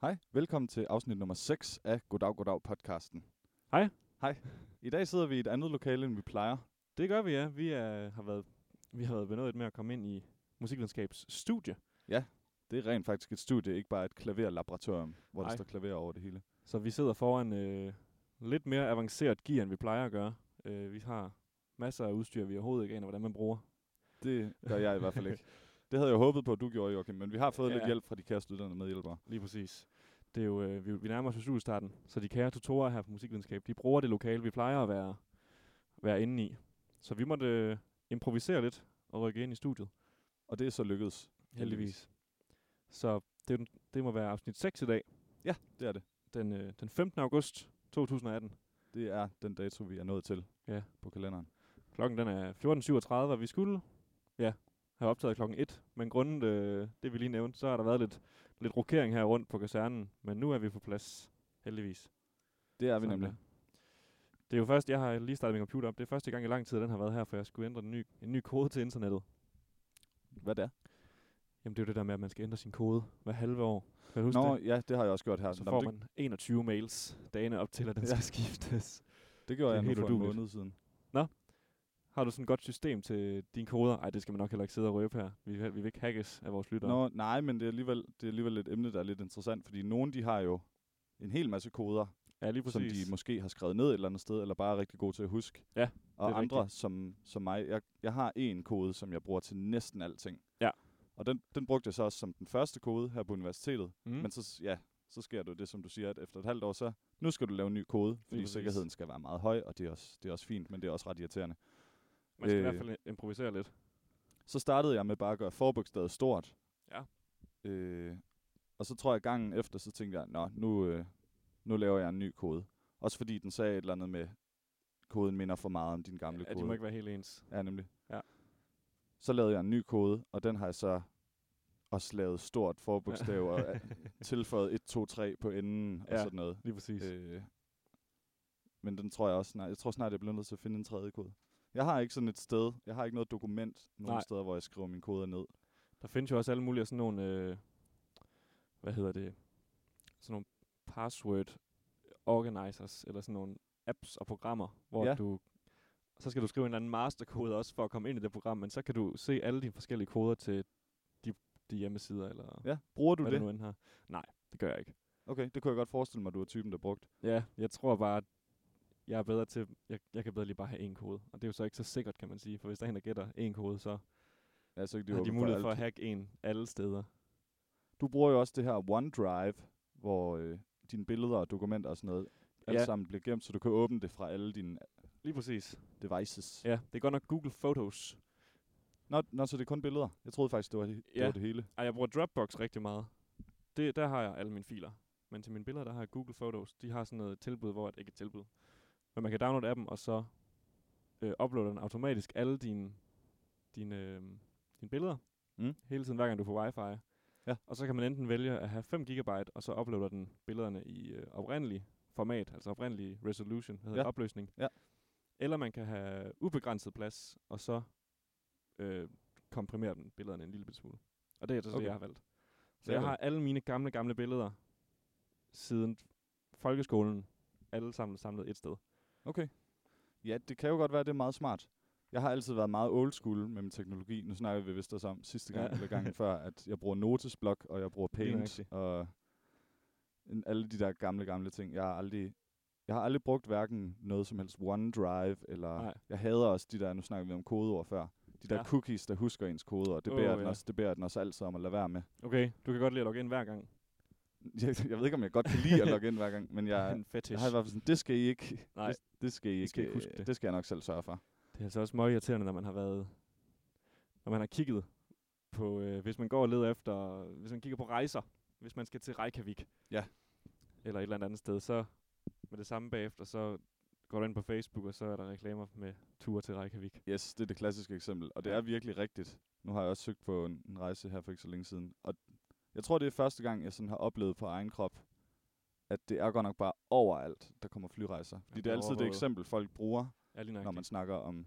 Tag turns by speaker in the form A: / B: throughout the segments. A: Hej, velkommen til afsnit nummer 6 af Goddag Goddag podcasten.
B: Hej.
A: Hej. I dag sidder vi i et andet lokale, end vi plejer.
B: Det gør vi, ja. Vi er, har været, vi har været benødet med at komme ind i musikvidenskabs studie.
A: Det er rent faktisk et studie, ikke bare et klaverlaboratorium, hvor Ej. der
B: Ej.
A: står klaver over det hele.
B: Så vi sidder foran øh, lidt mere avanceret gear, end vi plejer at gøre. Øh, vi har masser af udstyr, vi overhovedet ikke aner, hvordan man bruger.
A: Det gør jeg i hvert fald ikke. Det havde jeg håbet på, at du gjorde, Joachim, men vi har fået ja. lidt
B: Ja.
A: hjælp fra de kære studerende medhjælpere.
B: Lige præcis. Det er jo, øh, vi, vi nærmer os jo studiestarten, så de kære tutorer her på musikvidenskab, de bruger det lokale, vi plejer at være, være inde i. Så vi måtte øh, improvisere lidt og rykke ind i studiet.
A: Og det er så lykkedes.
B: Heldigvis. Så det, er den- det må være afsnit 6 i dag,
A: Ja, det er det.
B: den, øh, den 15. august 2018.
A: Det er den dato, vi er nået til
B: Ja.
A: på kalenderen.
B: Klokken den er 14.37, og vi skulle ja, have optaget klokken 1. Men grundet øh, det, vi lige nævnte, så har der været lidt, lidt rokering her rundt på kasernen. Men nu er vi på plads, heldigvis.
A: Det er vi
B: Sådan
A: nemlig.
B: der. Det er jo først, jeg har lige startet min computer op. Det er første gang i lang tid, at den har været her, for jeg skulle ændre en ny, en ny kode til internettet.
A: Hvad det er?
B: Jamen det er jo det der med, at man skal ændre sin kode hver halve år. Kan du huske
A: Nå,
B: det?
A: ja, det har jeg også gjort her.
B: Så
A: Nå,
B: får
A: men
B: man 21 mails dagene op til, at den
A: Ja.
B: ja. skal skiftes.
A: det, det gjorde
B: det
A: jeg
B: er
A: nu
B: helt
A: for en
B: udueligt.
A: måned siden.
B: Har du sådan et godt system til dine koder? Ej, det skal man nok heller ikke sidde og røbe her. Vi, vil- vi vil ikke hackes af vores lyttere.
A: Nå, nej, men det er, alligevel, det er alligevel et emne, der er lidt interessant, fordi nogen de har jo en hel masse koder,
B: ja, lige
A: som
B: præcis.
A: de måske har skrevet ned et eller andet sted, eller bare er rigtig gode til at huske.
B: Ja,
A: Og
B: er
A: andre som, som mig. Jeg, jeg har en kode, som jeg bruger til næsten alting.
B: Ja.
A: Og den, den brugte jeg så også som den første kode her på universitetet. Mm.
B: Mm.
A: Men så, s- ja, så sker det jo det, som du siger, at efter et halvt år, så nu skal du lave en ny kode, fordi
B: præcis.
A: sikkerheden skal være meget høj, og det er, også, det er også fint, men det er også ret irriterende.
B: Man skal
A: Øh.
B: i hvert fald improvisere lidt.
A: Så startede jeg med bare at gøre forbogstavet stort.
B: Ja.
A: Øh, og så tror jeg gangen efter, så tænkte jeg, nå, nu, øh, nu laver jeg en ny kode. Også fordi den sagde et eller andet med, koden minder for meget om din gamle
B: ja, de
A: kode.
B: må ikke være helt ens.
A: Ja, nemlig.
B: Ja.
A: Så lavede jeg en ny kode, og den har jeg så også lavet stort forbogstav og øh, tilføjet 1, 2, 3 på enden ja. og
B: Ja.
A: sådan noget.
B: Lige præcis. Øh.
A: Øh, men den tror jeg også snart, jeg tror snart, jeg bliver nødt til at finde en tredje kode. Jeg har ikke sådan et sted, jeg har ikke noget dokument nogen
B: Nej.
A: steder, hvor jeg skriver mine koder ned.
B: Der findes jo også alle mulige sådan nogle, øh, hvad hedder det, sådan nogle password organizers, eller sådan nogle apps og programmer, hvor
A: Ja.
B: ja. du, så skal du skrive en eller anden masterkode også for at komme ind i det program, men så kan du se alle de forskellige koder til de, de hjemmesider, eller
A: Ja, bruger du
B: hvad
A: det?
B: det nu end har. Nej, det gør jeg ikke.
A: Okay, det kunne jeg godt forestille mig, du er typen, der brugt.
B: Ja, jeg tror bare, at jeg er bedre til, jeg, jeg kan bedre lige bare have en kode. Og det er jo så ikke så sikkert, kan man sige, for hvis der er en, der gætter en kode, så
A: Ja, så kan de
B: har de
A: åbne
B: mulighed
A: alt.
B: for at hacke en alle steder.
A: Du bruger jo også det her OneDrive, hvor øh, dine billeder og dokumenter og sådan noget, alt
B: Ja.
A: sammen bliver gemt, så du kan åbne det fra alle dine
B: Lige præcis.
A: devices. Ja.
B: Ja, det er godt nok Google Photos.
A: Nå, nå, så det er kun billeder. Jeg troede faktisk, det var, det, ja.
B: Ja.
A: var det hele.
B: Ej, jeg bruger Dropbox rigtig meget. Det, der har jeg alle mine filer. Men til mine billeder, der har jeg Google Photos. De har sådan noget tilbud, hvor det ikke er et tilbud. Men man kan downloade appen, og så øh, uploader den automatisk alle dine, dine, øh, dine billeder.
A: Mm.
B: Hele tiden, hver gang du får wifi.
A: Ja.
B: Og så kan man enten vælge at have 5 GB, og så uploader den billederne i øh, oprindelig format, altså oprindelig resolution, hedder
A: Ja.
B: ja. opløsning.
A: Ja.
B: Eller man kan have ubegrænset plads, og så øh, komprimere den, billederne en lille bit smule. Og det er så okay.
A: Okay.
B: det, jeg har valgt. Så
A: Ja,
B: jeg
A: vel.
B: har alle mine gamle, gamle billeder siden folkeskolen, alle sammen samlet et sted.
A: Okay. Ja, det kan jo godt være, det er meget smart. Jeg har altid været meget old school med min teknologi. Nu snakker vi vist også om sidste gang, ja.
B: Ja.
A: eller gangen før, at jeg bruger Notes-blok, og jeg bruger
B: Lige
A: Paint,
B: nøjagtigt.
A: og en, alle de der gamle, gamle ting. Jeg har aldrig, jeg har aldrig brugt hverken noget som helst OneDrive, eller
B: Nej.
A: jeg hader også de der, nu snakker vi om kodeord før, de der ja.
B: Ja.
A: cookies, der husker ens kodeord. Det
B: Åh,
A: beder, oh, den,
B: ja.
A: også, det beder den også altid om at lade være med.
B: Okay, du kan godt lide at logge ind hver gang.
A: Jeg, jeg ved ikke, om jeg godt kan lide at logge ind hver gang, men jeg,
B: en fetish.
A: jeg har i hvert fald sådan, det skal I ikke.
B: Nej,
A: det, det skal I ikke.
B: skal ikke
A: øh,
B: huske det.
A: det skal jeg nok selv sørge for.
B: Det er altså også meget irriterende, når man har været... Når man har kigget på... Øh, hvis man går og leder efter... Hvis man kigger på rejser. Hvis man skal til Reykjavik.
A: Ja.
B: Eller et eller andet andet sted, så med det samme bagefter, så går du ind på Facebook, og så er der reklamer med ture til Reykjavik.
A: Yes, det er det klassiske eksempel, og det
B: Ja.
A: er virkelig rigtigt. Nu har jeg også søgt på en, en rejse her for ikke så længe siden, og jeg tror, det er første gang, jeg sådan har oplevet på egen krop, at det er godt nok bare overalt, der kommer flyrejser. Fordi det
B: Ja,
A: er
B: der er
A: altid det
B: overvåget.
A: eksempel, folk bruger,
B: Ja, lige nok.
A: når man snakker om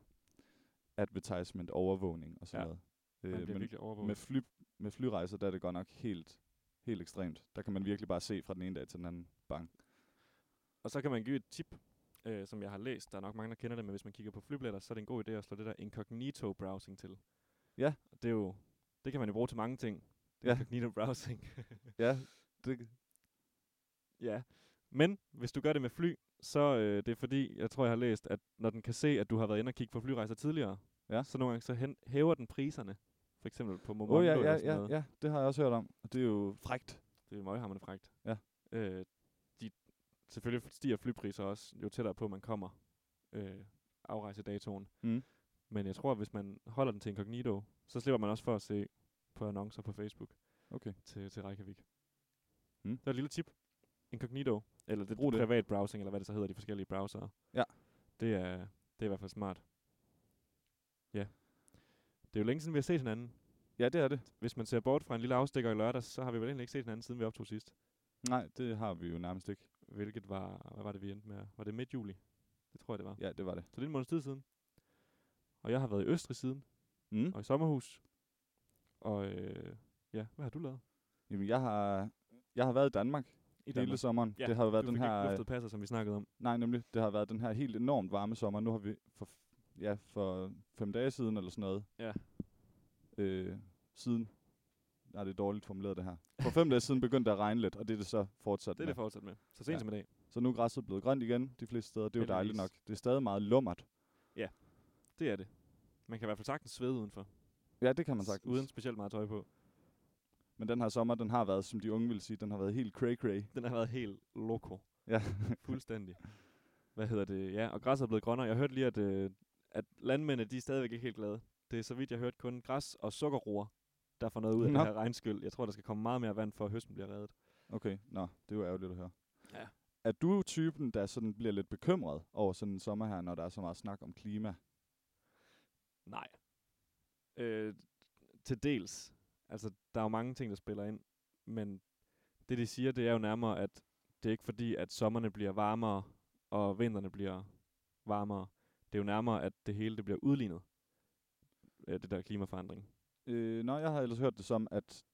A: advertisement, overvågning og sådan
B: Ja.
A: noget.
B: man
A: Øh,
B: bliver
A: men
B: virkelig overvåget.
A: med, fly, med flyrejser, der er det godt nok helt, helt ekstremt. Der kan man virkelig bare se fra den ene dag til den anden. Bang.
B: Og så kan man give et tip, øh, som jeg har læst. Der er nok mange, der kender det, men hvis man kigger på flybilletter, så er det en god idé at slå det der incognito browsing til.
A: Ja.
B: Og det er jo, det kan man jo bruge til mange ting.
A: Ja.
B: Incognito browsing.
A: Ja, det,
B: Ja, men hvis du gør det med fly, så øh, det er fordi, jeg tror, jeg har læst, at når den kan se, at du har været inde og kigge på flyrejser tidligere,
A: Ja.
B: så nogle gange så hen, hæver den priserne. For eksempel på Momondo
A: Åh oh, ja,
B: eller
A: ja,
B: sådan
A: ja,
B: noget.
A: ja, det har jeg også hørt om. Og det er jo frægt.
B: Det er møghammerende frægt.
A: Ja.
B: Øh, de, selvfølgelig stiger flypriser også, jo tættere på man kommer øh, afrejsedatoen.
A: Mm.
B: Men jeg tror, at hvis man holder den til incognito, så slipper man også for at se på annoncer på Facebook
A: Okay.
B: til, til Reykjavik.
A: Mm.
B: Det var et lille tip. Incognito, eller det,
A: Brug
B: Brug
A: det.
B: privat browsing, eller hvad det så hedder, de forskellige browsere.
A: Ja.
B: Det er, det er i hvert fald smart. Ja. Det er jo længe siden, vi har set hinanden.
A: Ja, det er det.
B: Hvis man ser bort fra en lille afstikker i lørdags, så har vi vel egentlig ikke set hinanden, siden vi optog sidst.
A: Nej, det har vi jo nærmest ikke.
B: Hvilket var, hvad var det, vi endte med? Var det midt juli? Det tror jeg, det var. Ja.
A: Ja, det var det.
B: Så det er en måneds tid siden. Og jeg har været i Østrig siden,
A: Mm.
B: og i sommerhus. Og øh, ja, hvad har du lavet?
A: Jamen, jeg har, jeg har været i Danmark
B: I
A: hele sommeren.
B: Ja,
A: det har jo været
B: du
A: den
B: fik
A: her...
B: ikke
A: øh,
B: luftet passer, som vi snakkede om.
A: Nej, nemlig. Det har været den her helt enormt varme sommer. Nu har vi for, ja, for fem dage siden eller sådan noget.
B: Ja.
A: Øh, siden. Nej, det er dårligt formuleret det her. For fem dage siden begyndte det at regne lidt, og det er det så fortsat
B: Det er
A: med.
B: det fortsat med. Så sent
A: Ja.
B: ja. som i dag.
A: Så nu er græsset blevet grønt igen de fleste steder. Det er jo dejligt nok.
B: Heldigvis.
A: Det er stadig meget lummert.
B: Det er det. Man kan i hvert fald sagtens svede udenfor.
A: Ja, det kan man
B: S-
A: sagtens.
B: Uden specielt meget tøj på.
A: Men den her sommer, den har været, som de unge vil sige, den har været helt cray-cray.
B: Den har været helt loco.
A: Ja.
B: Fuldstændig. Hvad hedder det? Ja, og græsset er blevet grønnere. Jeg hørte lige, at, øh, at landmændene, de er stadigvæk ikke helt glade. Det er så vidt, jeg hørte kun græs og sukkerroer, der får noget ud af
A: Nå.
B: det her regnskyld. Jeg tror, der skal komme meget mere vand, for at høsten bliver reddet.
A: Okay, nå, det er jo ærgerligt at høre.
B: Ja.
A: Er du typen, der sådan bliver lidt bekymret over sådan en sommer her, når der er så meget snak om klima?
B: Nej. Øh, til dels. Altså, der er jo mange ting, der spiller ind. Men det, de siger, det er jo nærmere, at det er ikke fordi, at sommerne bliver varmere, og vinterne bliver varmere. Det er jo nærmere, at det hele det bliver udlignet. Øh, det der klimaforandring.
A: Øh, nå, jeg har ellers hørt det som, at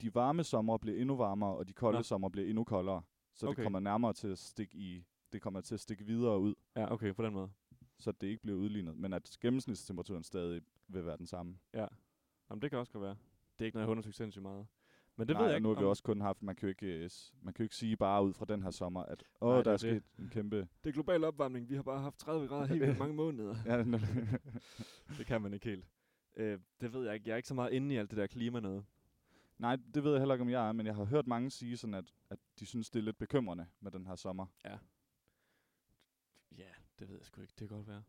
A: de varme sommer bliver endnu varmere, og de kolde
B: Nå.
A: sommer bliver endnu koldere. Så okay.
B: Okay.
A: det kommer nærmere til at stikke i, det kommer til at stikke videre ud,
B: Ja, okay, på den måde.
A: så det ikke bliver udlignet, men at gennemsnitstemperaturen stadig vil være den samme.
B: Ja. Jamen, det kan også godt være. Det er ikke noget, jeg har undersøgt sindssygt meget. Men det
A: Nej,
B: ved jeg
A: og
B: ikke.
A: nu har vi
B: om-
A: også kun haft, man kan jo ikke, øh, s- man kan jo ikke sige bare ud fra den her sommer, at åh,
B: Nej,
A: Nej,
B: det
A: der
B: er
A: er
B: det.
A: sket en kæmpe...
B: Det er global opvarmning. Vi har bare haft 30 grader helt vildt mange måneder.
A: Ja, nemlig.
B: det kan man ikke helt. Øh, det ved jeg ikke. Jeg er ikke så meget inde i alt det der klima noget.
A: Nej, det ved jeg heller ikke, om jeg er, men jeg har hørt mange sige sådan, at, at de synes, det er lidt bekymrende med den her sommer.
B: Ja, det ved jeg sgu ikke. Det kan godt være.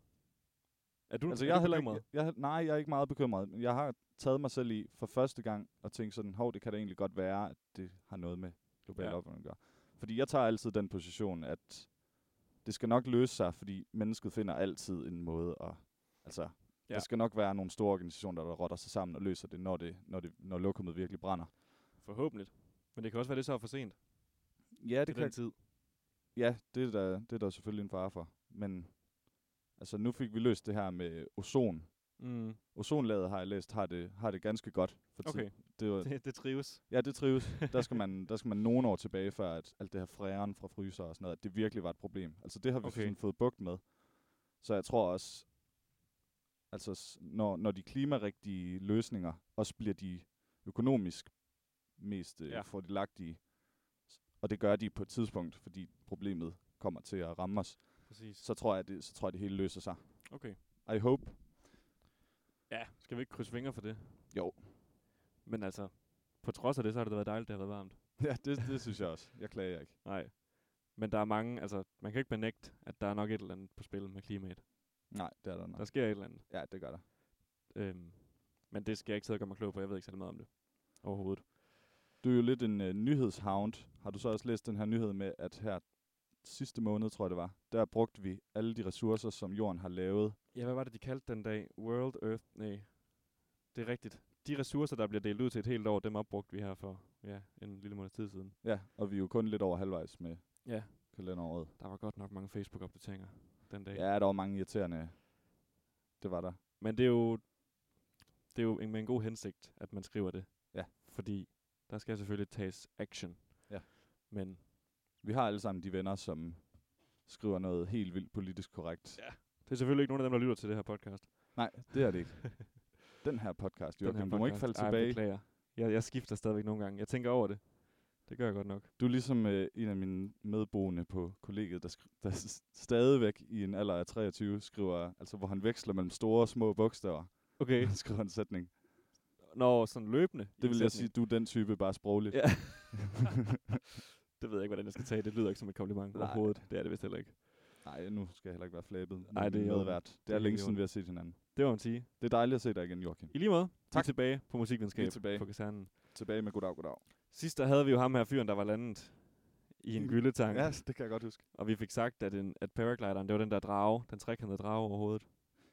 B: Er du,
A: altså,
B: er
A: jeg er
B: du
A: heller ikke,
B: bekymret?
A: jeg, jeg- nej, jeg er ikke meget bekymret, men jeg har taget mig selv i for første gang og tænkt sådan, hov, det kan da egentlig godt være, at det har noget med global
B: Ja.
A: ja. opvarmning at gøre. Fordi jeg tager altid den position, at det skal nok løse sig, fordi mennesket finder altid en måde at... Altså, ja.
B: Ja.
A: der skal nok være nogle store organisationer, der rotter sig sammen og løser det, når, det, når, det, når lokummet virkelig brænder.
B: Forhåbentlig. Men det kan også være, det så er for sent.
A: Ja,
B: Det kan. Den tid.
A: Ja, det er, der, det er der selvfølgelig en fare for. Men altså, nu fik vi løst det her med ozon.
B: Mm.
A: Ozonlaget har jeg læst, har det, har det ganske godt. For tiden.
B: Okay,
A: Det var,
B: det, det trives.
A: ja, det trives. Der skal, man, der skal man nogle år tilbage, før at alt det her fræren fra fryser og sådan noget, at det virkelig var et problem. Altså det har vi
B: Okay.
A: okay. sådan fået bugt med. Så jeg tror også, altså s- når, når de klimarigtige løsninger også bliver de økonomisk mest øh,
B: Ja.
A: ja. fordelagtige, s- og det gør de på et tidspunkt, fordi problemet kommer til at ramme os,
B: Præcis.
A: så tror jeg, det, så tror jeg, det hele løser sig.
B: Okay.
A: I hope.
B: Ja, skal vi ikke krydse fingre for det?
A: Jo.
B: Men altså, på trods af det, så har det da været dejligt, det har været varmt.
A: Ja, det, det synes jeg også. Jeg klager ikke.
B: Nej. Men der er mange, altså, man kan ikke benægte, at der er nok et eller andet på spil med klimaet.
A: Nej, det er der
B: Der
A: nok.
B: sker et eller andet.
A: Ja, det gør der.
B: Øhm, men det skal jeg ikke sidde og gøre mig klog på. Jeg ved ikke særlig meget om det. Overhovedet.
A: Du er jo lidt en øh, nyhedshound. Har du så også læst den her nyhed med, at her sidste måned, tror jeg det var, der brugte vi alle de ressourcer, som jorden har lavet.
B: Ja, hvad var det, de kaldte den dag? World Earth... Nej. Det er rigtigt. De ressourcer, der bliver delt ud til et helt år, dem opbrugte vi her for ja, en lille måneds tid siden.
A: Ja, og vi er jo kun lidt over halvvejs med
B: Ja.
A: kalenderåret.
B: Der var godt nok mange Facebook-opdateringer den dag.
A: Ja, der var mange irriterende. Det var der.
B: Men det er jo, det er jo en, med en god hensigt, at man skriver det.
A: Ja.
B: Fordi Der skal selvfølgelig tages action.
A: Ja.
B: Men
A: Vi har alle sammen de venner, som skriver noget helt vildt politisk korrekt.
B: Ja. det er selvfølgelig ikke nogen af dem, der lytter til det her podcast.
A: Nej, det er det ikke. Den her podcast, Joachim, du må ikke falde
B: Ej,
A: tilbage.
B: beklager. Jeg, jeg skifter stadigvæk nogle gange. Jeg tænker over det. Det gør jeg godt nok.
A: Du er ligesom øh, en af mine medboende på kollegiet, der, skri- der s- stadigvæk i en alder af 23 skriver, altså hvor han veksler mellem store og små bogstaver,
B: Okay.
A: skriver en sætning.
B: Når sådan løbende. i
A: Det
B: en
A: vil jeg sige,
B: sætning.
A: du er den type, bare sprogligt.
B: Ja. det ved jeg ikke, hvordan jeg skal tage. Det lyder ikke som et kompliment
A: Nej.
B: overhovedet. Det er det vist heller ikke.
A: Nej, nu skal jeg heller ikke være flabet.
B: Nej,
A: men
B: det er i orden.
A: medvært. Det
B: er
A: er
B: helt
A: længe
B: i
A: siden,
B: orden.
A: vi har set hinanden.
B: Det var man sige.
A: Det er dejligt at se dig igen, Joachim.
B: I lige måde. Vi er
A: Tak.
B: tilbage på musikvidenskab
A: Vi er tilbage.
B: på kasernen.
A: Tilbage med goddag, goddag.
B: Sidst der havde vi jo ham her fyren, der var landet i en
A: Mm.
B: gyldetang.
A: Ja, det kan jeg godt huske.
B: Og vi fik sagt, at, en, at paraglideren, det var den der drage, den trekantede drage overhovedet.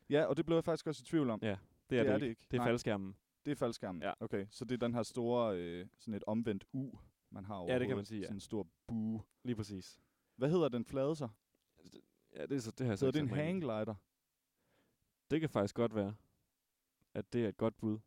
A: Ja, og det blev jeg faktisk også i tvivl om.
B: Ja, Det er det, det, ikke.
A: ikke.
B: det er
A: Nej,
B: faldskærmen.
A: Det er faldskærmen.
B: Ja.
A: Okay, så det er den her store, øh, sådan et omvendt U, man har
B: Ja, det kan man
A: overhovedet.
B: sige, ja.
A: Sådan en stor bue.
B: Lige præcis.
A: Hvad hedder den flade så?
B: Altså Ja, det er så det her.
A: Så er det en hangglider.
B: Det kan faktisk godt være, at det er et godt bud.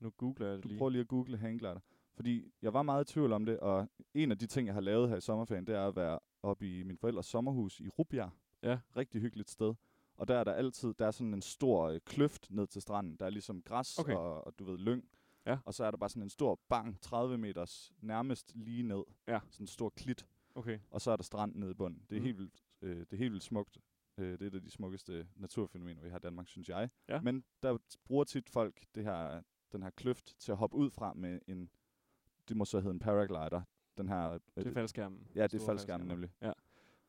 B: Nu googler jeg det
A: Du
B: lige.
A: prøver lige at google hangglider. Fordi jeg var meget i tvivl om det, og en af de ting, jeg har lavet her i sommerferien, det er at være oppe i min forældres sommerhus i Rubjerg.
B: Ja.
A: Rigtig hyggeligt sted. Og der er der altid, der er sådan en stor øh, kløft ned til stranden. Der er ligesom græs
B: Okay.
A: og, og, du ved, lyng.
B: Ja.
A: Og så er der bare sådan en stor bang, 30 meters, nærmest lige ned.
B: Ja.
A: Sådan en stor klit.
B: Okay.
A: Og så er der strand nede i bunden. Det er,
B: Mm.
A: mm. helt, vildt, øh, det er helt vildt smukt. Øh, det er et af de smukkeste naturfænomener, vi har i Danmark, synes jeg.
B: Ja.
A: Men der bruger tit folk det her, den her kløft til at hoppe ud fra med en, det må så hedde en paraglider. Den her, øh,
B: Det er faldskærmen.
A: ja, det
B: Store
A: er faldskærmen nemlig.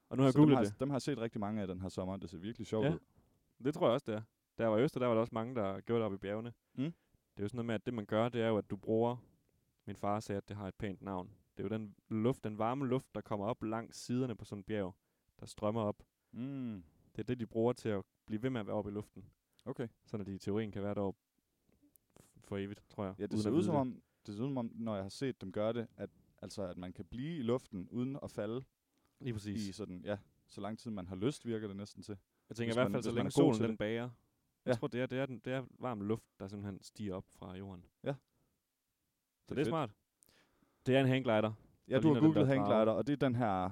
B: Og nu har jeg
A: Så dem,
B: googlet
A: har,
B: det.
A: dem har jeg set rigtig mange af den her sommer. Det ser virkelig sjovt
B: Ja.
A: ud.
B: Det tror jeg også, det er. Da jeg var i Øster, der var der også mange, der gjorde det oppe i bjergene.
A: Mm.
B: Det er jo sådan noget med, at det man gør, det er jo, at du bruger... Min far sagde, at det har et pænt navn. Det er jo den luft, den varme luft, der kommer op langs siderne på sådan en bjerg, der strømmer op.
A: Mm.
B: Det er det, de bruger til at blive ved med at være oppe i luften.
A: Okay.
B: Sådan at de i teorien kan være deroppe for evigt, tror jeg.
A: Ja, det
B: uden
A: ser
B: at
A: ud
B: vide
A: som om, det ser ud som om, når jeg har set dem gøre det, at, altså, at man kan blive i luften uden at falde
B: Lige præcis.
A: i sådan, ja, så lang tid man har lyst, virker det næsten til.
B: Jeg tænker i
A: Hvis
B: hvert
A: man-
B: fald, så
A: hvis man
B: længe
A: er god
B: solen
A: til
B: den
A: det.
B: bager. Jeg
A: Ja.
B: tror, det er, det, er den, det er varm luft, der simpelthen stiger op fra jorden.
A: Ja.
B: Så
A: Det er
B: det er
A: fedt.
B: smart. Det er en hangglider.
A: Ja, du
B: ligner
A: har
B: den
A: googlet
B: der drage.
A: hangglider, og det er den her,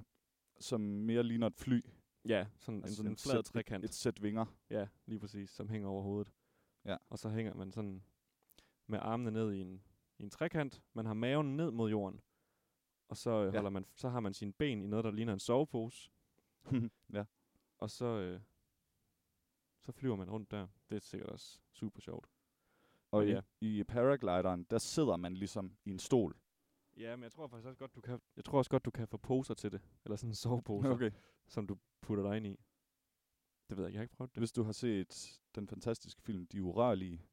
A: som mere ligner et fly.
B: Ja, sådan
A: Altså
B: en,
A: sådan
B: en
A: et
B: flad
A: sæt-
B: trekant.
A: Et sæt vinger.
B: Ja, lige præcis, som hænger over hovedet.
A: Ja.
B: Og så hænger man sådan med armene ned i en, i en trekant. Man har maven ned mod jorden. Og så, øh,
A: Ja.
B: holder man, så har man sine ben i noget, der ligner en sovepose.
A: ja.
B: Og så, øh, så flyver man rundt der. Det er sikkert også super sjovt.
A: Og
B: Ja.
A: ja. i, i paraglideren, der sidder man ligesom i en stol.
B: Ja, men jeg tror faktisk også godt, du kan, jeg tror også godt, du kan få poser til det. Eller sådan en sovepose, okay. som du putter dig ind i. Det ved jeg ikke, jeg har ikke prøvet det.
A: Hvis du har set den fantastiske film De Urørlige,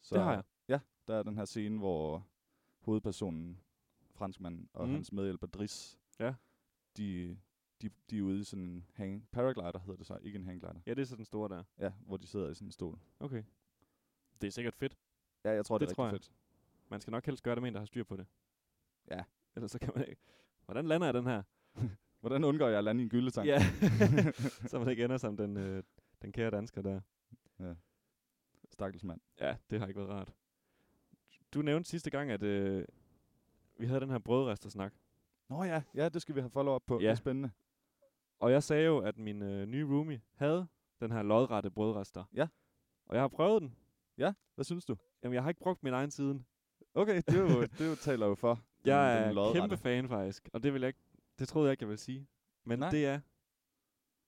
A: så
B: det har jeg.
A: der er den her scene, hvor hovedpersonen, franskmanden og
B: Mhm.
A: hans medhjælper Dris,
B: Ja.
A: de, de, de er ude i sådan en hang, paraglider hedder det så, ikke en hangglider.
B: Ja, det er så den store der.
A: Ja, hvor de sidder i sådan en stol.
B: Okay. Det er sikkert fedt.
A: Ja, jeg tror, det,
B: Det
A: det
B: tror
A: er
B: jeg.
A: rigtig fedt.
B: Man skal nok helst gøre det med en, der har styr på det.
A: Ja.
B: Ellers så kan man ikke. Hvordan lander jeg den her?
A: Hvordan undgår jeg at lande i en gyldetang?
B: Ja. så man ikke ender som den, øh, den kære dansker der.
A: Stakkels mand.
B: Ja, det har ikke været rart. Du nævnte sidste gang, at øh, vi havde den her brødrestersnak.
A: Nå ja, ja, det skal vi have follow-up på.
B: Ja.
A: Det er spændende.
B: Og jeg sagde jo, at min øh, nye roomie havde den her lodrette brødrester.
A: Ja.
B: Og jeg har prøvet den.
A: Hvad synes du?
B: Jamen, jeg har ikke brugt min egen siden.
A: Okay, det, er jo, det er jo taler jo for. den-
B: Jeg
A: den
B: er
A: lodrette.
B: kæmpe fan faktisk, og det, vil jeg ikke, det troede jeg ikke, jeg ville sige. Men Nej.
A: Nej.
B: det er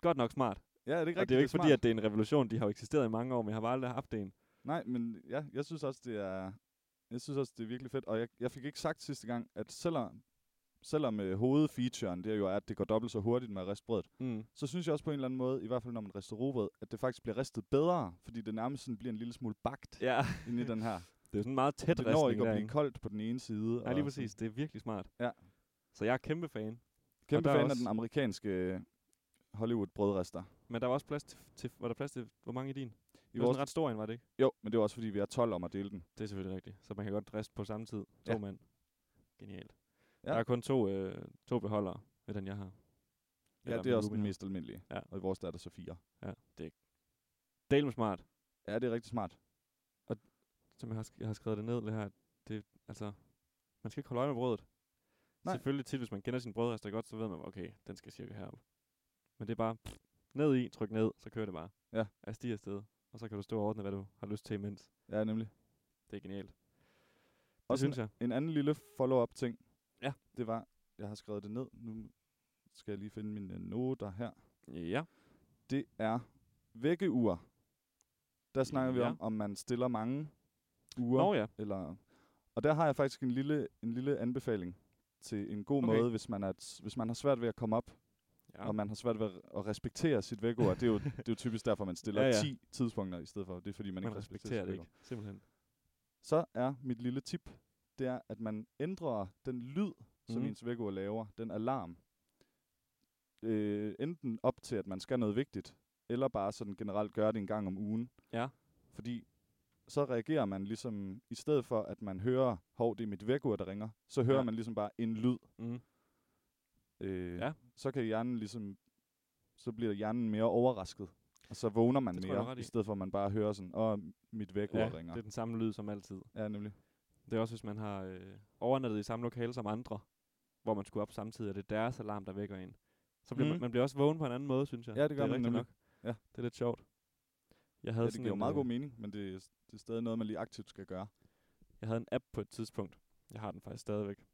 B: godt nok smart.
A: Ja, det er ikke
B: og
A: rigtig
B: det er jo ikke fordi,
A: smart.
B: at det er en revolution. De har jo eksisteret i mange år, men jeg har bare aldrig haft en.
A: Nej, men ja, jeg synes også, det er... Jeg synes også, det er virkelig fedt. Og jeg, jeg fik ikke sagt sidste gang, at selvom, selvom øh, hovedfeaturen, det er jo, at det går dobbelt så hurtigt med at riste brødet,
B: Mm.
A: så synes jeg også på en eller anden måde, i hvert fald når man rister robrød, at det faktisk bliver ristet bedre, fordi det nærmest sådan bliver en lille smule bagt
B: Ja,
A: inde i den her.
B: det er sådan en meget tæt
A: Det når
B: ristning
A: ikke at blive
B: derinde.
A: koldt på den ene side.
B: Nej,
A: og
B: lige
A: sådan.
B: præcis. Det er virkelig smart.
A: Ja.
B: Så jeg er kæmpe fan.
A: Kæmpe
B: der er
A: fan af
B: også-
A: den amerikanske øh, Hollywood-brødrester.
B: Men der var også plads til, til, var der plads til, hvor mange i din? Det
A: I
B: var sådan
A: vores,
B: en ret stor en, var det ikke?
A: jo, men det var også fordi, vi er 12 om at dele den.
B: Det er selvfølgelig rigtigt. Så man kan godt riste på samme tid. To ja.
A: Ja.
B: mand. Genialt. Ja.
A: Ja.
B: Der er kun to, øh, to beholdere ved den, jeg har.
A: Ja,
B: Eller
A: det er
B: min
A: også
B: Ruby
A: den
B: har.
A: mest almindelige.
B: Ja.
A: Og i vores der er der så fire.
B: Ja, det er del med smart,
A: Ja, det er rigtig smart.
B: som jeg har, sk- jeg har skrevet det ned, det her. Det, altså, Man skal ikke holde øje med brødet.
A: Nej.
B: Nej. Selvfølgelig tit, hvis man kender sin brødrester godt, så ved man, okay, den skal cirka herop. Men det er bare pff, ned i, tryk ned, så kører det bare.
A: Ja.
B: Er stige afsted. Og så kan du stå og ordne, hvad du har lyst til imens.
A: Ja, nemlig.
B: Det er genialt. Det
A: Også
B: synes jeg.
A: En anden lille follow-up ting.
B: Ja.
A: Det var, jeg har skrevet det ned. Nu skal jeg lige finde mine øh, noter her.
B: Ja.
A: Det er vækkeur. Der snakker ja. vi
B: Ja.
A: om, om man stiller mange uger.
B: Nå ja.
A: eller og der har jeg faktisk en lille en lille anbefaling til en god
B: Okay.
A: måde, hvis man er t- hvis man har svært ved at komme op, ja.
B: ja.
A: og man har svært ved at re- at respektere sit vækord. det er jo det er jo typisk derfor man stiller ja,
B: Ja,
A: ja.
B: ja.
A: 10 tidspunkter i stedet for. Det er fordi man,
B: Man
A: ikke
B: respekterer
A: sit
B: det
A: vækord.
B: ikke. Simpelthen.
A: Så er mit lille tip, det er at man ændrer den lyd som
B: Mhm.
A: ens vækord laver, den alarm. Øh, enten op til at man skal noget vigtigt, eller bare sådan generelt gøre det en gang om ugen.
B: Ja.
A: Fordi så reagerer man ligesom, i stedet for at man hører, hov, det er mit vækord, der ringer, så hører ja.
B: Ja.
A: man ligesom bare en lyd.
B: Mm.
A: Øh,
B: Ja.
A: Så kan hjernen ligesom, så bliver hjernen mere overrasket. Og så vågner man
B: Det tror jeg, du har
A: mere,
B: ret
A: i
B: i.
A: stedet for at man bare hører sådan, åh, mit vækord
B: Ja,
A: ja,
B: det
A: ringer.
B: er den samme lyd som altid.
A: Ja, nemlig.
B: Det er også, hvis man har øh, overnattet i samme lokale som andre, hvor man skulle op samtidig, og det er deres alarm, der vækker en. Så bliver mm.
A: Mhm.
B: man, man bliver også vågen på en anden måde, synes jeg.
A: Ja, det gør
B: er
A: man
B: rigtigt
A: nemlig.
B: nok.
A: Ja.
B: Det er lidt sjovt. Jeg
A: Ja,
B: havde,
A: det
B: sådan
A: giver
B: en,
A: meget
B: øh,
A: god mening, men det er, det er stadig noget, man lige aktivt skal gøre.
B: jeg havde en app på et tidspunkt, jeg har den faktisk stadigvæk,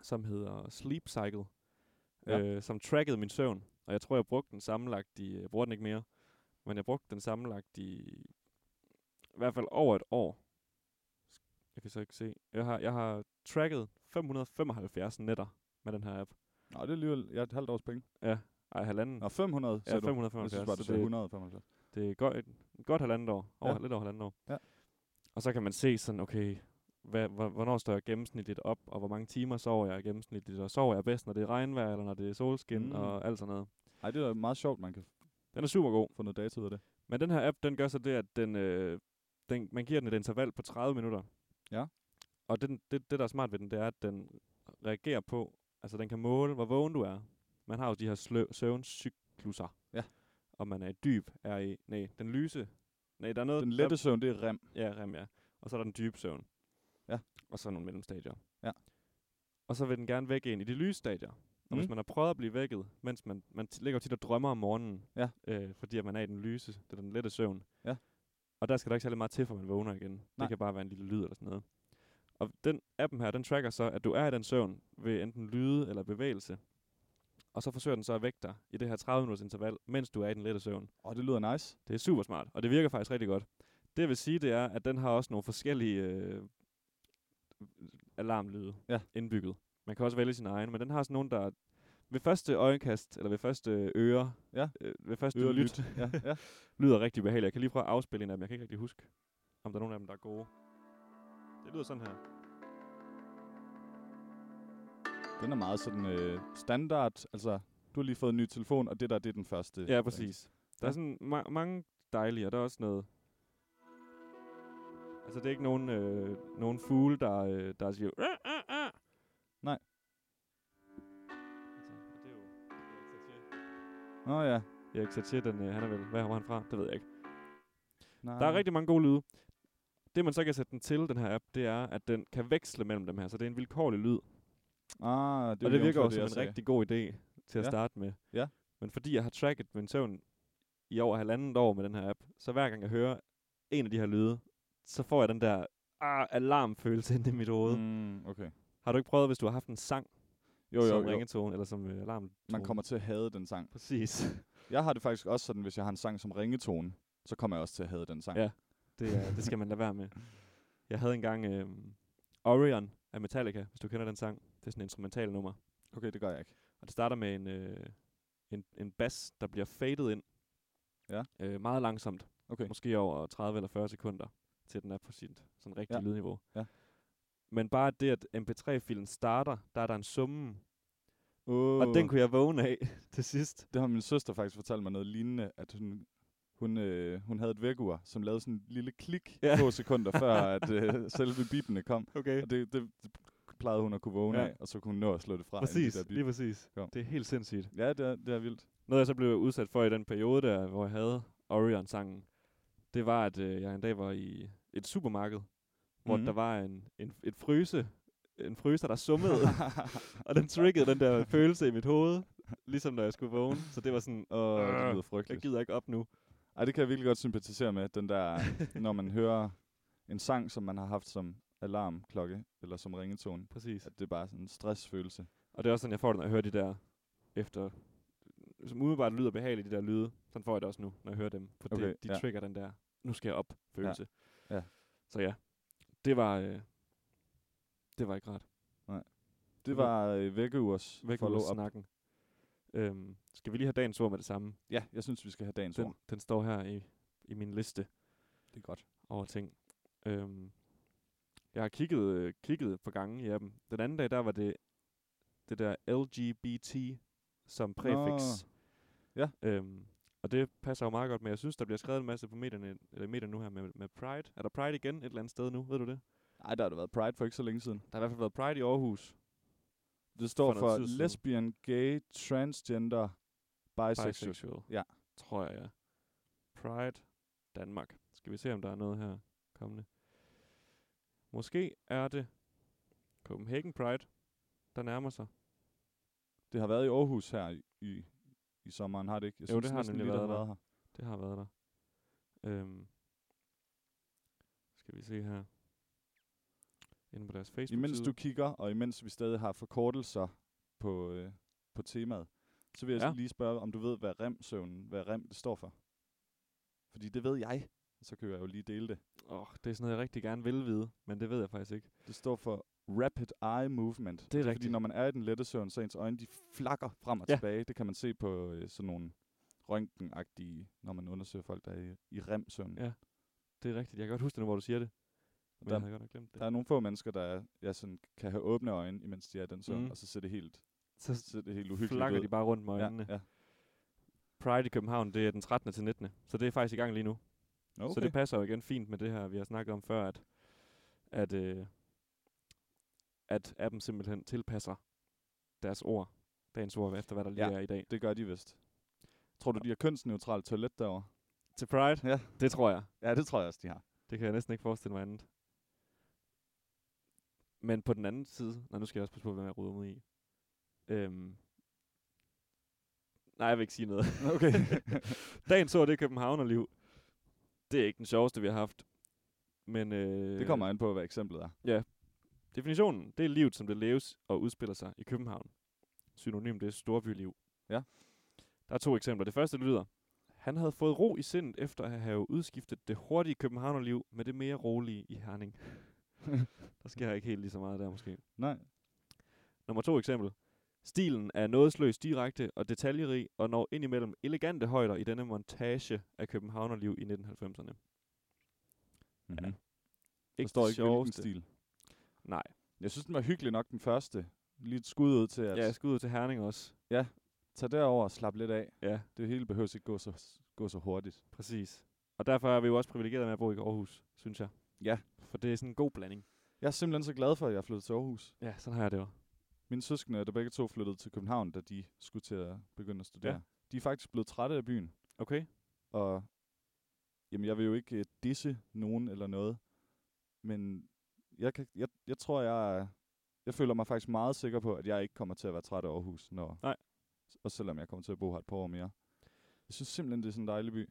B: som hedder Sleep Cycle,
A: Ja.
B: ja. øh, som trackede min søvn. Og jeg tror, jeg brugte den sammenlagt i, jeg bruger den ikke mere, men jeg brugte den sammenlagt i, i hvert fald over et år. Jeg kan så ikke se. Jeg har, jeg har tracket 575 netter med den her app.
A: Nå, det er alligevel, jeg har et halvt års penge.
B: Ja, ej, halvanden.
A: Nå, 500,
B: ja,
A: sagde du.
B: 575.
A: Jeg synes bare, du
B: så
A: sagde
B: det,
A: 175.
B: det er godt, et, godt halvandet år. Over,
A: Ja.
B: ja. Lidt over halvandet år.
A: Ja.
B: Og så kan man se sådan, okay, hvad, hvor- hvornår står jeg gennemsnitligt op, og hvor mange timer sover jeg gennemsnitligt, og sover jeg bedst, når det er regnvejr, eller når det er solskin,
A: Mm.
B: mm. og alt sådan noget.
A: Ej, det er meget sjovt, man kan
B: Den er super god.
A: få noget data ud af det.
B: Men den her app, den gør så det, at den, øh, den, man giver den et interval på 30 minutter.
A: Ja.
B: Og det, den- det, det, der er smart ved den, det er, at den reagerer på, altså den kan måle, hvor vågen du er. Man har jo de her slø- søvncykluser.
A: Ja.
B: Og man er i dyb, er i, nej, den lyse, nej, der er noget.
A: Den lette søvn, det er E rem.
B: Der, ja, rem, ja. Og så er der den dybe søvn.
A: Ja.
B: Og så nogle mellemstadier.
A: Ja.
B: Og så vil den gerne vække en i de lyse stadier.
A: Mm.
B: Og hvis man har prøvet at blive vækket, mens man, man t- ligger jo tit og drømmer om morgenen,
A: Ja.
B: øh, fordi at man er i den lyse, det er den lette søvn.
A: Ja.
B: Og der skal der ikke særlig meget til, for man vågner igen. Nej.
A: Nej.
B: Det kan bare være en lille lyd eller sådan noget. Og den appen her, den tracker så, at du er i den søvn ved enten lyde eller bevægelse. Og så forsøger den så at vække dig i det her 30 minutters interval, mens du er i den lette søvn.
A: Åh, det lyder nice.
B: Det er super smart, og det virker faktisk rigtig godt. Det jeg vil sige, det er, at den har også nogle forskellige øh, alarmlyde
A: Ja.
B: indbygget. Man kan også vælge sin egen, men den har sådan nogle, der ved første øjekast, eller ved første øre,
A: Ja.
B: øh, ved første
A: Øre
B: lyt,
A: lyt. ja, ja.
B: lyder rigtig behageligt. Jeg kan lige prøve at afspille en af dem. Jeg kan ikke rigtig huske, om der er nogen af dem, der er gode. Det lyder sådan her.
A: Den er meget sådan øh, standard. Altså, du har lige fået en ny telefon, og det der, det er den første.
B: Ja, præcis. Der
A: Ja.
B: er sådan ma- mange dejlige, og der er også noget... Altså, det er ikke nogen, øh, nogen fugle, der, øh, der siger... "Ah, ah, ah."
A: Nej.
B: Altså, og det er jo Erik Satie.
A: Nå ja.
B: Erik Satie, den, øh, han er vel... Hvad var han fra? Det ved jeg ikke.
A: Nej.
B: Der er rigtig mange gode lyde. Det, man så kan sætte den til, den her app, det er, at den kan veksle mellem dem her. Så det er en vilkårlig lyd.
A: Ah, det
B: Det og det
A: jævnfør
B: virker jo som
A: jeg
B: en
A: sagde.
B: rigtig god idé til at
A: Ja.
B: starte med.
A: Ja.
B: Men fordi jeg har tracket min søvn i over halvandet år med den her app, så hver gang jeg hører en af de her lyde, så får jeg den der ah, alarmfølelse ind i mit hoved. Mm.
A: Mm, okay.
B: Har du ikke prøvet, hvis du har haft en sang
A: Jo,
B: som
A: jo, jo.
B: ringetone eller som øh, alarm?
A: Man kommer til at hade den sang.
B: Præcis.
A: Jeg har det faktisk også sådan, hvis jeg har en sang som ringetone, så kommer jeg også til at hade den sang.
B: Ja. Det, er, det skal man lade være med. Jeg havde engang øh, Orion af Metallica, hvis du kender den sang. Det er sådan en instrumental nummer.
A: Okay, det gør jeg ikke.
B: Og det starter med en, øh, en, en bas, der bliver fadet ind.
A: Ja.
B: Øh, meget langsomt.
A: Okay.
B: Måske over 30 eller 40 sekunder, til den er på sit sådan rigtige
A: Ja.
B: ja. lydniveau.
A: Ja.
B: Men bare det, at MP3-filen starter, der er der en summe.
A: Uh,
B: Og den kunne jeg vågne af til sidst.
A: Det har min søster faktisk fortalt mig noget lignende, at hun, hun, øh, hun havde et vækkeur, som lavede sådan en lille klik ja.
B: Ja.
A: få sekunder før, at øh, selve bibene kom.
B: Okay.
A: Og det, det, det plejede hun at kunne vågne ja.
B: Ja.
A: af, og så kunne hun nå at slå det fra. inden
B: Præcis,
A: det der
B: lige
A: bip.
B: præcis.
A: kom.
B: Det er helt sindssygt.
A: Ja, det er, det er vildt.
B: Noget jeg så blev udsat for i den periode der, hvor jeg havde Orion-sangen, det var, at øh, jeg en dag var i et supermarked, hvor
A: Mhm.
B: der var en, en, et fryse en fryser, der summede, og den triggede den der følelse i mit hoved, ligesom når jeg skulle vågne. Så det var sådan,
A: Åh, det
B: Øh,
A: lyder
B: jeg
A: frygteligt.
B: gider ikke op nu.
A: Ej, det kan jeg virkelig godt sympatisere med, den der, når man hører en sang, som man har haft som alarmklokke, eller som ringetone,
B: Præcis.
A: at det er bare sådan en stressfølelse.
B: Og det er også sådan, jeg får det, når jeg hører de der efter... Som umiddelbart lyder behageligt, de der lyde. Sådan får jeg det også nu, når jeg hører dem. For okay,
A: Okay,
B: det, de
A: ja.
B: ja. trigger den der, nu skal jeg op, følelse.
A: ja.
B: Så ja, det var... Øh, det var ikke rart.
A: Det
B: Nå.
A: var øh, vækkeugers
B: Væk ud
A: follow-up.
B: af snakken. Øhm, skal vi lige have dagens ord med det samme?
A: Ja, jeg synes, vi skal have dagens
B: Den,
A: ord.
B: den står her i, i min liste
A: Det er godt.
B: over ting. Øhm, jeg har kigget, øh, kigget på gange i appen. Den anden dag, der var det det der LGBT som prefix.
A: Ja.
B: Øhm, og det passer jo meget godt med, jeg synes, der bliver skrevet en masse på medierne, eller i medierne nu her med, med Pride. Er der Pride igen et eller andet sted nu, ved du det?
A: Ej, der har der været Pride for ikke så længe siden.
B: Der har i hvert fald været Pride i Aarhus.
A: Det står for,
B: For noget
A: for
B: tid siden.
A: lesbian, gay, transgender, bisexual. bisexual.
B: Bisexual.
A: Ja.
B: Tror jeg, ja. Pride Danmark. Skal vi se, om der er noget her kommende. Måske er det Copenhagen Pride, der nærmer sig.
A: Det har været i Aarhus her i, i, i sommeren, har det ikke? Jeg
B: Jo, det har
A: næsten
B: nemlig
A: lige, det
B: været
A: har her.
B: Det har været der. Øhm. Skal vi se her. Inde på deres facebook
A: Imens du kigger, og imens vi stadig har forkortelser på, øh, på temaet, så vil jeg
B: Ja.
A: ja. lige spørge, om du ved, hvad REM-søvnen, hvad REM det står for? Fordi det ved jeg, og så kan jeg jo lige dele det.
B: Åh, oh, det er sådan noget, jeg rigtig gerne vil vide, men det ved jeg faktisk ikke.
A: Det står for Rapid Eye Movement.
B: Det er
A: Fordi
B: rigtigt.
A: når man er i den lette søvn, så ens øjne de flakker frem og
B: Ja.
A: ja. tilbage. Det kan man se på øh, sådan nogle røntgenagtige, når man undersøger folk, der er i, i rem-søvn.
B: Ja. Det er rigtigt. Jeg kan godt huske det nu, hvor du siger det. Men
A: Der-
B: jeg havde godt nok glemt det.
A: Der er nogle få mennesker, der ja, sådan, kan have åbne øjne, imens de er i den søvn,
B: Mhm.
A: mm. og så ser det helt,
B: så
A: så ser det helt uhyggeligt
B: flakker
A: ud.
B: de bare rundt med øjnene.
A: ja, ja.
B: Pride i København, det er den 13. til 19. Så det er faktisk i gang lige nu.
A: Nå,
B: Okay.
A: Okay.
B: Så det passer jo igen fint med det her, vi har snakket om før, at, at, øh, at appen simpelthen tilpasser deres ord, dagens ord, efter hvad der lige
A: Ja.
B: ja. er i dag.
A: det gør de vist. Tror du, de har kønsneutralt toilet derovre?
B: Til Pride?
A: Ja.
B: Det tror jeg.
A: Ja, det tror jeg også, de har.
B: Det kan jeg næsten ikke forestille mig andet. Men på den anden side... Nej, nu skal jeg også passe på, hvem jeg ruder mod i. Øhm. Nej, jeg vil ikke sige noget.
A: Okay.
B: Dagens ord, det er Københavnerliv. Det er ikke den sjoveste, vi har haft. Men øh,
A: det kommer an på, hvad eksemplet er.
B: definitionen, det er livet, som det leves og udspiller sig i København. Synonym, det er storbyliv.
A: Ja.
B: Der er to eksempler. Det første det lyder, han havde fået ro i sindet efter at have udskiftet det hurtige københavnerliv med det mere rolige i Herning. der sker ikke helt lige så meget der måske.
A: Nej.
B: Nummer to eksempel. Stilen er nådesløs direkte og detaljerig og når indimellem elegante højder i denne montage af københavnerliv i 1990'erne.
A: Mm-hmm.
B: Ja.
A: Ja.
B: Ikke
A: Forstår
B: det
A: ikke, hvilken
B: sjoveste.
A: stil.
B: Nej.
A: Jeg synes, den var hyggelig nok, den første. Lige et skud ud til at
B: Ja, jeg skal ud til Herning også.
A: tage derover og slappe lidt af.
B: Ja,
A: Det hele behøver ikke gå så, gå så hurtigt.
B: præcis. Og derfor er vi jo også privilegerede med at bo i Aarhus, synes jeg.
A: Ja.
B: For det er sådan en god blanding.
A: Jeg er simpelthen så glad for, at jeg er flyttet til Aarhus.
B: Ja, sådan har jeg det jo.
A: Mine søskende er der begge to flyttet til København, da de skulle til at begynde at studere.
B: Ja.
A: Ja. De er faktisk blevet trætte af byen,
B: Okay?
A: og jamen, jeg vil jo ikke uh, disse nogen eller noget, men jeg, kan, jeg, jeg tror, jeg, er- jeg føler mig faktisk meget sikker på, at jeg ikke kommer til at være træt af Aarhus, når,
B: Nej.
A: og selvom jeg kommer til at bo her et par år mere. Jeg synes simpelthen, det er sådan en dejlig by.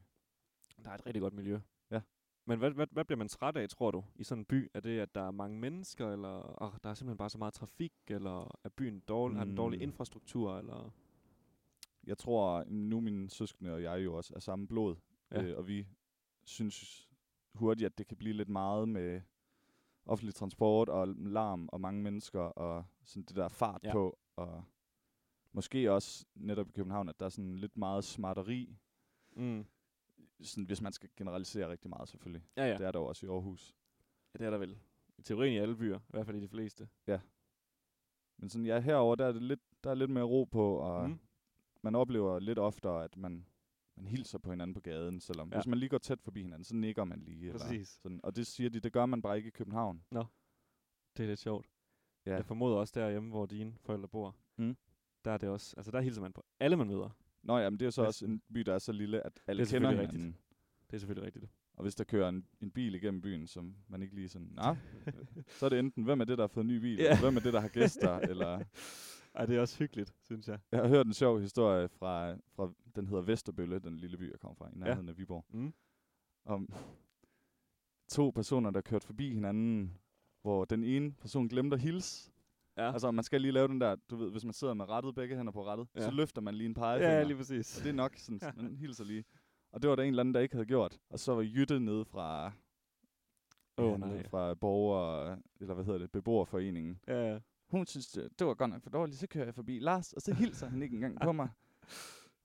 B: Der er et rigtig godt miljø.
A: Ja.
B: Men hvad, hvad, hvad bliver man træt af, tror du, i sådan en by? Er det, at der er mange mennesker, eller oh, der er simpelthen bare så meget trafik, eller er byen dårlig, mm. har den dårlig
A: Mm.
B: infrastruktur, eller...
A: jeg tror, nu mine søskende og jeg jo også er samme blod,
B: Ja.
A: ja. øh, og vi synes hurtigt, at det kan blive lidt meget med offentlig transport og larm og mange mennesker og sådan det der fart
B: Ja.
A: ja. på, og måske også netop i København, at der er sådan lidt meget smarteri,
B: Mm.
A: sådan, hvis man skal generalisere rigtig meget selvfølgelig.
B: Ja, ja.
A: Ja. Det er der jo også i Aarhus.
B: Ja, det er der vel. I teorien i alle byer, i hvert fald i de fleste.
A: Men sådan, ja, herover der er det lidt, der er lidt mere ro på, og
B: Mm.
A: mm. man oplever lidt oftere, at man, man hilser på hinanden på gaden, selvom
B: Ja.
A: ja. hvis man lige går tæt forbi hinanden, så nikker man lige. eller-
B: Præcis.
A: Sådan, og det siger de, det gør man bare ikke i København.
B: Det er lidt sjovt. Ja.
A: Ja.
B: Jeg formoder også derhjemme, hvor dine forældre bor,
A: Mm.
B: der er det også... Altså, der hilser man på alle, man møder.
A: Nå ja, men det er jo så også
B: Næsten.
A: en by, der er så lille, at alle
B: Det er
A: kender
B: selvfølgelig
A: hinanden. Rigtigt.
B: Det er selvfølgelig rigtigt.
A: Og hvis der kører en, en bil igennem byen, som man ikke lige sådan, nah, så er det enten, hvem er det, der har fået en ny bil,
B: Ja.
A: eller hvem er det, der har gæster, eller...
B: Ej, det er også hyggeligt, synes jeg.
A: Jeg har hørt en sjov historie fra, fra den hedder Vesterbølle, den lille by, jeg kommer fra, i nærheden af Viborg.
B: Mm.
A: om to personer, der kørte forbi hinanden, hvor den ene person glemte at hilse.
B: Ja.
A: Altså, man skal lige lave den der, du ved, hvis man sidder med rettet, begge hænder på rettet, ja.
B: Ja.
A: så løfter man lige en pegefinger.
B: ja, lige præcis.
A: Og det er nok sådan, man hilser lige. Og det var der en eller anden, der ikke havde gjort. Og så var Jytte nede fra,
B: Åh,
A: han hed
B: nej.
A: fra borger, eller hvad hedder det, beboerforeningen.
B: Ja, ja.
A: Hun synes, det det var godt nok for dårligt, så kører jeg forbi Lars, og så hilser han ikke engang på mig.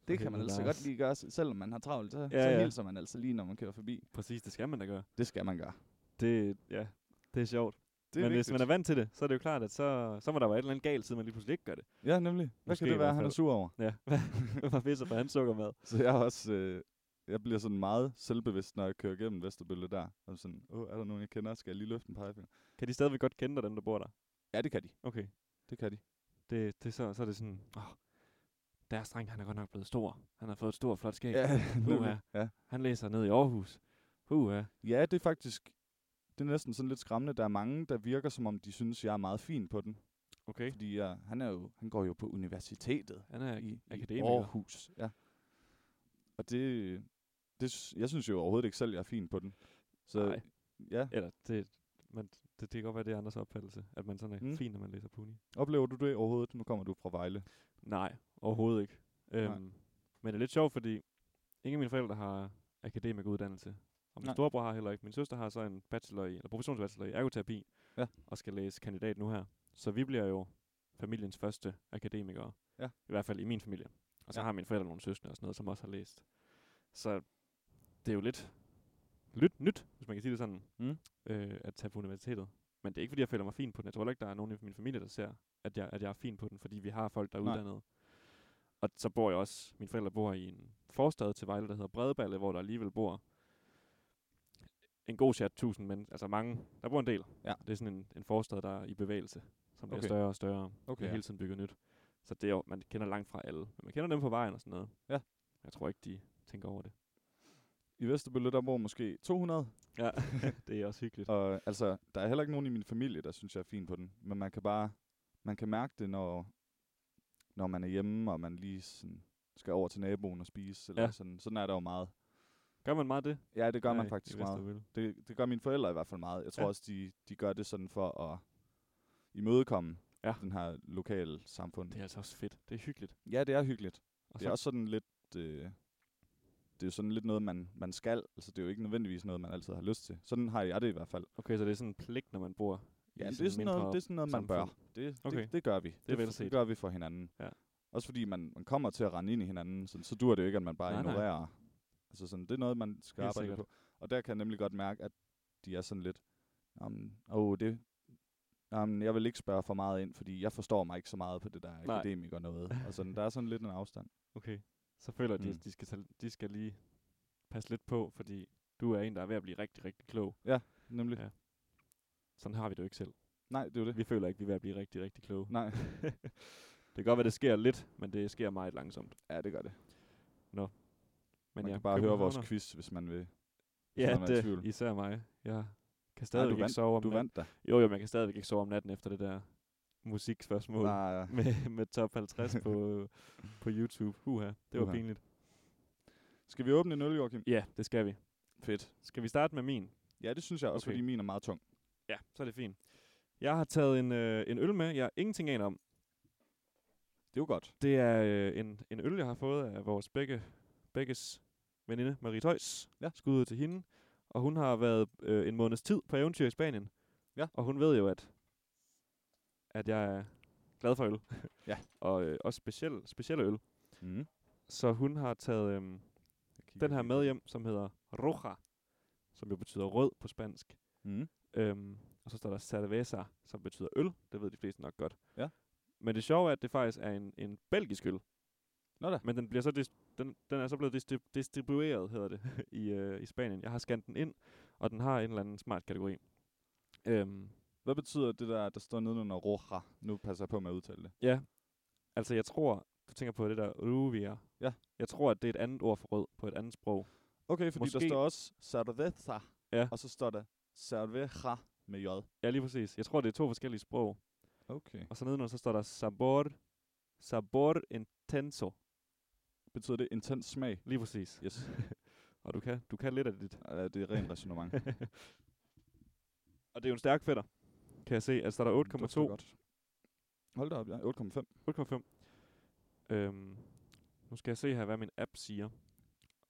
A: Det kan man
B: helvede,
A: altså
B: Lars.
A: godt lige gøre, så- selvom man har travlt, så, ja,
B: Ja,
A: så
B: ja.
A: hilser man altså lige, når man kører forbi.
B: præcis, det skal man da gøre.
A: Det skal man gøre.
B: Det, ja, det er sjovt.
A: Det er
B: Men hvis
A: vigtigt.
B: man er vant til det, så er det jo klart, at så, så må der være et eller andet galt, siden man lige pludselig ikke gør det.
A: Ja, nemlig. Hvad
B: Måske
A: Måske kan
B: i
A: det være,
B: hvert
A: han er
B: fald.
A: sur over?
B: Ja, hvad var fedt for hans sukkermad?
A: Så jeg er også... Øh, jeg bliver sådan meget selvbevidst, når jeg kører gennem Vesterbølle der. Og sådan, åh, er der nogen, jeg kender? Skal jeg lige løfte en pegefinger?
B: Kan de stadigvæk godt kende dig, dem der bor der?
A: Ja, det kan de.
B: Okay,
A: Det kan de.
B: det, det så, så er det sådan, åh, deres dreng, han er godt nok blevet stor. Han har fået et stort, flot skæg.
A: Ja,
B: Uha.
A: nemlig. ja.
B: Han læser ned i Aarhus. Uha.
A: ja, det er faktisk... Det er næsten sådan lidt skræmmende. Der er mange, der virker, som om de synes, jeg er meget fin på den.
B: Okay.
A: Fordi jeg, han, er jo, han går jo på universitetet
B: Han er
A: i, i
B: akademiker.
A: Aarhus. Ja. Og det, det... s- Jeg synes jo overhovedet ikke selv, jeg er fin på den. Så
B: Nej.
A: ja,
B: Eller det, man, det, det kan godt være, det er andres opfattelse, at man sådan er
A: Mm.
B: mm. fin, når man læser Puni.
A: oplever du det overhovedet? Nu kommer du fra Vejle.
B: Nej, overhovedet ikke. Øhm,
A: Nej.
B: Men det er lidt sjovt, fordi ingen af mine forældre har akademikeruddannelse. Og min
A: Nej.
B: storebror har heller ikke. Min søster har så en bachelor i, eller professionsbachelor i ergoterapi,
A: Ja.
B: og skal læse kandidat nu her. Så vi bliver jo familiens første akademikere.
A: Ja.
B: I hvert fald i min familie. Og så
A: Ja.
B: har mine forældre nogle søstre og sådan noget, som også har læst. Så det er jo lidt, lidt nyt, hvis man kan sige det sådan,
A: Mm.
B: øh, at tage på universitetet. Men det er ikke, fordi jeg føler mig fin på den. Jeg tror heller ikke, der er nogen i min familie, der ser, at jeg, at jeg er fin på den, fordi vi har folk, der er
A: Nej.
B: uddannede. Og så bor jeg også, mine forældre bor i en forstad til Vejle, der hedder Bredballe, hvor der alligevel bor en god chat tusind men altså mange, der bor en del.
A: Ja.
B: Det er sådan en, en forstad, der er i bevægelse, som bliver
A: Okay.
B: større og større. Okay,
A: Okay,
B: ja.
A: ja.
B: hele tiden bygget nyt. Så det er jo, man kender langt fra alle. Men man kender dem på vejen og sådan noget.
A: Ja.
B: Jeg tror ikke, de tænker over det.
A: I Vesterbølle, der bor måske 200.
B: Ja, det er også hyggeligt.
A: Og altså, der er heller ikke nogen i min familie, der synes, jeg er fin på den. Men man kan bare, man kan mærke det, når, når man er hjemme, og man lige sådan skal over til naboen og spise. Eller
B: Ja.
A: ja. sådan. sådan er der jo meget.
B: Gør man meget det?
A: Ja, det gør
B: her
A: man
B: i-
A: faktisk
B: i
A: meget.
B: Vesterville?
A: Det, det gør mine forældre i hvert fald meget. Jeg tror
B: Ja.
A: også, de, de gør det sådan for at imødekomme
B: Ja.
A: den her lokale samfund.
B: Det er altså også fedt. Det er hyggeligt.
A: Ja, det er hyggeligt.
B: Og
A: Det er
B: så,
A: også sådan lidt... Øh, det er jo sådan lidt noget, man, man skal. Altså, det er jo ikke nødvendigvis noget, man altid har lyst til. Sådan har jeg det i hvert fald.
B: okay, så det er sådan en pligt, når man bor i
A: Ja, det
B: sådan
A: er, sådan
B: mindre
A: noget, det er sådan noget, man bør.
B: samfund.
A: Det,
B: Okay.
A: det, det gør vi. Det,
B: vel
A: f-
B: set.
A: det gør vi for hinanden.
B: Ja.
A: Også fordi man, man kommer til at rende ind i hinanden, så, så dur det jo ikke, at man bare nej,
B: Nej, nej.
A: ignorerer. Nej. Altså sådan, det er noget, man skal
B: Helt
A: arbejde
B: sikkert.
A: på. Og der kan jeg nemlig godt mærke, at de er sådan lidt, jamen, åh, det, jamen, jeg vil ikke spørge for meget ind, fordi jeg forstår mig ikke så meget på det der
B: Nej.
A: akademiker noget. Og sådan, der er sådan lidt en afstand.
B: Okay. Så føler de,
A: Mm.
B: at de skal, tage, de skal lige passe lidt på, fordi du er en, der er ved at blive rigtig, rigtig klog.
A: Nemlig.
B: Ja.
A: Ja.
B: Sådan har vi det jo ikke selv.
A: Nej, det er jo det.
B: Vi føler ikke, vi er ved at blive rigtig, rigtig kloge.
A: Nej.
B: Det kan godt være, det sker lidt, men det sker meget langsomt.
A: Ja, det gør det.
B: Men
A: man
B: ja,
A: kan bare høre vores
B: københavner-
A: quiz, hvis man vil. hvis
B: Ja,
A: man er i
B: det,
A: tvivl.
B: især mig. Jeg kan stadigvæk ikke
A: vandt.
B: sove om
A: Du
B: natten.
A: vandt da.
B: Jo, jo, men jeg kan stadigvæk ikke sove om natten efter det der musikspørgsmål
A: Nej,
B: med, med top 50 på, på YouTube. Uha, det var
A: Uha.
B: pinligt.
A: Skal vi åbne en øl, Joachim?
B: Ja, det skal vi.
A: Fedt.
B: Skal vi starte med min?
A: Ja, det synes jeg også,
B: Okay.
A: okay. fordi min er meget tung.
B: Ja, så er det fint. Jeg har taget en, øh, en øl med, jeg ingenting aner om.
A: Det er jo godt.
B: Det er øh, en, en øl, jeg har fået af vores begge, begges veninde, Marie Tøjs.
A: Ja.
B: Skud ud til hende. Og hun har været øh, en måneds tid på eventyr i Spanien.
A: Ja.
B: Og hun ved jo, at, at jeg er glad for øl.
A: Ja.
B: og øh, også speciel, specielle øl.
A: Mm.
B: Så hun har taget øhm, den her med hjem, som hedder Roja, som jo betyder rød på spansk.
A: Mm.
B: Øhm, og så står der cerveza, som betyder øl. Det ved de fleste nok godt.
A: Ja.
B: Men det sjove er, at det faktisk er en, en belgisk øl.
A: Nå da.
B: Men den, bliver så dis- den, den er så blevet distri- distribueret, hedder det, i, øh, i Spanien. Jeg har scannet den ind, og den har en eller anden smart kategori. Øhm,
A: Hvad betyder det der, der står nedenunder roja? Nu passer jeg på med at udtale det.
B: ja, altså jeg tror, du tænker på det der ruvia.
A: Ja.
B: Jeg tror, at det er et andet ord for rød på et andet sprog.
A: Okay, fordi Måske. der
B: Måske-
A: står også Cerveza,
B: Ja.
A: og så står der Cerveja med J.
B: Ja, lige præcis. Jeg tror, det er to forskellige sprog.
A: Okay.
B: Og så nedenunder, så står der sabor, sabor intenso.
A: Betyder det intens smag?
B: Lige præcis.
A: Yes.
B: Og du kan, du kan lidt af dit.
A: Ja, det er rent resonemang.
B: og det er jo en stærk fætter, kan jeg se. Altså, der er
A: Den dufter
B: 8,2
A: godt. Hold da op, ja. 8,5.
B: 8,5. Øhm, nu skal jeg se her, hvad min app siger.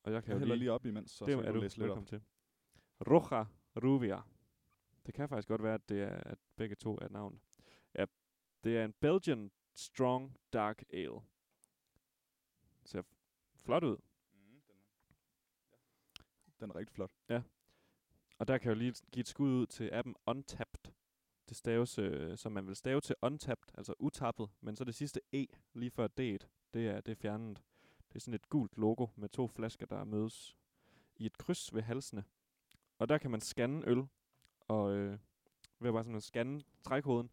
B: Og jeg kan
A: Jeg
B: jo
A: hælder
B: lige,
A: lige op imens, så,
B: det
A: så
B: er
A: kan
B: du
A: du læse lidt op.
B: velkommen til. Roja Rubia. Det kan faktisk godt være, at, det er, at begge to er navn. Ja, det er en Belgian Strong Dark Ale. Ser flot ud.
A: Den er rigtig flot.
B: Og der kan jeg jo lige give et skud ud til appen Untapped. Det staves, øh, som man vil stave til Untapped, altså utappet, men så det sidste E lige før D'et, det er, det er fjernet. Det er sådan et gult logo med to flasker, der mødes i et kryds ved halsene. Og der kan man scanne øl, og øh, ved bare sådan at scanne trækoden,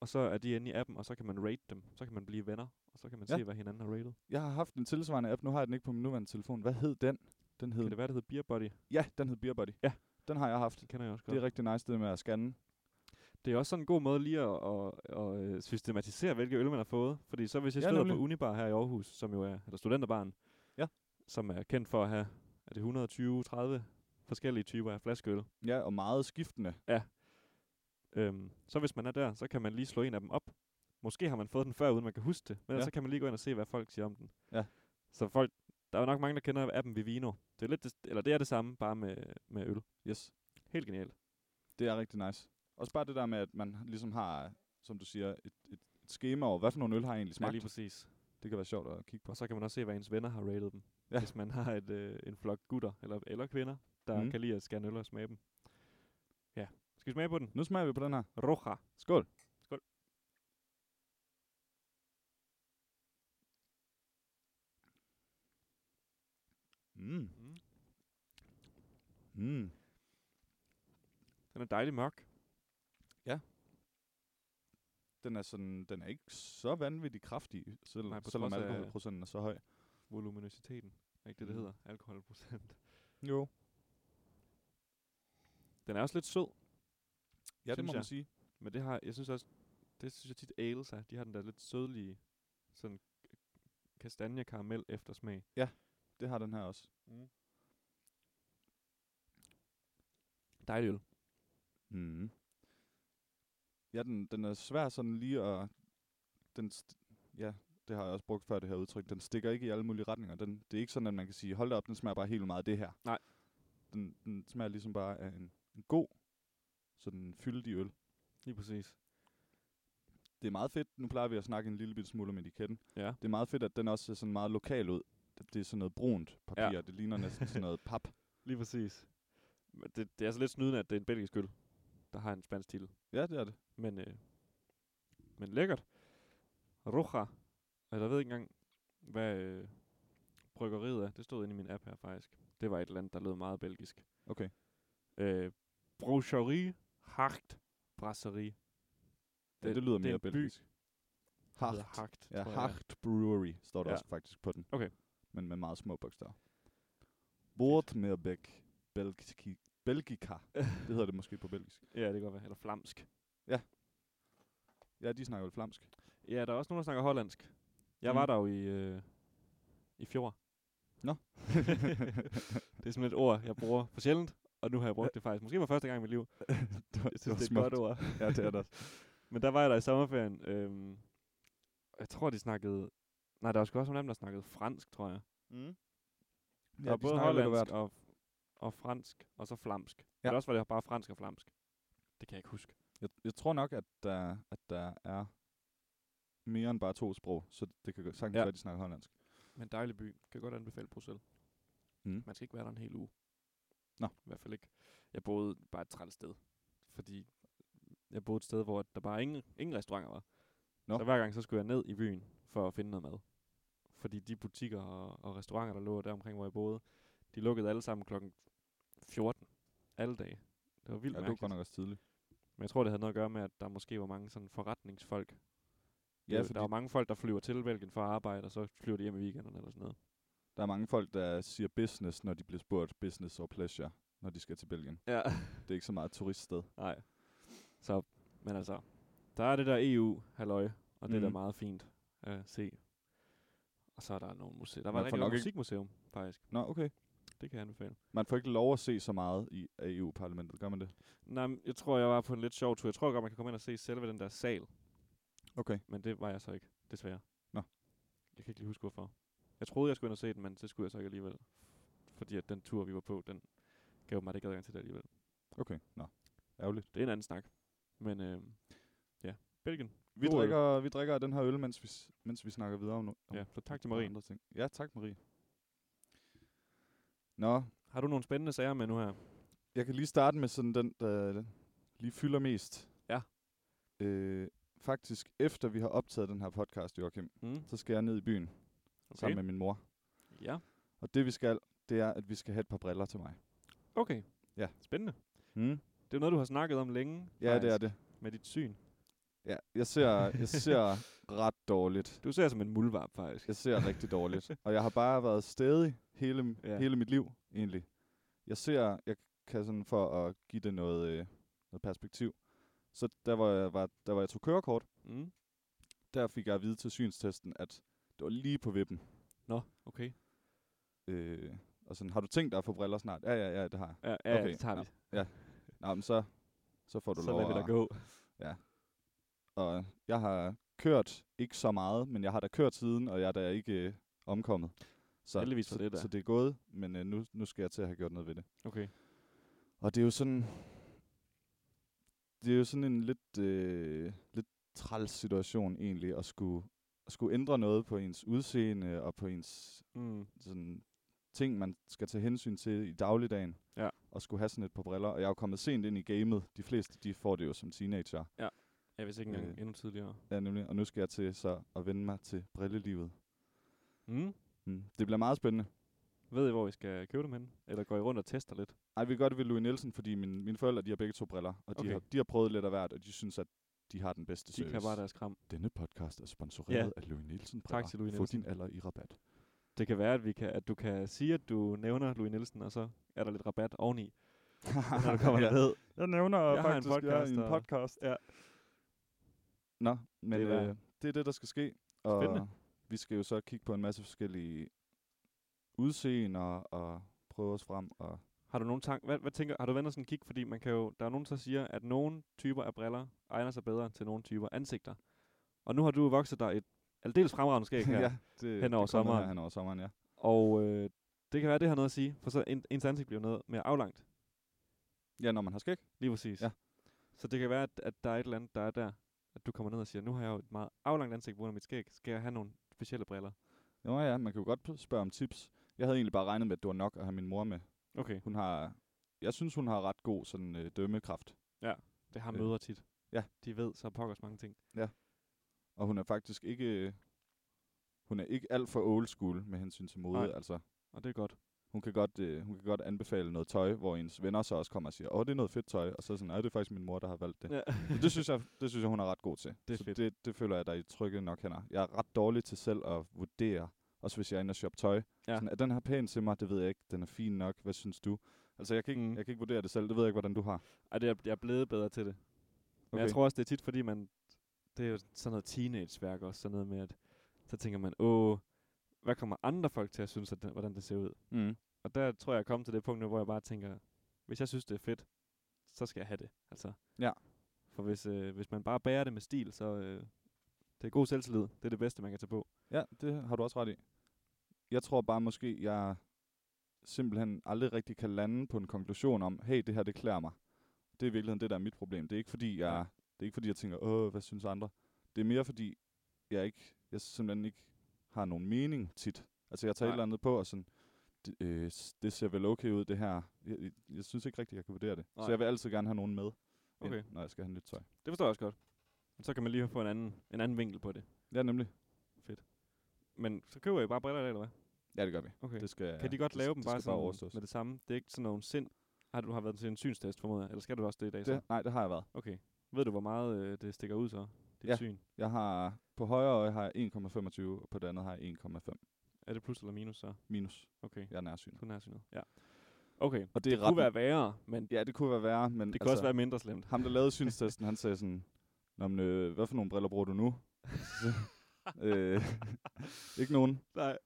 B: og så er de inde i appen, og så kan man rate dem. Så kan man blive venner, og så kan man
A: Ja.
B: ja. se, hvad hinanden har rated.
A: Jeg har haft en tilsvarende app, nu har jeg den ikke på min nuværende telefon. Hvad hed den? Den hed,
B: Kan det være, det hedder Beer Buddy?
A: ja, den hed Beerbody.
B: Ja.
A: Den har jeg haft.
B: Det kender jeg også godt.
A: Det er rigtig nice, det med at scanne.
B: Det er også sådan en god måde lige at, at, at, øh, systematisere, hvilke øl man har fået. Fordi så hvis jeg
A: Ja,
B: ja, støder
A: nemlig.
B: på Unibar her i Aarhus, som jo er, eller studenterbaren,
A: Ja.
B: som er kendt for at have, er det 120-30 forskellige typer af flaskeøl.
A: Ja, og meget skiftende.
B: Øhm, så hvis man er der, så kan man lige slå en af dem op. Måske har man fået den før, uden man kan huske det. Men
A: Ja.
B: ja. så kan man lige gå ind og se, hvad folk siger om den.
A: Ja.
B: Så folk, der er jo nok mange, der kender appen Vivino. Det er, lidt det, eller det er det samme, bare med, med øl.
A: Yes,
B: Helt genialt.
A: det er rigtig nice. Også bare det der med, at man ligesom har, som du siger, et, et, et schema over, hvad for nogle øl har jeg egentlig
B: Ja,
A: smagt.
B: lige præcis.
A: det kan være sjovt at kigge på.
B: Og så kan man også se, hvad ens venner har rated dem.
A: Ja.
B: Ja. Hvis man har et, øh, en flok gutter eller, eller kvinder, der
A: Mhm.
B: mm. kan lide at skære øl og smage dem. Ja. Skal vi smage på den?
A: Nu smager vi på den her.
B: Roja.
A: Skål.
B: Skål.
A: Mm.
B: Mm.
A: Mm.
B: Den er dejlig mørk.
A: Den er sådan, den er ikke så vanvittig kraftig, selv,
B: Nej, på
A: selvom
B: trods af-
A: alkoholprocenten er så høj.
B: Voluminositeten. Er ikke det, det
A: Mhm.
B: hedder? Alkoholprocent.
A: Jo.
B: Den er også lidt sød,
A: Ja, det
B: Synes
A: må man
B: jeg.
A: sige.
B: men det har, jeg synes også, det synes jeg tit ales er. De har den der lidt sødlige, sådan kastanje karamel eftersmag.
A: Det har den her også.
B: Dejlig øl.
A: Mm. Ja, den, den er svær sådan lige at... Den st- ja, det har jeg også brugt før, det her udtryk. Den stikker ikke i alle mulige retninger. Den, det er ikke sådan, at man kan sige, hold da op, den smager bare helt vildt meget af det her.
B: Nej.
A: Den, den smager ligesom bare af en, en god, sådan fyldig øl.
B: Lige præcis.
A: Det er meget fedt. Nu plejer vi at snakke en lille bitte smule om etiketten.
B: Ja.
A: Det er meget fedt, at den også ser sådan meget lokal ud. Det, det er sådan noget brunt papir. Ja. Det ligner næsten sådan noget pap.
B: Lige præcis. Men Det, det er så lidt snydende, at det er en belgisk øl, der har en spansk titel.
A: Ja, det er det.
B: Men, øh, men lækkert. Roja. Altså, jeg ved ikke engang, hvad øh, bryggeriet er. Det stod inde i min app her, faktisk. Det var et land, der lød meget belgisk.
A: Okay.
B: Øh, Brocherie Hart Brasserie.
A: Det, ja,
B: Det-
A: det lyder
B: det er
A: mere
B: en by,
A: belgisk.
B: der hedder
A: Hart.
B: Hart,
A: Ja,
B: tror jeg.
A: Hart Brewery står der ja.
B: Ja.
A: også faktisk på den.
B: Okay.
A: Men med meget små bogstaver. Wortmerbæk Belgiki, Belgica. det hedder det måske på belgisk.
B: Ja, det kan godt være. Eller flamsk.
A: Ja, de snakker vel flamsk.
B: Ja, der er også nogen, der snakker hollandsk. Jeg
A: Mm.
B: mm. var der jo i, øh, i fjor.
A: Nå.
B: det er sådan et ord, jeg bruger for sjældent, og nu har jeg brugt det faktisk. Måske var første gang i mit liv.
A: det var,
B: Jeg synes, det, er
A: smukt.
B: et godt ord.
A: Ja, det er det også.
B: Men der var jeg der i sommerferien. Øhm, jeg tror, de snakkede... Nej, der var sgu også nogle af dem, der snakkede fransk, tror jeg.
A: Mm.
B: Der var både hollandsk og, og fransk, og så flamsk. Ja.
A: Ja.
B: Men også var det bare fransk og flamsk. Det kan jeg ikke huske.
A: Jeg, jeg tror nok, at der, at der er mere end bare to sprog, så det kan godt- sagtens ja.
B: Ja.
A: være, at de snakker hollandsk.
B: Men dejlig by. Kan godt anbefale Bruxelles.
A: Mm.
B: Man skal ikke være der en hel uge.
A: Nå.
B: I hvert fald ikke. Jeg boede bare et træt sted. Fordi jeg boede et sted, hvor der bare ingen, ingen restauranter var.
A: Nå.
B: Så hver gang så skulle jeg ned i byen for at finde noget mad. Fordi de butikker og, og restauranter, der lå der omkring, hvor jeg boede, de lukkede alle sammen klokken 14. Alle dage. Det var vildt
A: Ja, det var
B: mærkeligt.
A: godt nok også tidligt.
B: Men jeg tror, det havde noget at gøre med, at der måske var mange sådan forretningsfolk.
A: Ja,
B: Ja,
A: fordi-
B: der var mange folk, der flyver til Belgien for at arbejde, og så flyver de hjem i weekenden eller sådan noget.
A: Der er mange folk, der siger business, når de bliver spurgt business og pleasure, når de skal til Belgien.
B: Ja.
A: Det er ikke så meget et turiststed.
B: Nej. Så, men altså, der er det der EU-halløj, og det er da
A: Mhm.
B: meget fint at se. Og så er der nogle museer. Der
A: Man
B: var et
A: får
B: rigtig
A: nok ikke-
B: godt musikmuseum, faktisk.
A: Nå, okay.
B: Det kan jeg anbefale.
A: Man får ikke lov at se så meget i af EU-parlamentet, gør man det?
B: Nej, men jeg tror, jeg var på en lidt sjov tur. Jeg tror godt, man kan komme ind og se selve den der sal,
A: Okay.
B: men det var jeg så ikke, desværre.
A: Nå.
B: Jeg kan ikke lige huske, hvorfor. Jeg troede, jeg skulle ind og se den, men det skulle jeg så ikke alligevel. Fordi at den tur, vi var på, den gav mig ikke adgang til det alligevel.
A: Okay, nå. Ærgerligt.
B: Det er en anden snak. Men øh, ja, Belgien.
A: Vi
B: God øl.
A: drikker, vi drikker af den her øl, mens vi, s- mens vi snakker videre om, no- om
B: Ja, så tak til
A: nogle
B: Marie.
A: andre ting. Ja, tak Marie. Nå,
B: Har du nogle spændende sager med nu her?
A: Jeg kan lige starte med sådan den, der lige fylder mest.
B: Ja.
A: Øh, faktisk, efter vi har optaget den her podcast, Joachim,
B: Mm.
A: så skal jeg ned i byen okay.
B: Okay.
A: sammen med min mor.
B: Ja.
A: Og det vi skal, det er, at vi skal have et par briller til mig.
B: Okay.
A: Ja.
B: Spændende.
A: Hmm?
B: Det er jo noget, du har snakket om længe.
A: Ja, det er
B: faktisk,
A: det.
B: Med dit syn.
A: Ja, jeg ser, jeg ser ret dårligt.
B: Du ser som en mulvarp, faktisk.
A: Jeg ser rigtig dårligt. Og jeg har bare været stedig hele,
B: Ja.
A: ja. hele mit liv, egentlig. Jeg ser, jeg kan sådan for at give det noget, øh, noget perspektiv. Så der var, jeg, var, der var jeg tog kørekort,
B: Mm.
A: der fik jeg at vide til synstesten, at det var lige på vippen.
B: Nå, okay.
A: Øh, og sådan, har du tænkt dig at få briller snart? Ja, ja, ja, det har jeg.
B: Ja, ja okay.
A: Okay,
B: det tager vi.
A: Nå, men så, så får du
B: Så
A: lov
B: lader vi
A: at...
B: dig gå.
A: Og jeg har kørt ikke så meget, men jeg har da kørt siden, og jeg er da ikke øh, omkommet. Så,
B: Heldigvis for
A: så,
B: det da.
A: så det er gået, men øh, nu, nu skal jeg til at have gjort noget ved det.
B: Okay.
A: Og det er jo sådan... Det er jo sådan en lidt, øh, lidt træls situation egentlig, at skulle, at skulle ændre noget på ens udseende og på ens
B: Mm.
A: sådan ting, man skal tage hensyn til i dagligdagen.
B: Ja.
A: Og skulle have sådan et par briller. Og jeg er jo kommet sent ind i gamet. De fleste, de får det jo som teenager.
B: Jeg vidste ikke engang
A: Øh.
B: endnu tidligere.
A: Ja, nemlig. Og nu skal jeg til så at vende mig til brillelivet.
B: Mm.
A: Mm. Det bliver meget spændende.
B: Ved I, hvor vi skal købe dem hen? Eller går I rundt og tester lidt?
A: Ej, vi kan godt ved Louis Nielsen, fordi min, mine forældre, de har begge to briller. Og okay.
B: Okay.
A: de, har, de har prøvet lidt af hvert, og de synes, at de har den bedste
B: De
A: service.
B: kan bare deres kram.
A: Denne podcast er sponsoreret
B: Ja.
A: af Louis Nielsen
B: Tak til Louis Nielsen.
A: Få din alder i rabat.
B: Det kan være, at, vi kan, at du kan sige, at du nævner Louis Nielsen, og så er der lidt rabat oveni, når du kommer
A: Ja.
B: derned.
A: Jeg nævner
B: Jeg har en
A: faktisk, jeg er i en
B: podcast, og-
A: podcast.
B: Ja.
A: Nå, men
B: Det
A: det
B: er
A: er,
B: værd.
A: øh, det, er det, der skal ske. Og
B: Spændende.
A: vi skal jo så kigge på en masse forskellige udseender og prøve os frem. Og
B: Har du nogen tanke? Hvad, hvad tænker, har du været inde og sådan kig? Fordi man kan jo, der er nogen, der siger, at nogle typer af briller egner sig bedre til nogle typer ansigter. Og nu har du jo vokset dig et aldeles fremragende skæg her. ja.
A: det,
B: Hen over
A: det kommer
B: sommeren.
A: Her, hen over sommeren, ja.
B: Og øh, det kan være, det har noget at sige, for så en, ens ansigt bliver noget mere aflangt.
A: Ja, når man har skæg.
B: Lige præcis.
A: Ja.
B: Så det kan være, at, at der er et eller andet, der er der, at du kommer ned og siger, nu har jeg jo et meget aflangt ansigt på grund af mit skæg. Skal jeg have nogle specielle briller?
A: Jo ja, man kan jo godt p- spørge om tips. Jeg havde egentlig bare regnet med, at det var nok at have min mor med.
B: Okay.
A: Hun har, jeg synes, hun har ret god sådan, øh, dømmekraft.
B: Det har
A: Øh.
B: møder tit.
A: Ja.
B: De ved så pokkers mange ting.
A: Og hun er faktisk ikke... Øh, hun er ikke alt for old school med hensyn til mode.
B: Nej.
A: Altså,
B: Og det er godt.
A: hun kan, godt, øh, hun kan godt anbefale noget tøj, hvor ens venner så også kommer og siger, åh, det er noget fedt tøj, og så er sådan, nej, det er faktisk min mor, der har valgt det.
B: Ja.
A: Men det synes jeg, det synes jeg hun er ret god til.
B: Det er
A: så
B: fedt.
A: Det, det føler jeg, der er i trygge nok hænder. Jeg er ret dårlig til selv at vurdere, også hvis jeg er inde og shoppe tøj. Ja.
B: Ja.
A: Sådan, er den her pæn til mig? Det ved jeg ikke. Den er fin nok. Hvad synes du? Altså, jeg kan ikke,
B: Mm.
A: mm. jeg kan ikke vurdere det selv. Det ved jeg ikke, hvordan du har.
B: Ej, det er, jeg er blevet bedre til det. Okay. Men jeg tror også, det er tit, fordi man... Det er jo sådan noget teenageværk også, sådan noget med, at så tænker man, åh, hvad kommer andre folk til at synes, at den, hvordan det ser ud?
A: Mm.
B: Og der tror jeg, jeg er kommet til det punkt nu, hvor jeg bare tænker, hvis jeg synes, det er fedt, så skal jeg have det, altså.
A: Ja.
B: For hvis, øh, hvis man bare bærer det med stil, så øh, det er god selvtillid. Det er det bedste, man kan tage på.
A: Ja, det har du også ret i. Jeg tror bare måske, jeg simpelthen aldrig rigtig kan lande på en konklusion om, hey, det her, det klæder mig. Det er i virkeligheden det, der er mit problem. Det er ikke fordi, jeg,
B: Ja.
A: det er ikke fordi, jeg tænker, åh, hvad synes andre? Det er mere fordi, jeg ikke, jeg simpelthen ikke har nogen mening tit. Altså, jeg tager
B: Nej.
A: et eller andet på, og sådan, det, øh, s- det ser vel okay ud, det her. Jeg, jeg, jeg synes ikke rigtigt, jeg kan vurdere det. Nej.
B: Nej.
A: Så jeg vil altid gerne have nogen med, ind,
B: Okay.
A: når jeg skal have nyt tøj.
B: Det forstår jeg også godt. Men så kan man lige få en anden, en anden vinkel på det.
A: Ja, nemlig.
B: Men så køber jeg bare briller i dag, eller hvad?
A: Ja, det gør vi.
B: Okay.
A: Det skal,
B: Kan de godt
A: det,
B: lave
A: det
B: dem
A: skal
B: bare, sådan
A: overstås.
B: med det samme? Det er ikke sådan nogen sind. Har du har været til en synstest, formoder jeg. Eller skal du også det i dag? Så?
A: Det, nej, det har jeg været.
B: Okay. Ved du, hvor meget øh, det stikker ud så? Dit ja.
A: Ja.
B: syn?
A: Jeg har på højre øje har jeg 1,25, og på det andet har jeg 1,5.
B: Er det plus eller minus så?
A: Minus.
B: Okay.
A: Jeg er nærsynet.
B: Du er nærsynet. Ja. Okay.
A: Og det, er
B: Det kunne
A: ret...
B: være værre, men det
A: Ja, det kunne være værre, men
B: altså, kunne også være mindre slemt.
A: ham, der lavede synstesten, han sagde sådan, Nå, men, øh, hvad for nogle briller bruger du nu? Så, øh, ikke nogen.
B: Nej.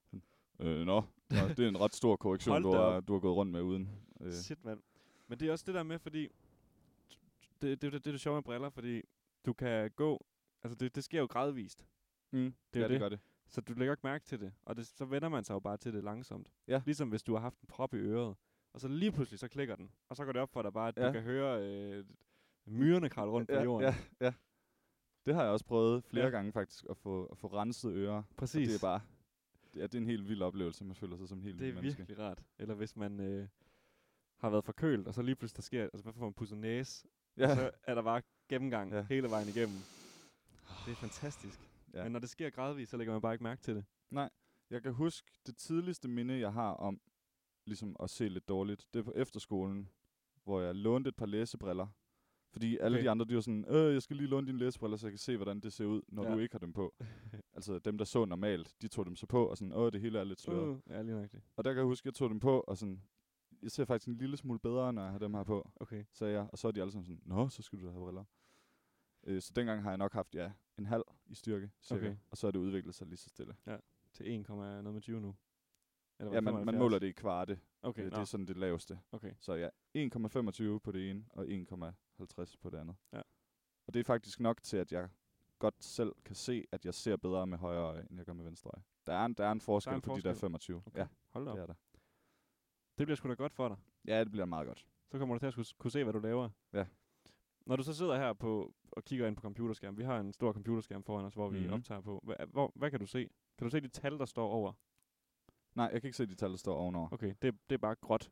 A: Øh, nå. nå, det er en ret stor korrektion,
B: Hold
A: du
B: da
A: har, du har gået rundt med uden. Øh,
B: Shit, mand. Men det er også det der med, fordi... Det, det, det, det er det sjove med briller, fordi du kan gå... Altså, det, det sker jo gradvist.
A: mm,
B: det er jo
A: ja,
B: det.
A: det gør det.
B: Så du lægger ikke mærke til det. Og det, så vender man sig jo bare til det langsomt.
A: Ja.
B: Ligesom hvis du har haft en prop i øret. Og så lige pludselig, så klikker den. Og så går det op for dig bare, at ja.
A: Ja.
B: du kan høre øh, myrerne kravle rundt på
A: Ja,
B: jorden.
A: ja, ja. Det har jeg også prøvet flere
B: Ja.
A: ja. gange faktisk, at få, at få renset ører.
B: Præcis.
A: Og det er bare, ja, det er en helt vild oplevelse, man føler sig som en helt
B: Det er
A: vild menneske.
B: virkelig rart. Eller hvis man øh, har været forkølet, og så lige pludselig der sker, altså hvad får man pudset næse, ja.
A: Ja,
B: så er der bare gennemgang ja.
A: Ja.
B: hele vejen igennem. Det er fantastisk. Ja.
A: Ja.
B: Men når det sker gradvist, så lægger man bare ikke mærke til det.
A: jeg kan huske det tidligste minde, jeg har om ligesom at se lidt dårligt. Det er på efterskolen, hvor jeg lånte et par læsebriller. Fordi alle
B: Okay.
A: de andre, de var sådan, øh, jeg skal lige låne dine læsebriller, så jeg kan se, hvordan det ser ud, når
B: Ja.
A: ja. du ikke har dem på. altså dem, der så normalt, de tog dem så på, og sådan, åh, det hele er lidt sløret.
B: Uh, ja, lige nøjagtigt.
A: Og der kan jeg huske, jeg tog dem på, og sådan, jeg ser faktisk en lille smule bedre, når jeg har dem her på,
B: Okay.
A: sagde jeg. Og så er de alle sammen sådan, nå, så skal du da have briller. Øh, så dengang har jeg nok haft, ja, en halv i styrke, cirka.
B: Okay.
A: Okay. Og så er det udviklet sig lige så stille.
B: Til 1, noget med 20 nu. Eller var
A: Ja,
B: det
A: man, man
B: 75?
A: måler det i kvarte.
B: Okay,
A: Okay,
B: øh,
A: det er sådan det laveste.
B: okay.
A: Så ja, 1,25 på det ene, og 1,50 på det andet.
B: Ja.
A: Og det er faktisk nok til, at jeg godt selv kan se, at jeg ser bedre med højre øje, end jeg gør med venstre øje. Der er en, der er en forskel der er en på de der
B: forskel.
A: 25.
B: Okay.
A: Ja,
B: Hold da op.
A: det
B: Ja.
A: er der.
B: Det bliver sgu da godt for dig.
A: Ja, det bliver meget godt.
B: Så kommer du til at skulle, kunne se, hvad du laver.
A: Ja.
B: Når du så sidder her på, og kigger ind på computerskærmen, vi har en stor computerskærm foran os, hvor vi
A: Mhm.
B: optager på. Hva, hvor, hvad kan du se? Kan du se de tal, der står over?
A: Nej, jeg kan ikke se de tal, der står ovenover. Okay.
B: Okay, det, det er bare gråt.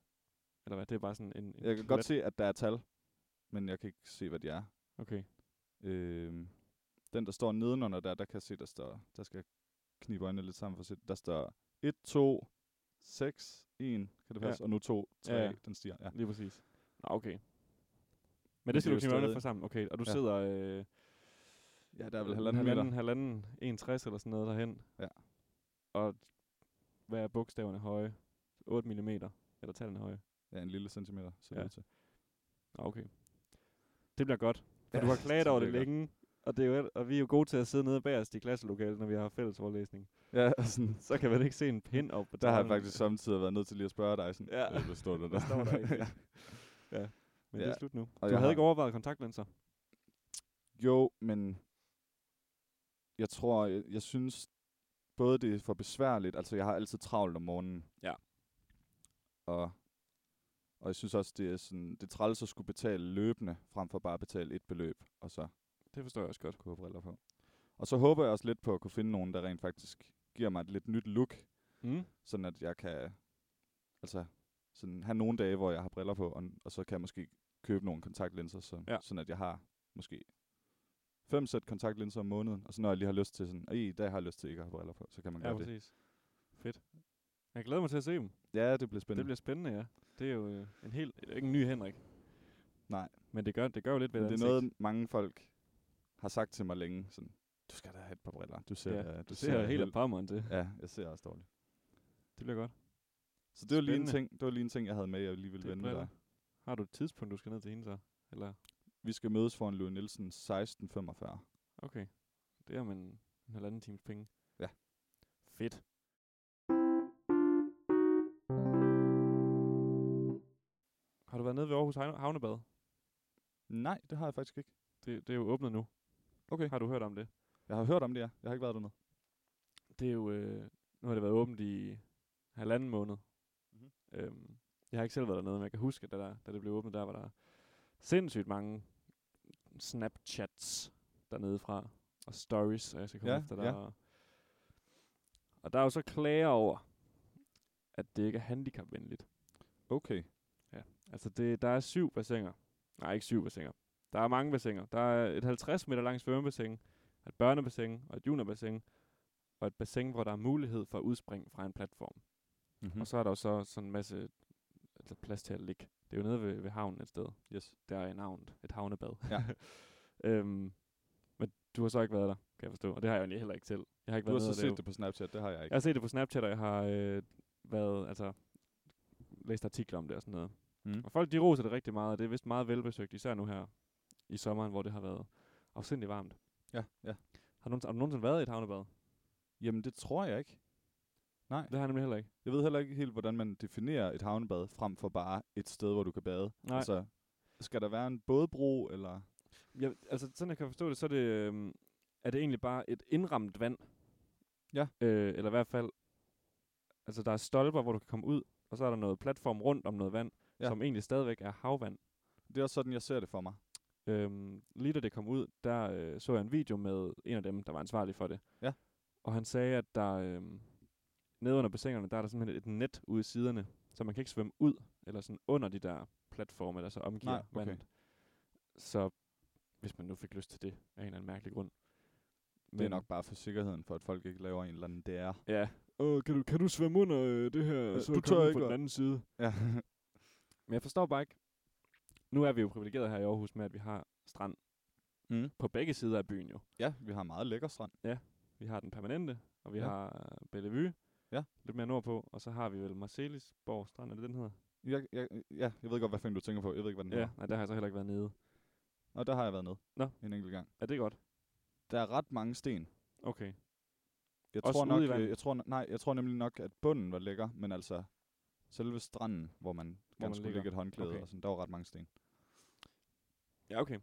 B: Eller hvad? Det er bare sådan en... en
A: Jeg kan
B: plet.
A: godt se, at der er tal, men jeg kan ikke se, hvad de er.
B: Okay,
A: Øhm, den, der står nedenunder der, der kan jeg se, der står, der skal jeg knibe øjnene lidt sammen for at se, der står 1, 2, 6, 1, kan det
B: Ja.
A: passe? Ja. Og nu 2, 3,
B: Ja, ja.
A: ja. den stiger. Ja.
B: lige præcis. Nå, okay. Men,
A: Men
B: det
A: det
B: skal
A: er
B: du
A: jo
B: knive øjnene
A: stadig-
B: for sammen. Okay, og du
A: Ja.
B: sidder... Øh,
A: ja, der er vel halvanden meter.
B: Halvanden, halvanden, 61 eller sådan noget derhen.
A: Ja.
B: Og hvad er bogstaverne høje? 8 mm. Eller tallene høje?
A: Ja, en lille centimeter, så
B: Ja.
A: ja. til.
B: Nå, okay. Det bliver godt. For
A: Ja,
B: du har
A: det
B: klaget over det
A: bliver godt.
B: længe. Og, det er jo, al- og vi er jo gode til at sidde nede bagerst i klasselokalet, når vi har fælles forelæsning.
A: Ja, og sådan,
B: Så kan man ikke se en pind op på
A: der har jeg
B: tavlen.
A: faktisk samtidig været nødt til lige at spørge dig, sådan,
B: Ja.
A: "Øh, hvad står der der?
B: Hvad står der egentlig? ja. Men ja. det er
A: Ja.
B: slut nu.
A: Og
B: du
A: jeg
B: havde
A: har-
B: ikke overvejet kontaktlinser?
A: jo, men jeg tror, jeg, jeg synes både det er for besværligt, altså jeg har altid travlt om morgenen.
B: Ja.
A: Og, og jeg synes også, det er sådan, det er træls at skulle betale løbende, frem for bare at betale et beløb, og så
B: Det forstår jeg også godt.
A: kunne have briller på. Og så håber jeg også lidt på at kunne finde nogen, der rent faktisk giver mig et lidt nyt look,
B: Mm.
A: sådan at jeg kan altså sådan have nogle dage, hvor jeg har briller på, og, og så kan jeg måske købe nogle kontaktlinser, så,
B: Ja.
A: ja. sådan at jeg har måske fem sæt kontaktlinser om måneden, og så når jeg lige har lyst til sådan, "Ej, i dag har jeg lyst til ikke at have briller på, så kan man ja,
B: Ja,
A: gøre det.
B: præcis. Fedt. Jeg glæder mig til at se dem.
A: Ja, det bliver spændende.
B: Det bliver spændende, ja. Det er jo øh, en helt, det er ikke en ny Henrik.
A: Nej.
B: Men det gør, det gør jo lidt ved
A: Men det
B: et
A: er noget,
B: ansigt.
A: mange folk har sagt til mig længe, sådan, du skal da have et par briller. Du ser,
B: Ja,
A: ja, du
B: Du ser helt af
A: helt
B: parmeren til.
A: Ja, jeg ser også dårligt.
B: Det bliver godt.
A: Så det var, lige en
B: Spændende.
A: ting, det var lige en ting, jeg havde med, jeg lige ville
B: Det er
A: vende
B: briller.
A: dig.
B: Har du et tidspunkt, du skal ned til hende så? Eller,
A: Vi skal mødes foran Louis Nielsen 16.45.
B: okay. Det er om en, en halvanden times penge.
A: Ja.
B: Fedt. Har du været nede ved Aarhus Havne- Havnebad?
A: Nej, det har jeg faktisk ikke.
B: Det, det er jo åbnet nu.
A: Okay.
B: Har du hørt om det?
A: Jeg har hørt om det, ja. Jeg har ikke været dernede.
B: det er jo, øh, nu har det været åbent i halvanden måned. Mm-hmm.
A: Mhm.
B: Øhm, jeg har ikke selv været dernede, men jeg kan huske, at da, der, da det blev åbnet, der var der sindssygt mange Snapchats dernede fra, og stories, og jeg skal komme
A: Ja,
B: efter der.
A: ja.
B: Og, og der er jo så klager over, at det ikke er handicapvenligt.
A: Okay.
B: Altså, det, der er syv bassiner. Nej, ikke syv bassiner. Der er mange bassiner. Der er et 50 meter langt svømmebassin, et børnebassin og et juniorbassin, og et bassin, hvor der er mulighed for udspring fra en platform. Mm.
A: Mm-hmm.
B: Og så er der jo så sådan en masse altså plads til at ligge. Det er jo nede ved, ved havnen et sted.
A: Yes.
B: Der er en havn, et havnebad.
A: Ja.
B: øhm, men du har så ikke været der. kan jeg forstå. Og det har jeg egentlig heller ikke selv. Jeg har ikke
A: Du har
B: været
A: så
B: nede og
A: set
B: lave-
A: det på Snapchat, det har jeg ikke.
B: Jeg har set det på Snapchat, og jeg har øh, været, altså, læst artikler om det og sådan noget.
A: Mm.
B: Og folk de roser det rigtig meget, og det er vist meget velbesøgt, især nu her i sommeren, hvor det har været afsindelig varmt.
A: Ja, ja.
B: Har du, nogensinde- har du nogensinde været i et havnebad?
A: Jamen, det tror jeg ikke.
B: Det har jeg nemlig heller ikke.
A: Jeg ved heller ikke helt, hvordan man definerer et havnebad frem for bare et sted, hvor du kan bade.
B: Nej.
A: Altså, skal der være en bådbro, eller...
B: Ja, altså, sådan jeg kan forstå det, så er det, øhm, er det egentlig bare et indramt vand.
A: Ja.
B: Øh, eller i hvert fald, altså der er stolper, hvor du kan komme ud, og så er der noget platform rundt om noget vand,
A: Ja.
B: ja. som egentlig stadigvæk er havvand.
A: Det er også sådan, jeg ser det for mig.
B: Øhm, lige da det kom ud, der øh, så jeg en video med en af dem, der var ansvarlig for det.
A: Ja.
B: Og han sagde, at der øhm, nede under bassinerne, der er der simpelthen et net ude i siderne, så man kan ikke svømme ud, eller sådan under de der platforme, der så omgiver
A: Nej, okay.
B: vandet. Så hvis man nu fik lyst til det, af en eller anden mærkelig grund.
A: Men. Det er nok bare for sikkerheden, for at folk ikke laver en eller anden DR.
B: Ja. Øh, kan, du, kan du svømme under øh, det her?
A: Øh,
B: så
A: du
B: kom
A: tør
B: ud
A: ikke,
B: på den
A: hva'?
B: anden side.
A: Ja.
B: Men jeg forstår bare ikke. Nu er vi jo privilegeret her i Aarhus med, at vi har strand
A: mm.
B: på begge sider af byen jo.
A: Ja, vi har meget lækker strand.
B: Vi har den permanente, og vi
A: Ja.
B: ja. har øh, Bellevue,
A: Ja.
B: lidt mere nordpå, og så har vi vel Marcelisborg Strand, er det den hedder?
A: Jeg, jeg, ja, jeg ved godt, hvad fanden du tænker på. Jeg ved ikke, hvad den hedder.
B: nej, der har jeg så heller ikke været nede.
A: Og der har jeg været nede.
B: Nå.
A: En enkelt gang.
B: Er det godt?
A: Der er ret mange sten.
B: Okay.
A: Jeg
B: Også
A: tror
B: ude i
A: nok, øh,
B: vandet?
A: jeg tror, nej, jeg tror nemlig nok, at bunden var lækker, men altså selve stranden, hvor man
B: man
A: gerne skulle
B: ligger.
A: lægge et håndklæde
B: Okay.
A: og sådan, der var ret mange sten.
B: Ja, okay.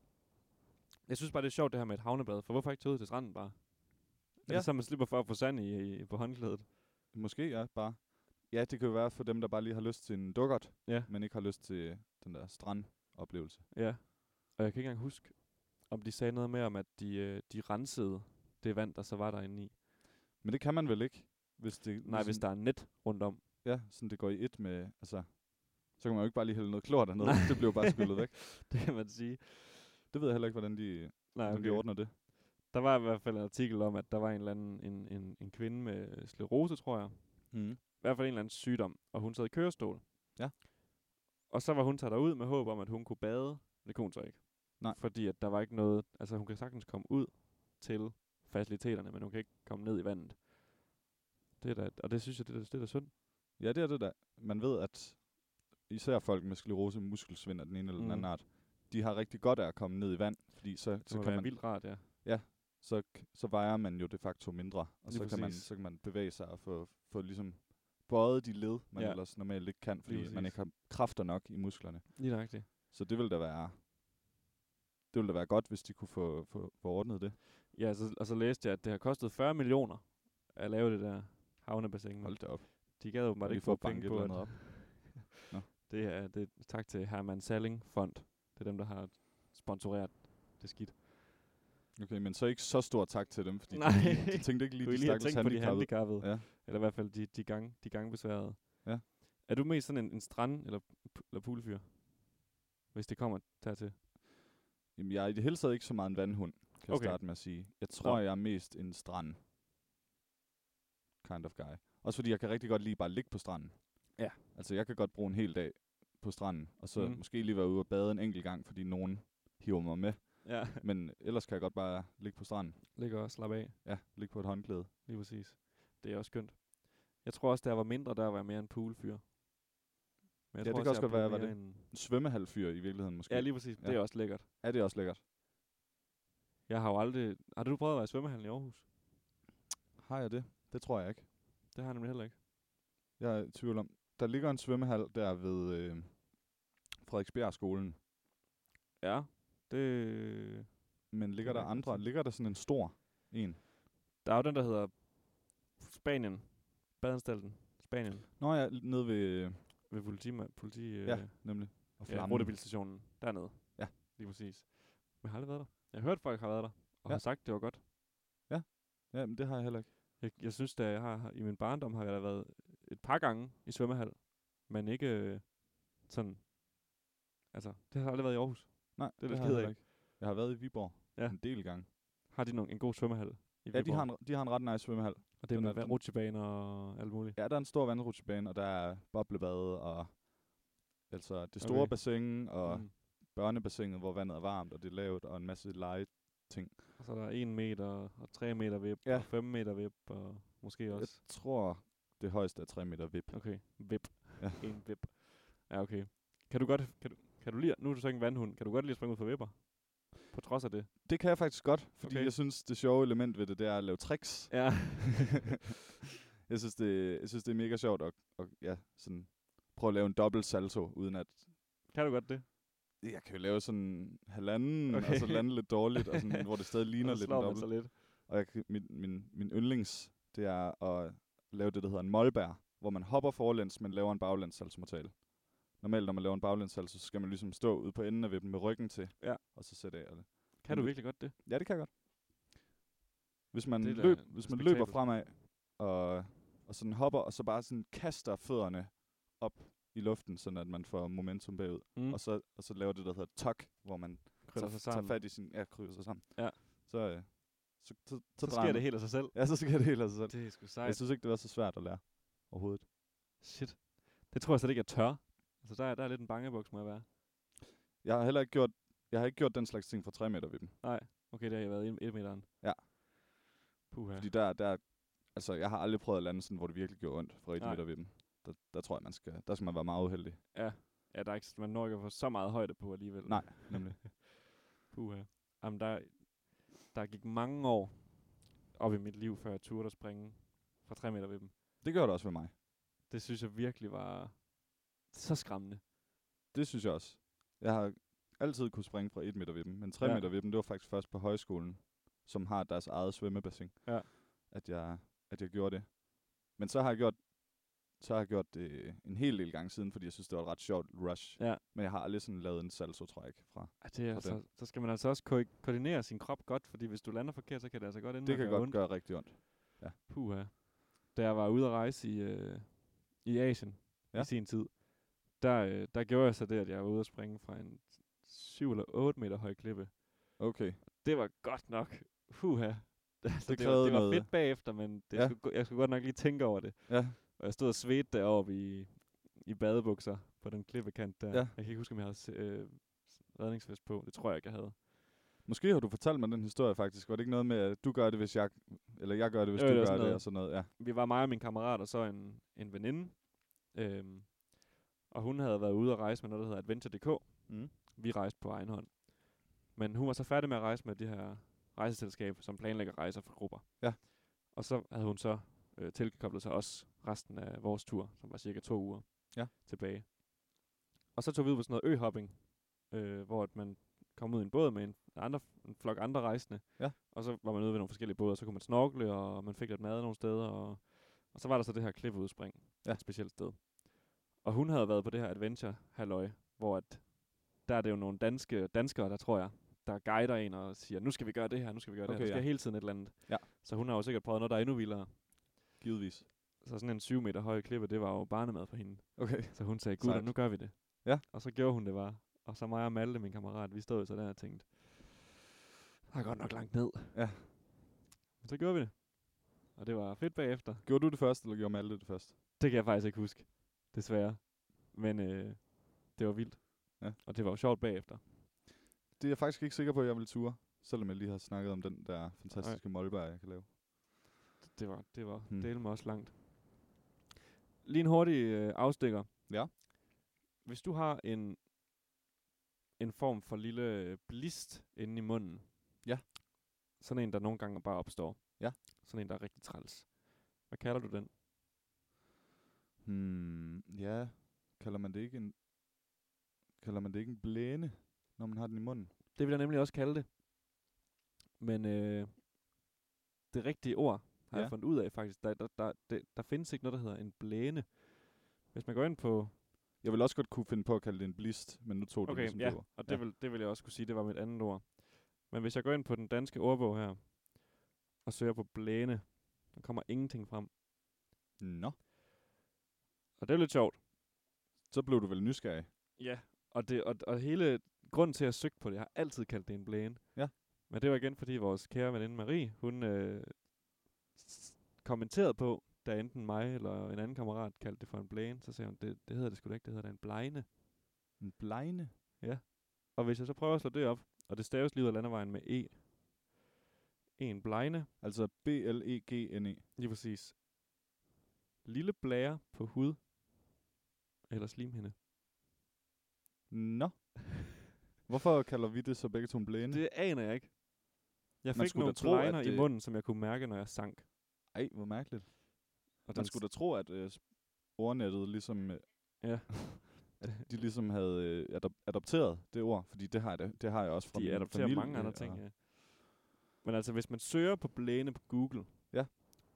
B: Jeg synes bare, det er sjovt det her med et havnebad, for hvorfor ikke tage ud til stranden bare? Ja.
A: Ja.
B: Altså, så man slipper for at få sand i, i på håndklædet.
A: Måske ja, bare. Ja, det kan jo være for dem, der bare lige har lyst til en dukkert,
B: Ja.
A: men ikke har lyst til den der strandoplevelse.
B: Ja. Og jeg kan ikke engang huske, om de sagde noget med, om at de, øh, de rensede det vand, der så var derinde i.
A: Men det kan man vel ikke, hvis det,
B: Nej, hvis der er net rundt om.
A: ja, sådan det går i et med, altså, så kan man jo ikke bare lige hælde noget klor dernede. Det bliver jo bare skyllet væk.
B: Det kan man sige.
A: Det ved jeg heller ikke, hvordan de,
B: Nej,
A: hvordan de ordner det.
B: Der var i hvert fald en artikel om, at der var en eller anden en, en, en kvinde med sklerose, tror jeg.
A: Mm.
B: I hvert fald en eller anden sygdom, og hun sad i kørestol.
A: Ja.
B: Og så var hun taget derud med håb om, at hun kunne bade. Det kunne hun så ikke.
A: Nej.
B: Fordi at der var ikke noget... Altså hun kan sagtens komme ud til faciliteterne, men hun kan ikke komme ned i vandet. Det er da, og det synes jeg, det er, da- det er da synd.
A: Ja, det er det da. Man ved, at især folk med sklerose, muskelsvind af den ene eller den
B: Mhm.
A: anden art, de har rigtig godt af at komme ned i vand, fordi så,
B: Det
A: så,
B: må
A: kan
B: være
A: man,
B: vildt rart, ja.
A: så, k- så vejer man jo de facto mindre, og
B: Lige
A: så kan, man,
B: præcis.
A: så kan man bevæge sig og få, få ligesom bøjet de led, man
B: Ja.
A: ja. ellers normalt ikke kan, fordi man
B: præcis.
A: ikke har kræfter nok i musklerne.
B: Lige nøjagtigt.
A: Så det ville da være det ville da være godt, hvis de kunne få, få, få ordnet det.
B: Ja, så, og så læste jeg, at det har kostet 40 millioner at lave det der havnebassin. men
A: Hold da op.
B: De gad åbenbart
A: Lige
B: ikke
A: for
B: få
A: at banke
B: penge
A: et
B: på,
A: eller
B: at
A: andet op. Nå.
B: det er det, er- tak til Herman Salling Fond. Det er dem, der har sponsoreret det skidt.
A: Okay, men så ikke så stor tak til dem, fordi
B: Nej.
A: De, lige- de tænkte ikke lige,
B: Lige Kunne I
A: de
B: lige have
A: stakkels
B: tænkt på de
A: handicappede.
B: handicappede? Ja.
A: Ja.
B: Eller i hvert fald de, de, gang, de gangbesværede.
A: Ja.
B: Er du mest sådan en, en strand- eller, p- eller poolfyr? Hvis det kommer dertil.
A: Jamen, jeg er i det hele taget ikke så meget en vandhund, kan okay. jeg
B: Okay.
A: starte med at sige. Jeg tror, jeg er mest en strand. Kind of guy. Også fordi jeg kan rigtig godt lide bare at ligge på stranden.
B: Ja.
A: Altså, jeg kan godt bruge en hel dag på stranden, og så
B: Mhm.
A: mm. måske lige være ude og bade en enkelt gang, fordi nogen hiver mig med.
B: Ja,
A: Men ellers kan jeg godt bare ligge på stranden.
B: ligger og slappe af.
A: Ja, ligge på et håndklæde.
B: Lige præcis. Det er også skønt. Jeg tror også, da jeg var mindre, der var jeg mere en poolfyr. Men jeg
A: Ja, det
B: tror
A: kan også godt
B: blev
A: være, jeg var
B: mere
A: det.
B: en-
A: En svømmehalvfyr i virkeligheden måske.
B: Ja, lige præcis. Ja.
A: Ja.
B: Det er også lækkert.
A: Er det også lækkert?
B: Jeg har jo aldrig... Har du prøvet at være i svømmehallen i Aarhus?
A: Har jeg det? Det tror jeg ikke.
B: Det har jeg nemlig heller ikke.
A: Jeg er i tvivl om. Der ligger en svømmehal der ved øh, Frederiksbjerg-skolen.
B: Ja. Det...
A: Men ligger
B: kan
A: der
B: jeg godt
A: andre?
B: se.
A: Ligger der sådan en stor en?
B: Der er jo den, der hedder Spanien. Badeanstalten. Spanien.
A: Nå ja, l- nede ved... øh,
B: Ved politi... politi øh,
A: Ja, nemlig. Og
B: ja rutebilstationen. Dernede.
A: Ja.
B: Lige præcis. Men jeg har aldrig været der. Jeg har hørt, folk har været der. Og
A: Ja.
B: ja. har sagt, det var godt.
A: Ja, men det har jeg heller ikke.
B: Jeg, jeg synes, da jeg har, har- i min barndom har jeg da været et par gange i svømmehal. Men ikke øh, sådan... Altså, det har aldrig været i Aarhus.
A: Nej,
B: er
A: har
B: lidt
A: jeg
B: ked
A: heller
B: af.
A: ikke. Jeg har været i Viborg
B: Ja.
A: en del gange.
B: Har de nogen, en god svømmehal? I
A: Ja, de har,
B: Viborg?
A: en, de har en ret nice svømmehal.
B: Og det er
A: Den
B: med
A: er
B: vand-
A: den-
B: rutsjebaner og alt muligt.
A: Ja, der er en stor vandrutsjebane, og der er boblebade, og altså det store
B: Okay.
A: bassin, og
B: Mm.
A: børnebassinet, hvor vandet er varmt, og det er lavt, og en masse lege, ting.
B: Og så er der 1 meter, og 3 meter vip,
A: Ja.
B: og 5 meter vip, og måske
A: Jeg
B: også...
A: tror, det højeste er 3 meter vip.
B: Okay, vip.
A: Ja.
B: En vip. Ja, okay. Kan du godt... Kan du, kan du lige... Nu er du så ikke en vandhund. Kan du godt lige springe ud for vipper? På trods af det.
A: Det kan jeg faktisk godt, fordi
B: Okay.
A: okay. jeg synes, det sjove element ved det, det er at lave tricks.
B: Ja.
A: jeg, synes, det, jeg synes, det er mega sjovt at, at ja, sådan, prøve at lave en dobbelt salto, uden at
B: kan du godt det?
A: jeg kan jo lave sådan halvanden, okay. og så
B: Okay.
A: lande lidt dårligt, og sådan, hvor det stadig ligner
B: og så
A: lidt en
B: slår man
A: dobbelt.
B: sig lidt.
A: Og jeg, kan- min, min, min yndlings, det er at lave det, der hedder en målbær, hvor man hopper forlæns, men laver en baglæns saltomortal. Normalt, når man laver en baglæns salto, så skal man ligesom stå ude på enden af vippen med ryggen til,
B: Ja.
A: og så sætte af. og det.
B: Kan
A: Men
B: du
A: det-
B: virkelig godt det?
A: Ja, det kan jeg godt. Hvis man,
B: Det er da
A: løb, hvis man løber
B: respektabelt.
A: fremad, og, og sådan hopper, og så bare sådan kaster fødderne op i luften, sådan at man får momentum bagud. Mm.
B: Mm.
A: Og, så, og så laver det, der hedder tuck, hvor man
B: Krøller sig
A: tager
B: sammen.
A: fat i sin... Ja, krydser sig sammen.
B: Ja.
A: Så, øh, så, så, så,
B: så
A: drejer
B: sker det
A: man.
B: helt af sig selv.
A: Ja, så sker det helt af sig selv.
B: Det er sgu
A: Jeg
B: sejt.
A: synes ikke, det var så svært at lære overhovedet.
B: Shit. Det tror jeg slet ikke, jeg tør. Altså, der er, der er lidt en bangebuks, må jeg være.
A: Jeg har heller ikke gjort, jeg har ikke gjort den slags ting fra 3 meter ved dem.
B: Okay, det har jeg været i et meteren.
A: Ja.
B: Puha.
A: Fordi der, der, altså, jeg har aldrig prøvet at lande sådan, hvor det virkelig gjorde ondt fra 1
B: Nej.
A: meter ved dem. Der, der tror jeg, man skal, der skal man være meget uheldig.
B: Ja, der er ikke, man når ikke at få så meget højde på alligevel.
A: Nej, nemlig.
B: Puha. Jamen, der, der gik mange år op i mit liv, før jeg turde at springe fra 3 meter ved dem.
A: Det gør det også for mig.
B: Det synes jeg virkelig var så skræmmende.
A: Det synes jeg også. Jeg har altid kunne springe fra 1 meter ved dem, men 3
B: Ja.
A: ja. meter ved dem, det var faktisk først på højskolen, som har deres eget svømmebassin,
B: Ja.
A: at, jeg, at jeg gjorde det. Men så har jeg gjort, så har jeg gjort det en hel del gange siden, fordi jeg synes, det var et ret sjovt rush.
B: Ja.
A: Men jeg har aldrig sådan lavet en salsotræk fra.
B: Ja, det er
A: Sådan.
B: altså, så skal man altså også ko- koordinere sin krop godt, fordi hvis du lander forkert, så kan det altså godt ende med
A: Det
B: at
A: kan
B: gøre
A: godt
B: ondt.
A: gøre rigtig ondt.
B: Puha. Da jeg var ude at rejse i, øh, i Asien ja.
A: Ja.
B: i sin tid, der, øh, der gjorde jeg så det, at jeg var ude at springe fra en 7 eller 8 meter høj klippe.
A: Okay.
B: Det var godt nok. Puha. Altså,
A: Det
B: det, det, var,
A: krævede
B: det var
A: noget.
B: fedt bagefter, men det
A: Ja.
B: ja. skulle, go- jeg skulle godt nok lige tænke over det.
A: Ja.
B: Og jeg stod og svedte deroppe i, i badebukser på den klippekant der.
A: Ja.
B: Jeg kan ikke huske, om jeg havde s- øh, redningsvest på. Det tror jeg ikke, jeg havde.
A: Måske har du fortalt mig den historie faktisk. Var det ikke noget med, at du gør det, hvis jeg... Eller jeg gør det, hvis
B: Jo,
A: du
B: det
A: gør
B: var sådan
A: det,
B: noget.
A: og sådan noget. Ja.
B: vi var mig og min kammerat og så en, en veninde. Øhm, og hun havde været ude at rejse med noget, der hedder Adventure.dk.
A: Mm.
B: Vi rejste på egen hånd. Men hun var så færdig med at rejse med det her rejseselskab, som planlægger rejser for grupper.
A: Ja.
B: Og så havde hun så øh, tilkoblet sig os resten af vores tur, som var cirka to uger
A: Ja.
B: tilbage. Og så tog vi ud på sådan noget øhopping, øh, hvor at man kom ud i en båd med en, andre, en flok andre rejsende.
A: Ja.
B: Og så var man ude ved nogle forskellige både, og så kunne man snorkle, og man fik lidt mad nogle steder, og, og så var der så det her klippeudspring,
A: Ja.
B: et specielt sted. Og hun havde været på det her adventure halløj, hvor at, der er det jo nogle danske danskere, der tror jeg, der guider en og siger, nu skal vi gøre det her, nu skal vi gøre det
A: Okay,
B: her, nu skal
A: ja.
B: ja. hele tiden et eller andet.
A: Ja.
B: Så hun har jo sikkert prøvet noget, der er endnu vildere.
A: Givetvis.
B: Så sådan en 7 meter høj klippe, det var jo barnemad for hende.
A: Okay.
B: Så hun sagde, gutter,
A: Sejt.
B: nu gør vi det.
A: Ja.
B: Og så gjorde hun det bare. Og så mig og Malte, min kammerat, vi stod så der og tænkte, der er godt nok langt ned.
A: Ja.
B: Men så gjorde vi det. Og det var fedt bagefter.
A: Gjorde du det først, eller gjorde Malte det først?
B: Det kan jeg faktisk ikke huske, desværre. Men øh, det var vildt.
A: Ja.
B: Og det var jo sjovt bagefter.
A: Det er jeg faktisk ikke sikker på, at jeg vil ture. Selvom jeg lige har snakket om den der fantastiske målbær, jeg kan lave.
B: Det var, det var
A: Hmm.
B: hmm. delen mig også langt. Lige en hurtig øh, afstikker.
A: Ja.
B: Hvis du har en, en form for lille øh, blist inde i munden.
A: Ja.
B: Sådan en, der nogle gange bare opstår.
A: Ja.
B: Sådan en, der er rigtig træls. Hvad kalder du den?
A: Hmm, ja. Kalder man det ikke en... Kalder man det ikke en blæne, når man har den i munden?
B: Det vil jeg nemlig også kalde det. Men øh, det rigtige ord har
A: Ja.
B: ja. jeg fundet ud af faktisk. Der, der, der, der, der findes ikke noget, der hedder en blæne. Hvis man går ind på
A: Jeg vil også godt kunne finde på at kalde det en blist, men nu tog du
B: Okay,
A: ligesom
B: ja,
A: det ord.
B: og det,
A: Ja.
B: Vil, det vil jeg også kunne sige, det var mit andet ord. Men hvis jeg går ind på den danske ordbog her, og søger på blæne, der kommer ingenting frem.
A: Nå,
B: Og det er lidt sjovt.
A: så blev du vel nysgerrig.
B: Ja. Og, det, og, og hele grunden til, at jeg søgte på det, jeg har altid kaldt det en blæne.
A: Ja.
B: Men det var igen, fordi vores kære veninde Marie, hun øh, s- kommenterede på, da enten mig eller en anden kammerat kaldte det for en blæne, så sagde hun, det, det hedder det sgu da ikke, det hedder da en blegne.
A: En blegne?
B: Og hvis jeg så prøver at slå det op, og det staves lige ud af landevejen med E, en blegne,
A: Altså B-L-E-G-N-E.
B: lige præcis, lille blære på hud eller slimhinde.
A: Nå. Hvorfor kalder vi det så begge to en blæne?
B: Det aner jeg ikke. Jeg
A: Man
B: fik
A: skulle
B: nogle
A: da tro, at
B: blegner i
A: det-
B: munden, som jeg kunne mærke, når jeg sank.
A: Ej, hvor mærkeligt.
B: Og den
A: Man skulle da tro, at øh, s- ordnettet ligesom... Øh,
B: Ja.
A: at de ligesom havde øh, adop- adopteret det ord, fordi det har jeg, da- det har jeg også fra
B: de
A: min
B: adopterer
A: familie.
B: mange andre ting, ja. Men altså, hvis man søger på blæne på Google,
A: Ja.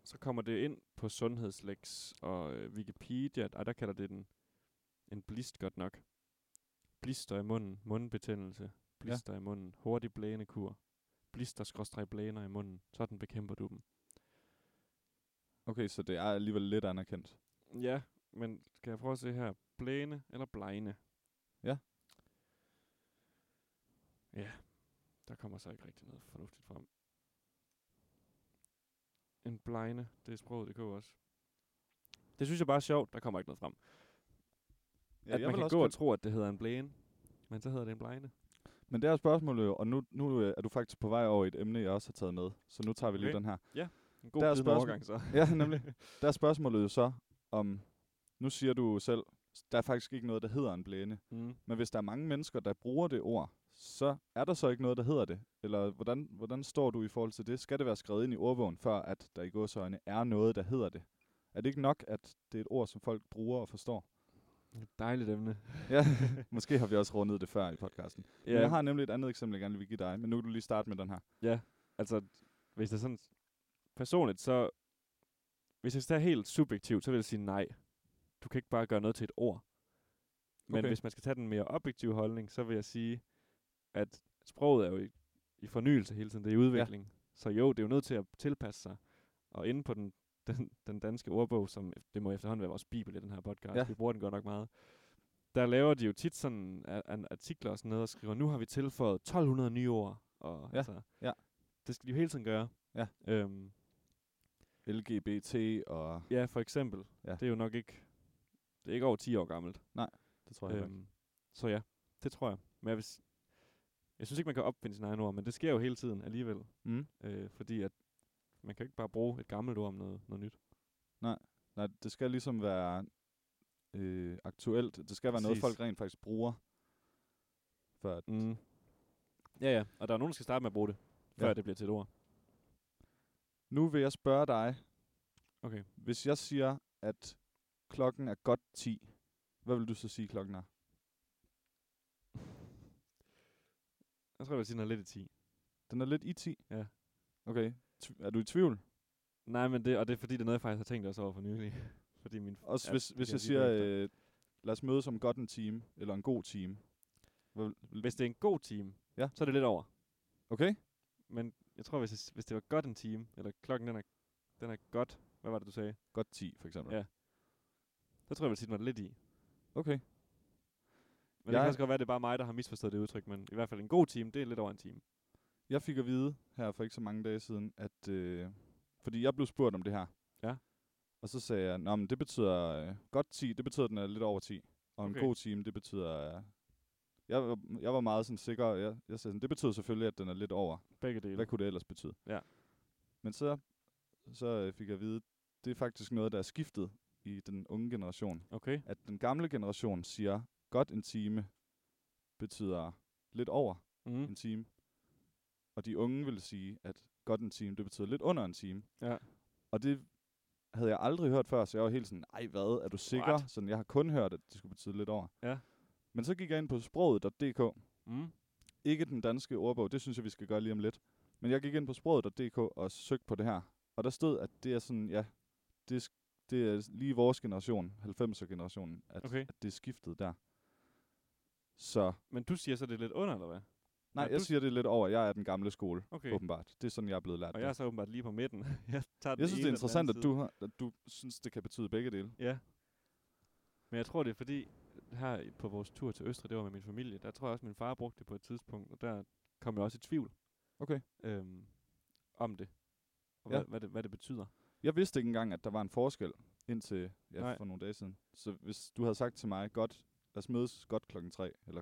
B: så kommer det ind på Sundhedslex og øh, Wikipedia. Ej, der kalder det den en blist godt nok. Blister i munden, mundbetændelse, blister ja. i munden, hurtig blænekur, blister skråstreg blæner i munden, sådan bekæmper du dem.
A: Okay, så det er alligevel lidt anerkendt.
B: Ja, men skal jeg prøve at se her, blæne eller blegne?
A: Ja.
B: Ja, der kommer så ikke rigtig noget fornuftigt frem. En blegne, det er sproget, det også. Det synes jeg bare er sjovt, der kommer ikke noget frem. Ja, at man kan gå og tro, at det hedder en blæne, men så hedder det en blegne.
A: Men det er spørgsmålet jo, og nu, nu øh, er du faktisk på vej over i et emne, jeg også har taget med. Så nu tager vi lige
B: Okay.
A: den her.
B: En god
A: Der er
B: bidende
A: spørgsmål-
B: overgang så.
A: Ja, nemlig. Der er spørgsmålet jo så om, nu siger du selv, s- der er faktisk ikke noget, der hedder en blæne.
B: Mm.
A: Men hvis der er mange mennesker, der bruger det ord, så er der så ikke noget, der hedder det? Eller hvordan, hvordan står du i forhold til det? Skal det være skrevet ind i ordbogen, før at der i godsøjne er noget, der hedder det? Er det ikke nok, at det er et ord, som folk bruger og forstår?
B: Et dejligt emne.
A: Ja, måske har vi også rundet det før i podcasten. Ja. Men jeg har nemlig et andet eksempel, jeg gerne vil give dig, men nu kan du lige starte med den her.
B: altså, hvis det er sådan, personligt, så, hvis jeg er helt subjektivt, så vil jeg sige nej. Du kan ikke bare gøre noget til et ord. Men
A: Okay.
B: okay. hvis man skal tage den mere objektive holdning, så vil jeg sige, at sproget er jo i, i fornyelse hele tiden, det er i udvikling. Ja. Så jo, det er jo nødt til at tilpasse sig. Og inde på den, den, den danske ordbog, som det må efterhånden være vores bibel i den her podcast,
A: Ja.
B: ja. vi bruger den godt nok meget, der laver de jo tit sådan a- an- artikler og sådan noget, og skriver, nu har vi tilføjet 1200 nye ord. Og
A: Ja,
B: altså,
A: ja.
B: Det skal de jo hele tiden gøre.
A: Ja.
B: Øhm,
A: LGBT og...
B: ja, for eksempel.
A: Ja.
B: Ja. Det er jo nok ikke, det er ikke over 10 år gammelt.
A: Det tror jeg øhm.
B: Øhm, så ja, det tror jeg. Men jeg, vil s- jeg synes ikke, man kan opfinde sine egne ord, men det sker jo hele tiden alligevel.
A: mm.
B: Øh, fordi at man kan jo ikke bare bruge et gammelt ord om noget, noget nyt.
A: Nej, det skal ligesom være øh, aktuelt. Det skal være noget,
B: Præcis.
A: folk rent faktisk bruger. Før at
B: Mm. Ja, ja. Og der er nogen, der skal starte med at bruge det, før
A: Ja.
B: ja. det bliver til et ord.
A: Nu vil jeg spørge dig,
B: Okay.
A: hvis jeg siger, at klokken er godt 10, hvad vil du så sige, klokken er?
B: Jeg tror, jeg vil sige, den er lidt i 10.
A: Den er lidt i 10?
B: Ja.
A: Okay. Tv- er du i tvivl?
B: Nej, men det, og det er fordi, det er noget, jeg faktisk har tænkt også over for nylig. fordi min
A: Også
B: Ja,
A: ja, hvis,
B: det
A: hvis
B: kan
A: jeg
B: jeg sige
A: siger,
B: bagefter.
A: øh, lad os mødes om godt en time, eller en god time. Hvad vil- vil-
B: Hvis det er en god time,
A: Ja.
B: så er det lidt over.
A: Okay?
B: Men jeg tror, hvis, jeg- hvis det var godt en time, eller klokken den er, den er godt, hvad var det, du sagde?
A: Godt 10, for eksempel.
B: Ja. Så tror jeg, jeg vil sige, den var lidt i.
A: Okay.
B: Men jeg... det
A: Jeg-
B: kan også godt være, det er bare mig, der har misforstået det udtryk, men i hvert fald en god time, det er lidt over en time.
A: Jeg fik at vide her for ikke så mange dage siden, at... Øh, fordi jeg blev spurgt om det her.
B: Ja.
A: Og så sagde jeg, at det betyder øh, godt 10, det betyder, at den er lidt over 10. Og okay.
B: Okay.
A: en god time, det betyder... Øh, jeg, var, jeg var meget sådan sikker, og jeg, jeg sagde sådan, det betyder selvfølgelig, at den er lidt over.
B: Begge dele.
A: Hvad kunne det ellers betyde?
B: Ja.
A: Men så, så øh, fik jeg at vide, det er faktisk noget, der er skiftet i den unge generation.
B: Okay.
A: At den gamle generation siger, godt en time betyder lidt over en
B: Mm.
A: time. Og de unge ville sige, at godt en time, det betyder lidt under en time.
B: Ja.
A: Og det havde jeg aldrig hørt før, så jeg var helt sådan, ej hvad, er du sikker?
B: What?
A: Sådan, jeg har kun hørt, at det skulle betyde lidt over.
B: Ja.
A: Men så gik jeg ind på sproget.dk.
B: Mm.
A: Ikke den danske ordbog, det synes jeg, vi skal gøre lige om lidt. Men jeg gik ind på sproget.dk og søgte på det her. Og der stod, at det er sådan, ja, det er, sk- det er lige vores generation, 90'er-generationen, at,
B: Okay.
A: at det er skiftet der. Så,
B: Men du siger så, det er lidt under, eller hvad?
A: nej,
B: Ja,
A: jeg
B: du-
A: siger det er lidt over, jeg er den gamle skole
B: Okay.
A: okay. åbenbart. Det er sådan, jeg er blevet lært.
B: Og
A: det.
B: jeg er så åbenbart lige på midten. jeg, tager den
A: jeg synes, det
B: ene
A: er
B: og den
A: interessant,
B: anden
A: at
B: side.
A: du, har, at du synes, det kan betyde begge dele.
B: Ja. Men jeg tror, det er fordi, her i- på vores tur til Østrig, det var med min familie, der tror jeg også, min far brugte det på et tidspunkt, og der kom jeg også i tvivl
A: Okay.
B: øhm, om det, og
A: Ja.
B: ja. hvad, hvad, det, hvad det betyder.
A: Jeg vidste ikke engang, at der var en forskel indtil ja,
B: Nej.
A: for nogle dage siden. Så hvis du havde sagt til mig, godt, lad os mødes godt klokken tre, eller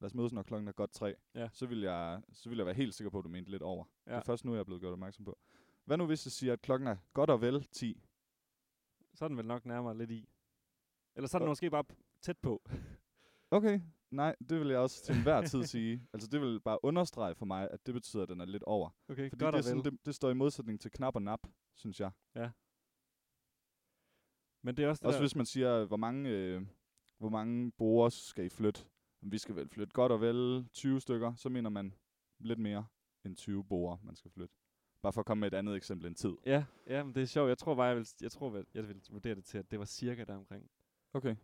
A: lad os mødes, når klokken er godt tre,
B: Ja.
A: så, vil jeg, så vil jeg være helt sikker på, at du mente lidt over. Ja. Det
B: Ja.
A: er først nu, jeg er blevet gjort opmærksom på. Hvad nu, hvis jeg siger, at klokken er godt og vel 10?
B: Så er den vel nok nærmere lidt i. Eller så er den
A: Og-
B: måske bare p- tæt på.
A: Okay, nej, det vil jeg også til enhver tid sige. Altså, det vil bare understrege for mig, at det betyder, at den er lidt over.
B: Okay,
A: Fordi det, er sådan, det, det står i modsætning til knap og nap, synes jeg.
B: Men det er også det
A: Også
B: der,
A: hvis man siger, hvor mange, øh, hvor mange borer skal I flytte? Jamen, Vi skal vel flytte godt og vel 20 stykker, så mener man lidt mere end 20 borer, man skal flytte. Bare for at komme med et andet eksempel end tid.
B: Ja, ja, men det er sjovt. Jeg tror bare, jeg vil, jeg tror, vel- jeg vil vurdere det til, at det var cirka der omkring.
A: Okay.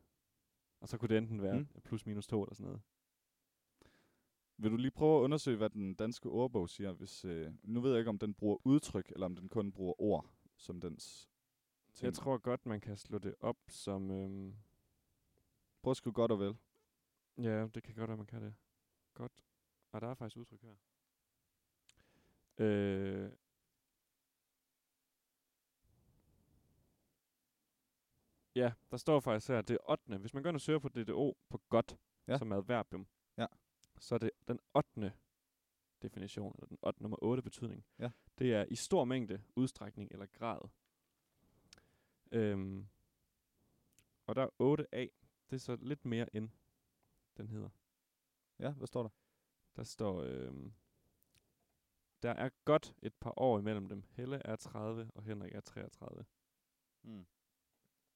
B: Og så kunne det enten være
A: Mm.
B: mm. plus minus to eller sådan noget.
A: Vil du lige prøve at undersøge, hvad den danske ordbog siger? Hvis, øh, nu ved jeg ikke, om den bruger udtryk, eller om den kun bruger ord som dens ting.
B: Jeg tror godt, man kan slå det op som... Øhm,
A: Prøv at skrive godt og vel.
B: ja, det kan godt være, man kan det. Godt. Og der er faktisk udtryk her. Øh, ja, der står faktisk her, det er 8. Hvis man går ind og søger på DDO på godt,
A: Ja.
B: ja. som er et verbum,
A: Ja.
B: så er det den 8. definition, eller den 8. nummer 8 betydning.
A: Ja.
B: Det er i stor mængde, udstrækning eller grad. Øhm, og der er 8a, det er så lidt mere end den hedder.
A: Ja, hvad står der?
B: Der står, øhm, der er godt et par år imellem dem. Helle er 30, og Henrik er 33.
A: Mm.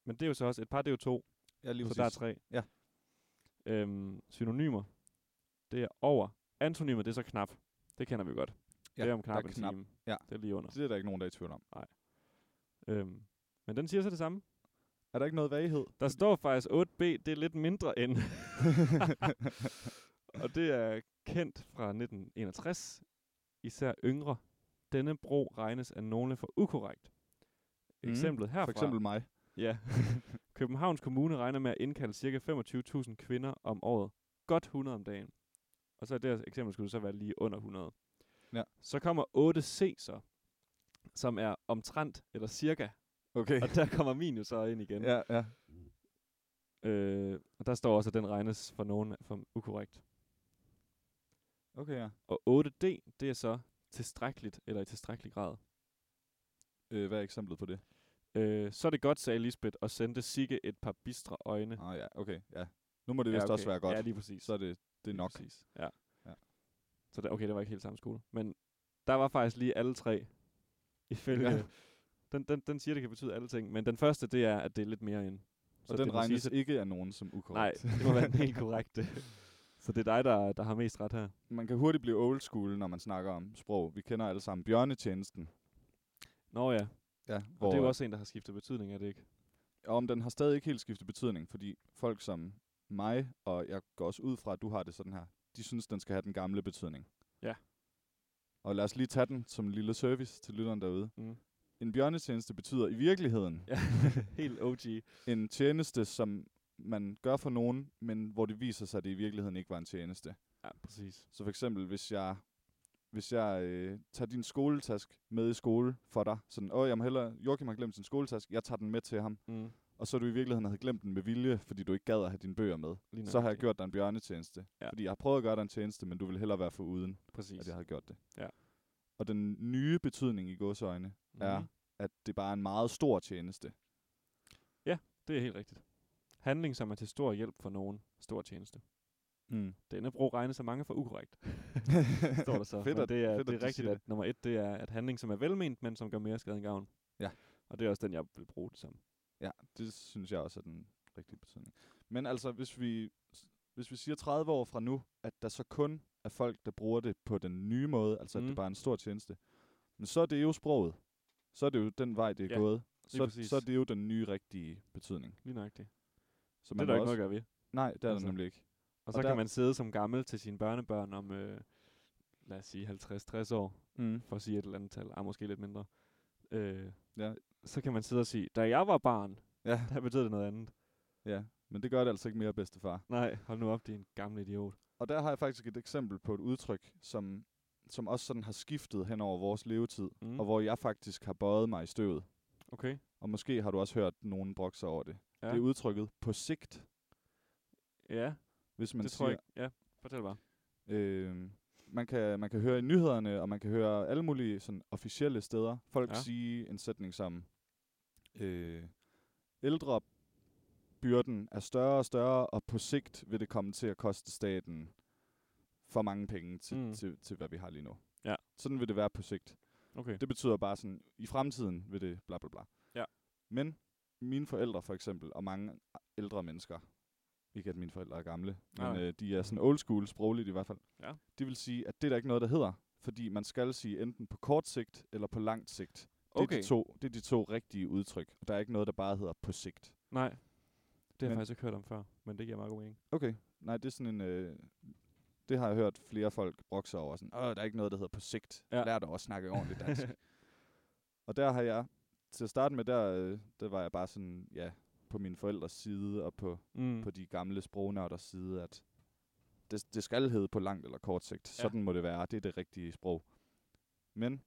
B: Men det er jo så også, et par det er jo to,
A: Ja, lige
B: Hmm. så der er tre.
A: Ja.
B: Øhm, synonymer, det er over. Antonymer, det er så knap. Det kender vi godt.
A: Ja,
B: det er om
A: der
B: knap
A: er
B: en
A: knap.
B: time.
A: Ja.
B: Det er lige under.
A: Det er der ikke nogen, der er i tvivl om.
B: Øhm, men den siger så det samme.
A: Er der ikke noget vaghed?
B: Der står faktisk 8b, det er lidt mindre end. og det er kendt fra 1961. Især yngre. Denne bro regnes af nogle for ukorrekt.
A: Mm,
B: Eksemplet herfra.
A: For eksempel mig.
B: Ja. Københavns Kommune regner med at indkalde ca. 25.000 kvinder om året. Godt 100 om dagen. Og så i det her eksempel skulle det så være lige under 100.
A: Ja.
B: Så kommer 8c så, som er omtrent eller cirka.
A: Okay.
B: Og der kommer minus så ind igen.
A: ja, ja.
B: Øh, og der står også, at den regnes for nogen for ukorrekt.
A: Okay, ja.
B: Og 8D, det er så tilstrækkeligt, eller i tilstrækkelig grad.
A: Øh, hvad er eksemplet på det?
B: Øh, så er det godt, sagde Lisbeth, og sendte Sigge et par bistre øjne.
A: Åh ah, ja, okay, ja. Nu må det vist ja, okay. også være godt.
B: Ja, lige præcis.
A: Så er det, det er
B: Lige
A: nok.
B: Præcis. Ja.
A: Ja.
B: ja. Så det, okay, det var ikke helt samme skole. Men der var faktisk lige alle tre, ifølge...
A: Ja.
B: Ja. Den, den, den siger, det kan betyde alle ting, men den første, det er, at det er lidt mere end.
A: Og den
B: det må
A: regnes
B: sige,
A: ikke af nogen som
B: Nej,
A: ukorrekt.
B: det må være den helt korrekte. så det er dig, der, der har mest ret her.
A: Man kan hurtigt blive old school, når man snakker om sprog. Vi kender alle sammen bjørnetjenesten.
B: Nå ja,
A: Ja,
B: og det er jo
A: øh,
B: også en, der har skiftet betydning, er det ikke?
A: Og om den har stadig ikke helt skiftet betydning, fordi folk som mig, og jeg går også ud fra, at du har det sådan her, de synes, den skal have den gamle betydning.
B: Ja.
A: Og lad os lige tage den som en lille service til lytteren derude.
B: Mm.
A: En bjørnetjeneste betyder i virkeligheden
B: Ja, helt OG.
A: en tjeneste, som man gør for nogen, men hvor det viser sig, at det i virkeligheden ikke var en tjeneste.
B: Ja, præcis.
A: Så for eksempel, hvis jeg, hvis jeg øh, tager din skoletask med i skole for dig, sådan, åh, jeg må hellere, Joachim har glemt sin skoletask, jeg tager den med til ham,
B: Mm.
A: og så du i virkeligheden havde glemt den med vilje, fordi du ikke gad at have dine bøger med,
B: Lige
A: så har jeg
B: nøjagtigt.
A: gjort dig en bjørnetjeneste. Ja.
B: Ja.
A: Fordi jeg har prøvet at gøre dig en tjeneste, men du ville hellere være for uden,
B: Præcis.
A: at jeg havde gjort det.
B: Ja.
A: Og den nye betydning i godsøjne er,
B: Mhm.
A: at det bare er en meget stor tjeneste.
B: Det er helt rigtigt. Handling, som er til stor hjælp for nogen. Stor tjeneste.
A: Mm.
B: Denne bro regnes af mange for ukorrekt. Står der så.
A: fedt,
B: men
A: at-
B: det er,
A: fedt,
B: det
A: at
B: er
A: de
B: rigtigt,
A: siger
B: at nummer et, det er at handling, som er velment, men som gør mere skade end gavn.
A: Ja.
B: Og det er også den, jeg vil bruge det som.
A: Ja, det synes jeg også er den rigtige betydning. Men altså, hvis vi, hvis vi siger 30 år fra nu, at der så kun er folk, der bruger det på den nye måde, altså mm. at det
B: Mm.
A: bare er en stor tjeneste, men så er det jo sproget. Så er det jo den vej, det er ja,
B: Ja,
A: gået.
B: lige
A: Så,
B: præcis.
A: så er det jo den nye rigtige betydning.
B: Lige nøjagtigt.
A: Så
B: Det er
A: må
B: der ikke
A: også-
B: noget at gøre ved.
A: Nej, det er altså.
B: Altså.
A: der nemlig ikke.
B: Og så
A: Og
B: kan
A: der-
B: man sidde som gammel til sine børnebørn om, øh, lad os sige, 50-60 år,
A: Mm.
B: for at sige et eller andet tal. Ah, måske lidt mindre. Øh,
A: Ja.
B: Så kan man sidde og sige, da jeg var barn,
A: Ja,
B: der betød det noget andet.
A: ja, men det gør det altså ikke mere, bedstefar.
B: Nej, hold nu op, din gamle idiot.
A: Og der har jeg faktisk et eksempel på et udtryk, som, som også sådan har skiftet hen over vores levetid, mm.
B: Mm.
A: og hvor jeg faktisk har bøjet mig i støvet.
B: Okay.
A: Og måske har du også hørt nogen brokse over det. Ja.
B: Ja.
A: Det er udtrykket på sigt,
B: Ja,
A: hvis man
B: det
A: siger,
B: tror jeg ikke. Ja, Fortæl bare.
A: Øh, man, kan, man kan høre i nyhederne, og man kan høre alle mulige sådan, officielle steder folk
B: Ja.
A: ja. sige en sætning som, øh, ældrebyrden er større og større, og på sigt vil det komme til at koste staten for mange penge til,
B: Mm.
A: mm. til, til hvad vi har lige nu.
B: Ja.
A: Sådan vil det være på sigt.
B: Okay.
A: Det betyder bare sådan, i fremtiden vil det bla bla bla.
B: Ja.
A: Men mine forældre for eksempel, og mange ældre mennesker, ikke at mine forældre er gamle,
B: Nej,
A: men
B: nej.
A: øh, de er sådan old school sprogligt i hvert fald.
B: Ja.
A: De vil sige, at det er der ikke noget, der hedder, fordi man skal sige enten på kort sigt eller på langt sigt. Det, er
B: Okay.
A: de to, det er de to rigtige udtryk. Der er ikke noget, der bare hedder på sigt.
B: Nej. Det har jeg
A: Men-
B: faktisk ikke hørt om før, men det giver meget god mening.
A: Okay, nej, det er sådan en... Øh, det har jeg hørt flere folk brokse over. Sådan, Åh, der er ikke noget, der hedder på sigt.
B: Ja.
A: Ja. Lær dig også at snakke ordentligt dansk. og der har jeg... Til at starte med, der, øh, der var jeg bare sådan, ja, på mine forældres side og på,
B: Mm.
A: mm. på de gamle sprognørders side, at det, det skal hedde på langt eller kort sigt.
B: Ja.
A: Sådan må det være. Det er det rigtige sprog. Men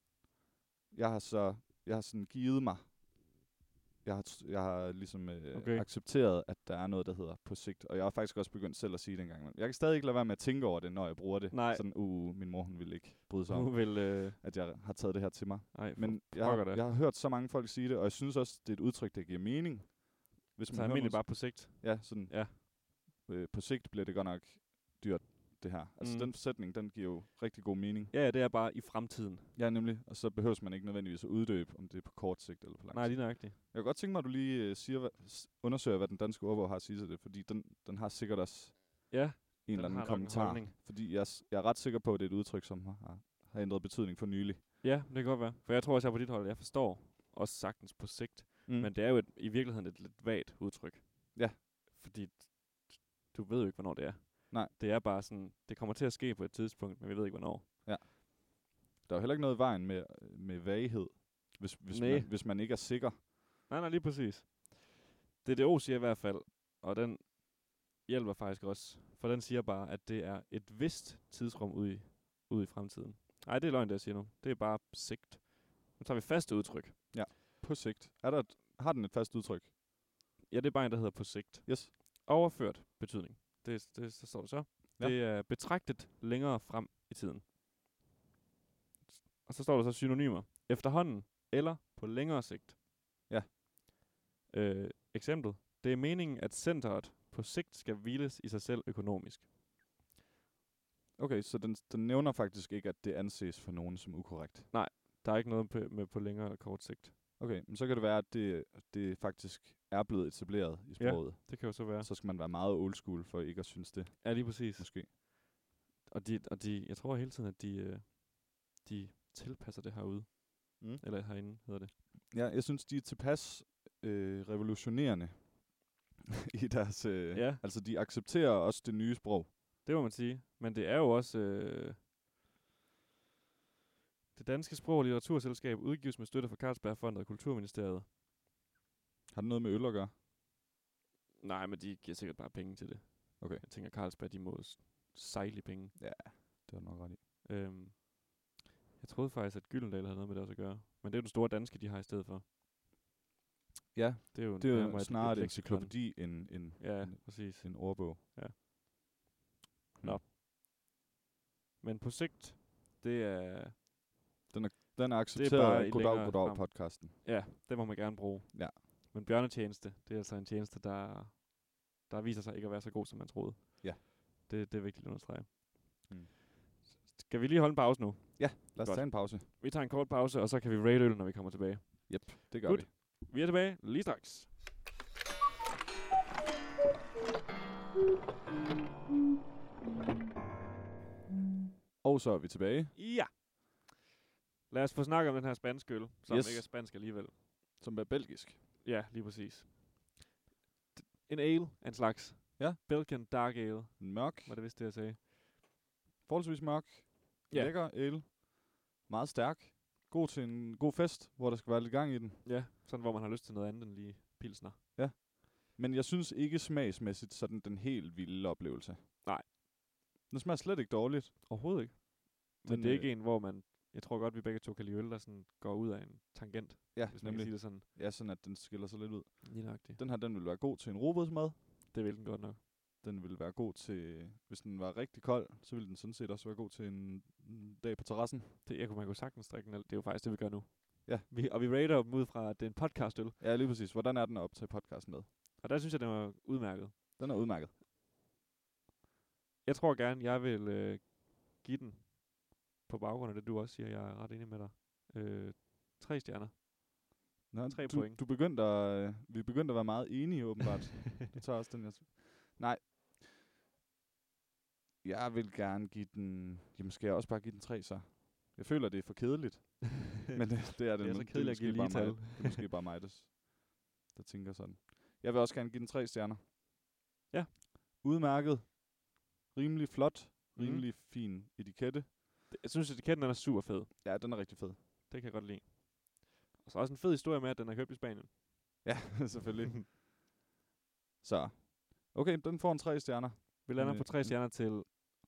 A: jeg har så jeg har sådan givet mig. Jeg har, tr- jeg har ligesom øh,
B: Okay.
A: okay. accepteret, at der er noget, der hedder på sigt. Og jeg har faktisk også begyndt selv at sige det engang. Jeg kan stadig ikke lade være med at tænke over det, når jeg bruger det.
B: Nej.
A: Sådan, uh, min mor hun ville ikke bryde sig
B: Nu
A: om,
B: vil... Øh,
A: at jeg har taget det her til mig.
B: ej, men
A: Men jeg,
B: pokker da.
A: har- jeg har hørt så mange folk sige det, og jeg synes også, det er et udtryk, der giver mening. Hvis
B: så
A: hører
B: Altså, almindelig
A: musik.
B: bare på sigt.
A: Ja, sådan.
B: Ja.
A: Øh, på sigt bliver det godt nok dyrt, det her. Altså
B: Mm.
A: mm. den sætning, den giver jo rigtig god mening.
B: Ja, ja, det er bare i fremtiden.
A: Ja, nemlig. Og så behøves man ikke nødvendigvis at uddøbe, om det er på kort sigt eller på lang
B: Nej,
A: sigt.
B: lige nøjagtigt.
A: Jeg kunne godt tænke mig, at du lige øh, siger, hvad, s- undersøger, hvad den danske ordbog har at sige til det, fordi den, den har sikkert også en
B: Ja,
A: eller
B: den
A: anden
B: har nok en
A: kommentar.
B: holdning.
A: fordi jeg, s- jeg er ret sikker på, at det er et udtryk, som har, har ændret betydning for nylig.
B: Ja, det kan godt være. For jeg tror også, jeg er på dit hold, jeg forstår også sagtens på sigt.
A: Mm.
B: Men det er jo et, i virkeligheden et lidt vagt udtryk.
A: Ja.
B: Fordi t- du ved jo ikke, hvornår det er.
A: Nej.
B: Det er bare sådan, det kommer til at ske på et tidspunkt, men vi ved ikke, hvornår.
A: Der er jo heller ikke noget i vejen med, med vaghed, hvis, hvis,
B: Næ.
A: man, hvis man ikke er sikker.
B: Nej, nej, lige præcis. DDO siger i hvert fald, og den hjælper faktisk også, for den siger bare, at det er et vist tidsrum ude i, ude i fremtiden. Nej, det er løgn, det jeg siger nu. Det er bare sigt. Nu tager vi faste udtryk.
A: På sigt. Er der et, har den et fast udtryk?
B: Ja, det er bare en, der hedder på sigt.
A: Yes.
B: Overført betydning. Det, det så står det så.
A: Ja.
B: Ja. Det er betragtet længere frem i tiden. Og så står der så synonymer. Efterhånden eller på længere sigt.
A: Ja.
B: Øh, eksemplet. Det er meningen, at centret på sigt skal hviles i sig selv økonomisk.
A: Okay, så den, den nævner faktisk ikke, at det anses for nogen som ukorrekt.
B: Der er ikke noget på, med på længere eller kort sigt.
A: Okay, men så kan det være, at det, det faktisk er blevet etableret i
B: Ja.
A: sproget.
B: Det kan jo så
A: Ja.
B: være.
A: Så skal man være meget old school for ikke at synes det,
B: Ja, lige præcis.
A: måske.
B: Og, de, og de, jeg tror hele tiden, at de, øh, de tilpasser det herude.
A: Mm.
B: Eller herinde hedder det.
A: Ja, jeg synes, de er tilpas øh, revolutionerende i deres... Øh,
B: Ja.
A: Altså, de accepterer også det nye sprog.
B: Det må man sige. Men det er jo også... Øh, det Danske Sprog- og Litteraturselskab udgives med støtte fra Carlsbergfondet og Kulturministeriet.
A: Har det noget med øl at gøre?
B: Nej, men de giver sikkert bare penge til det.
A: Okay.
B: Jeg tænker, Carlsberg, de må s- sejle i penge.
A: Det har du nok ret i.
B: Øhm, jeg troede faktisk, at Gyldendal havde noget med det også at gøre. Men det er jo den store danske, de har i stedet for.
A: Ja,
B: Det er jo,
A: det er
B: nærmere
A: jo
B: et-
A: snarere et
B: leksikon.
A: encyklopædi end en,
B: Ja,
A: end-
B: præcis.
A: en ordbog.
B: Men på sigt, det er...
A: Den er
B: bare
A: accepteret
B: i
A: i Goddag,
B: længere frem.
A: Goddag-podcasten.
B: Ja, det må man gerne bruge.
A: Ja.
B: Men bjørnetjeneste, det er altså en tjeneste, der, der viser sig ikke at være så god, som man troede.
A: Ja.
B: Det, det er vigtigt at understrege. Mm.
A: Mm.
B: Skal vi lige holde en pause nu?
A: Lad os
B: Godt.
A: tage en pause.
B: Vi tager en kort pause, og så kan vi rate øl, når vi kommer tilbage.
A: Yep, det gør
B: Godt.
A: vi.
B: Vi er tilbage lige straks.
A: Og så er vi tilbage,
B: Ja. Lad os få snakket om den her spanske øl, som yes.
A: Yes.
B: ikke er spansk alligevel.
A: som er belgisk.
B: Ja, lige præcis. D- En ale af en slags.
A: Ja.
B: Belgian Dark Ale,
A: En mørk,
B: var det vist det, jeg sagde.
A: forholdsvis mørk,
B: Ja.
A: ja. lækker øl, meget stærk, god til en god fest, hvor der skal være lidt gang i den.
B: Ja, sådan hvor man har lyst til noget andet end lige pilsner.
A: Men jeg synes ikke smagsmæssigt sådan den helt vilde oplevelse.
B: Nej.
A: Den smager slet ikke dårligt.
B: Overhovedet ikke. Men
A: Den,
B: det er
A: øh,
B: ikke en, hvor man... Jeg tror godt, vi begge to kan lide øl, der sådan går ud af en tangent,
A: Ja,
B: hvis man kan sige
A: nemlig.
B: det sådan.
A: Ja, sådan at den skiller sig lidt ud.
B: Lige nøjagtigt.
A: Den her, den vil være god til en robotsmad.
B: Det vil den godt nok.
A: Den ville være god til, hvis den var rigtig kold, så ville den sådan set også være god til en, en dag på terrassen.
B: Det, jeg kunne, man kunne sagtens drikke en øl. Det er jo faktisk det, vi gør nu.
A: Ja.
B: Vi, og vi rater dem ud fra, at det er en podcastøl.
A: Ja, lige præcis. Hvordan er den at optage podcasten med?
B: Og der synes jeg, den var udmærket.
A: Den er udmærket.
B: Jeg tror gerne, jeg vil øh, give den på baggrund af det, du også siger. Jeg er ret enig med dig. Øh, tre stjerner.
A: Nå,
B: Tre
A: du,
B: point.
A: Du begyndte at, øh, vi begyndte at være meget enige, åbenbart. du tager også den, jeg... Nej. Jeg vil gerne give den... Jamen, skal jeg også bare give den tre, så? Jeg føler, det er for kedeligt. men det, det er det.
B: så
A: men
B: kedeligt at
A: måske
B: give lige
A: bare mig.
B: tal.
A: Det er måske bare mig, der, s- der tænker sådan. Jeg vil også gerne give den tre stjerner.
B: Ja.
A: Udmærket. Rimelig flot.
B: Mhm.
A: Rimelig mm. fin etikette.
B: Det- Jeg synes, at etiketten den er super fed.
A: Ja, den er rigtig fed.
B: Det kan jeg godt lide. Og så også en fed historie med, at den er købt i Spanien.
A: Ja, selvfølgelig. så. Okay, den får en tre stjerner.
B: Vi lander
A: Men,
B: på
A: øh,
B: tre
A: mm.
B: stjerner til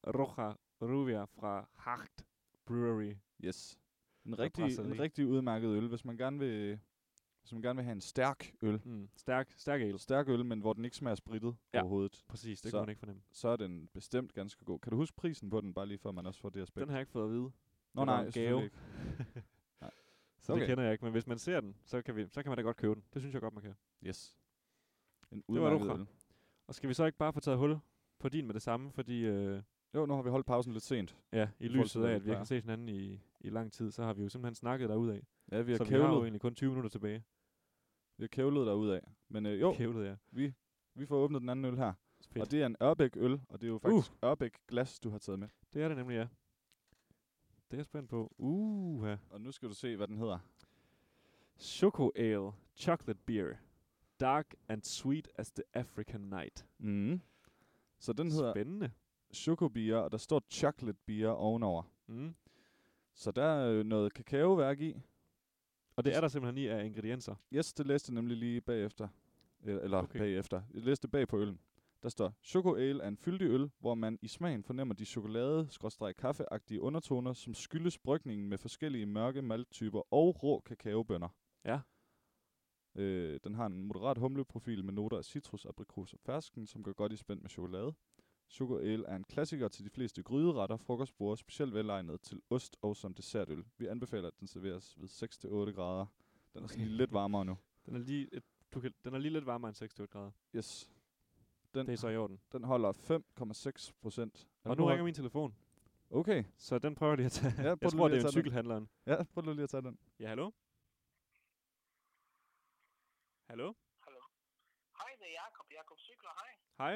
B: Roja Rubia fra Hagt Brewery.
A: Yes. En
B: Fra
A: rigtig,
B: brasseri.
A: en rigtig udmærket øl, hvis man gerne vil, hvis man gerne vil have en stærk øl.
B: Mm. Stærk, stærk
A: En
B: ale.
A: stærk øl, men hvor den ikke smager spritet
B: Ja.
A: ja. overhovedet,
B: Præcis, det
A: Så.
B: kan man ikke fornemme.
A: så er den bestemt ganske god. Kan du huske prisen på den, bare lige før man også får det aspekt?
B: Den har jeg ikke fået at vide.
A: Nå
B: det var
A: nej,
B: en
A: selvfølgelig
B: gave.
A: ikke. Nej.
B: så det
A: Okay.
B: kender jeg ikke, men hvis man ser den, så kan, vi, så kan man da godt købe den. Det synes jeg godt, man kan.
A: Yes. En
B: var
A: udmærket
B: Luca.
A: øl.
B: Og skal vi så ikke bare få taget hul på din med det samme, fordi øh,
A: Jo, nu har vi holdt pausen lidt sent.
B: ja,
A: forhold til,
B: i lyset
A: hvad
B: af,
A: vi
B: at vi ikke
A: plejer.
B: har set hinanden i, i lang tid, så har vi jo simpelthen snakket derudad.
A: Ja, vi har,
B: Så vi har jo
A: kævlet,
B: egentlig kun 20 minutter tilbage.
A: vi har kævlet derudad. Men øh, jo,
B: Kævlet, ja.
A: vi, vi får åbnet den anden øl her.
B: Fedt.
A: Og det er en Ørbæk øl, og det er jo faktisk uh. Ørbæk glas, du har taget med.
B: Det er det nemlig, ja. Det er jeg spændt på. Uh, ja.
A: Og nu skal du se, hvad den hedder.
B: Choco Ale Chocolate Beer. Dark and sweet as the African night.
A: Mm. Så den hedder
B: Spændende.
A: chokobier, og der står chocolate beer ovenover.
B: Mm.
A: Så der er øh, noget kakaoværk i.
B: Og det er der simpelthen i af ingredienser.
A: Yes, det læste jeg nemlig lige bagefter. Eller, eller
B: Okay.
A: okay. bagefter. Jeg læste bag på øllen. Der står, Choco Ale er en fyldig øl, hvor man i smagen fornemmer de chokolade kaffeagtige undertoner, som skyldes brygningen med forskellige mørke malttyper og rå kakaobønner.
B: Ja.
A: Øh, den har en moderat humleprofil med noter af citrus, aprikos og fersken, som går godt i spænd med chokolade. Choco Ale er en klassiker til de fleste gryderetter, frokostbord, specielt velegnet til ost og som dessertøl. Vi anbefaler, at den serveres ved 6-8 grader. Den er sådan
B: Okay.
A: lige lidt varmere nu.
B: Den er lige, et, du kan, den er lige lidt varmere end 26 grader.
A: Yes.
B: Den.
A: Den,
B: Det er så i orden.
A: den holder 5,6 procent.
B: Og nu ringer min telefon,
A: Okay.
B: så den prøver jeg lige at tage.
A: Ja, prøv
B: jeg
A: du
B: tror,
A: lige at
B: det er en
A: tage den.
B: cykelhandleren.
A: Ja, prøv lige at tage den.
B: Ja, hallo? Hallo?
C: Hallo. Hej, det er Jakob. Jakob Cykler, hej.
B: Hej?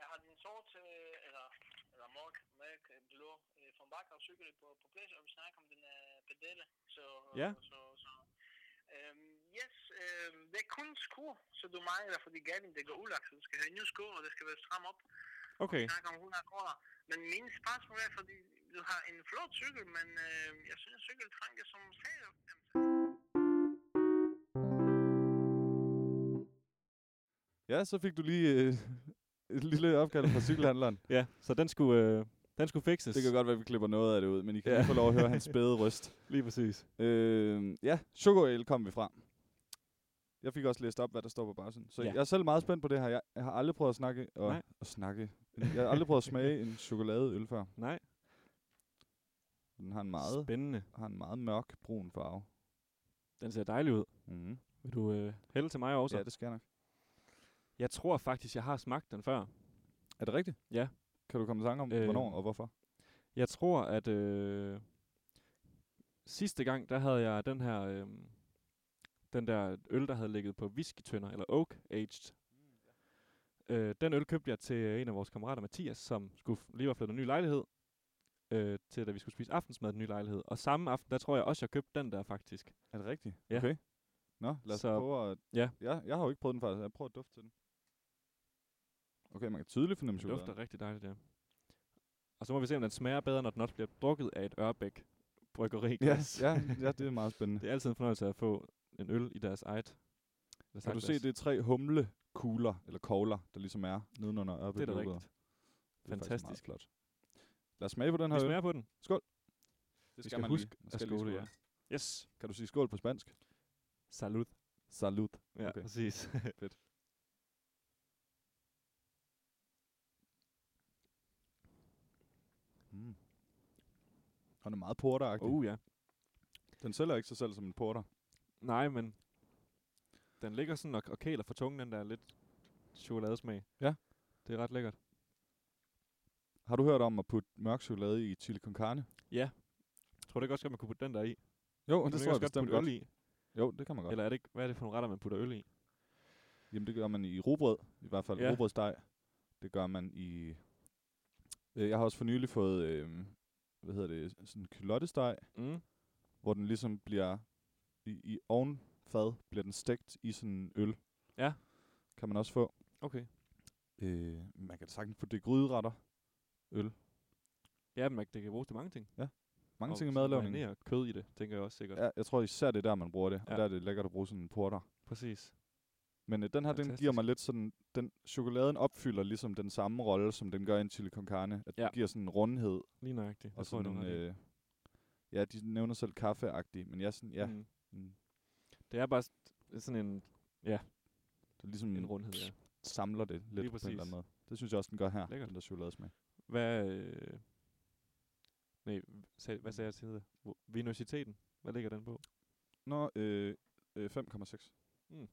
C: Jeg har din sort, øh, eller, eller mørk, mørk øh, blå øh, fra Bakker cykel på, på plads, og vi snakker om den øh, pedale. Så,
B: Ja.
C: Så, så, øhm, yes, øh, det er kun sko, så du mangler, fordi gaden det går ulagt, så du skal have nye sko, og det skal være stram op.
B: Okay.
C: Vi snakker om 100 kroner. Men min spørgsmål er, fordi du har en flot cykel, men øh, jeg synes, cykel trænger som serier.
A: Ja, så fik du lige øh, et lille opkald fra cykelhandleren.
B: Ja, så den skulle, øh, den skulle fixes.
A: Det kan godt være, at vi klipper noget af det ud, men I kan
B: Ja.
A: ja. lige få lov at høre hans spæde ryst.
B: Lige præcis.
A: Øh, ja, Sugar Ale kom vi fra. Jeg fik også læst op, hvad der står på bagsiden. Så
B: Ja.
A: ja. jeg er selv meget spændt på det her. Jeg, jeg har aldrig prøvet at snakke og,
B: Nej.
A: og snakke. Jeg har aldrig prøvet at smage en chokoladeøl før.
B: Nej.
A: Den har en meget,
B: Spændende.
A: har en meget mørk brun farve.
B: Den ser dejlig ud.
A: Mm.
B: Vil du øh, hælde til mig også?
A: Ja, det skal jeg nok.
B: Jeg tror faktisk, jeg har smagt den før.
A: Er det rigtigt?
B: Ja.
A: Kan du komme i tanke om,
B: Øh,
A: øh, hvornår og hvorfor?
B: Jeg tror, at øh, sidste gang, der havde jeg den her, øh, den der øl, der havde ligget på whiskytønder, eller oak aged. Øh, den øl købte jeg til øh, en af vores kammerater, Mathias, som skulle f- lige var flyttet en ny lejlighed, øh, til da vi skulle spise aftensmad i den nye lejlighed. Og samme aften, der tror jeg også, jeg købte den der faktisk.
A: Er det rigtigt?
B: Ja.
A: Okay. Nå, lad os
B: Så-
A: så, prøve at...
B: ja.
A: Jeg, jeg har jo ikke prøvet den faktisk. Jeg prøver at dufte til den. Okay, man kan tydeligt fornemme
B: Det dufter
A: chokoladen.
B: rigtig dejligt, ja. Og så må vi se, om den smager bedre, når den også bliver drukket af et Ørbæk bryggeri.
A: Ja, ja, ja, det er meget spændende.
B: Det er altid en fornøjelse at få en øl i deres eget. Deres
A: kan
B: eget
A: du se,
B: glas.
A: det er tre humlekugler, eller kogler, der ligesom er nedenunder ørbe.
B: Det er da rigtigt. Fantastisk.
A: Fantastisk. Flot. Lad os smage på den her
B: Vi
A: øl.
B: smager på den. Skål.
A: Det
B: vi skal huske
A: lige. Man
B: at
A: skal lige
B: skåle, ja.
A: skåle.
B: Yes.
A: Kan du sige skål på spansk?
B: Salut.
A: Salut.
B: Ja, okay.
A: Okay.
B: præcis. Fedt.
A: Og den Mm. er meget porteragtig. Uh.
B: Uh, ja.
A: Den sælger ikke sig selv som en porter.
B: Nej, men den ligger sådan og, og kæler for tungen, den der lidt chokoladesmag.
A: Ja.
B: Det er ret lækkert.
A: Har du hørt om at putte mørk chokolade i chili con carne?
B: Ja. Tror du ikke også, at man kunne putte den der i?
A: Jo,
B: Kunne
A: det
B: man ikke
A: tror jeg
B: også godt
A: bestemt
B: putte
A: godt.
B: øl i?
A: Jo, det kan man godt. Eller
B: Eller er det ikke, hvad er det for nogle retter, man putter øl i?
A: Jamen det gør man i robrød, i hvert fald
B: Ja.
A: ja. robrødsteg. Det gør man i... Øh, jeg har også for nylig fået, øh, hvad hedder det, sådan en kylottesteg,
B: Mm.
A: hvor den ligesom bliver i, i ovenfad, bliver den stegt i sådan en øl.
B: Ja.
A: Kan man også få.
B: Okay.
A: Øh, man kan sagtens putte det i gryderetter.
B: Ja, men man- det kan bruges til mange ting.
A: Mange
B: Og
A: ting i
B: så
A: madlavning.
B: marinere kød i det, tænker jeg også sikkert. Ja.
A: Ja, jeg tror især det er der, man bruger det. Ja.
B: Ja.
A: Og der er det lækkert at bruge sådan en porter.
B: Præcis.
A: Men øh, den her, den giver
B: Fantastisk.
A: mig lidt sådan, den, chokoladen opfylder ligesom den samme rolle, som den gør i en chili con carne. At ja.
B: Ja.
A: den giver sådan en rundhed.
B: Lige nøjagtigt. Det
A: Og
B: tror jeg,
A: sådan
B: du
A: en,
B: har ret i.
A: øh, ja, de nævner selv kaffeagtig, men jeg er sådan, ja, mm.
B: Mm.
A: en,
B: Det er bare st- sådan en,
A: det er ligesom
B: en rundhed, ja.
A: samler det lidt på en eller
B: præcis.
A: anden måde. Det synes jeg også, den gør her,
B: Lækkert.
A: den der chokoladesmag.
B: Hvad, øh, nej, sag, hvad sagde jeg til det? Hvor- Vinositeten. Hvad ligger den på?
A: Nå, øh, øh, 5,6.
B: Mm.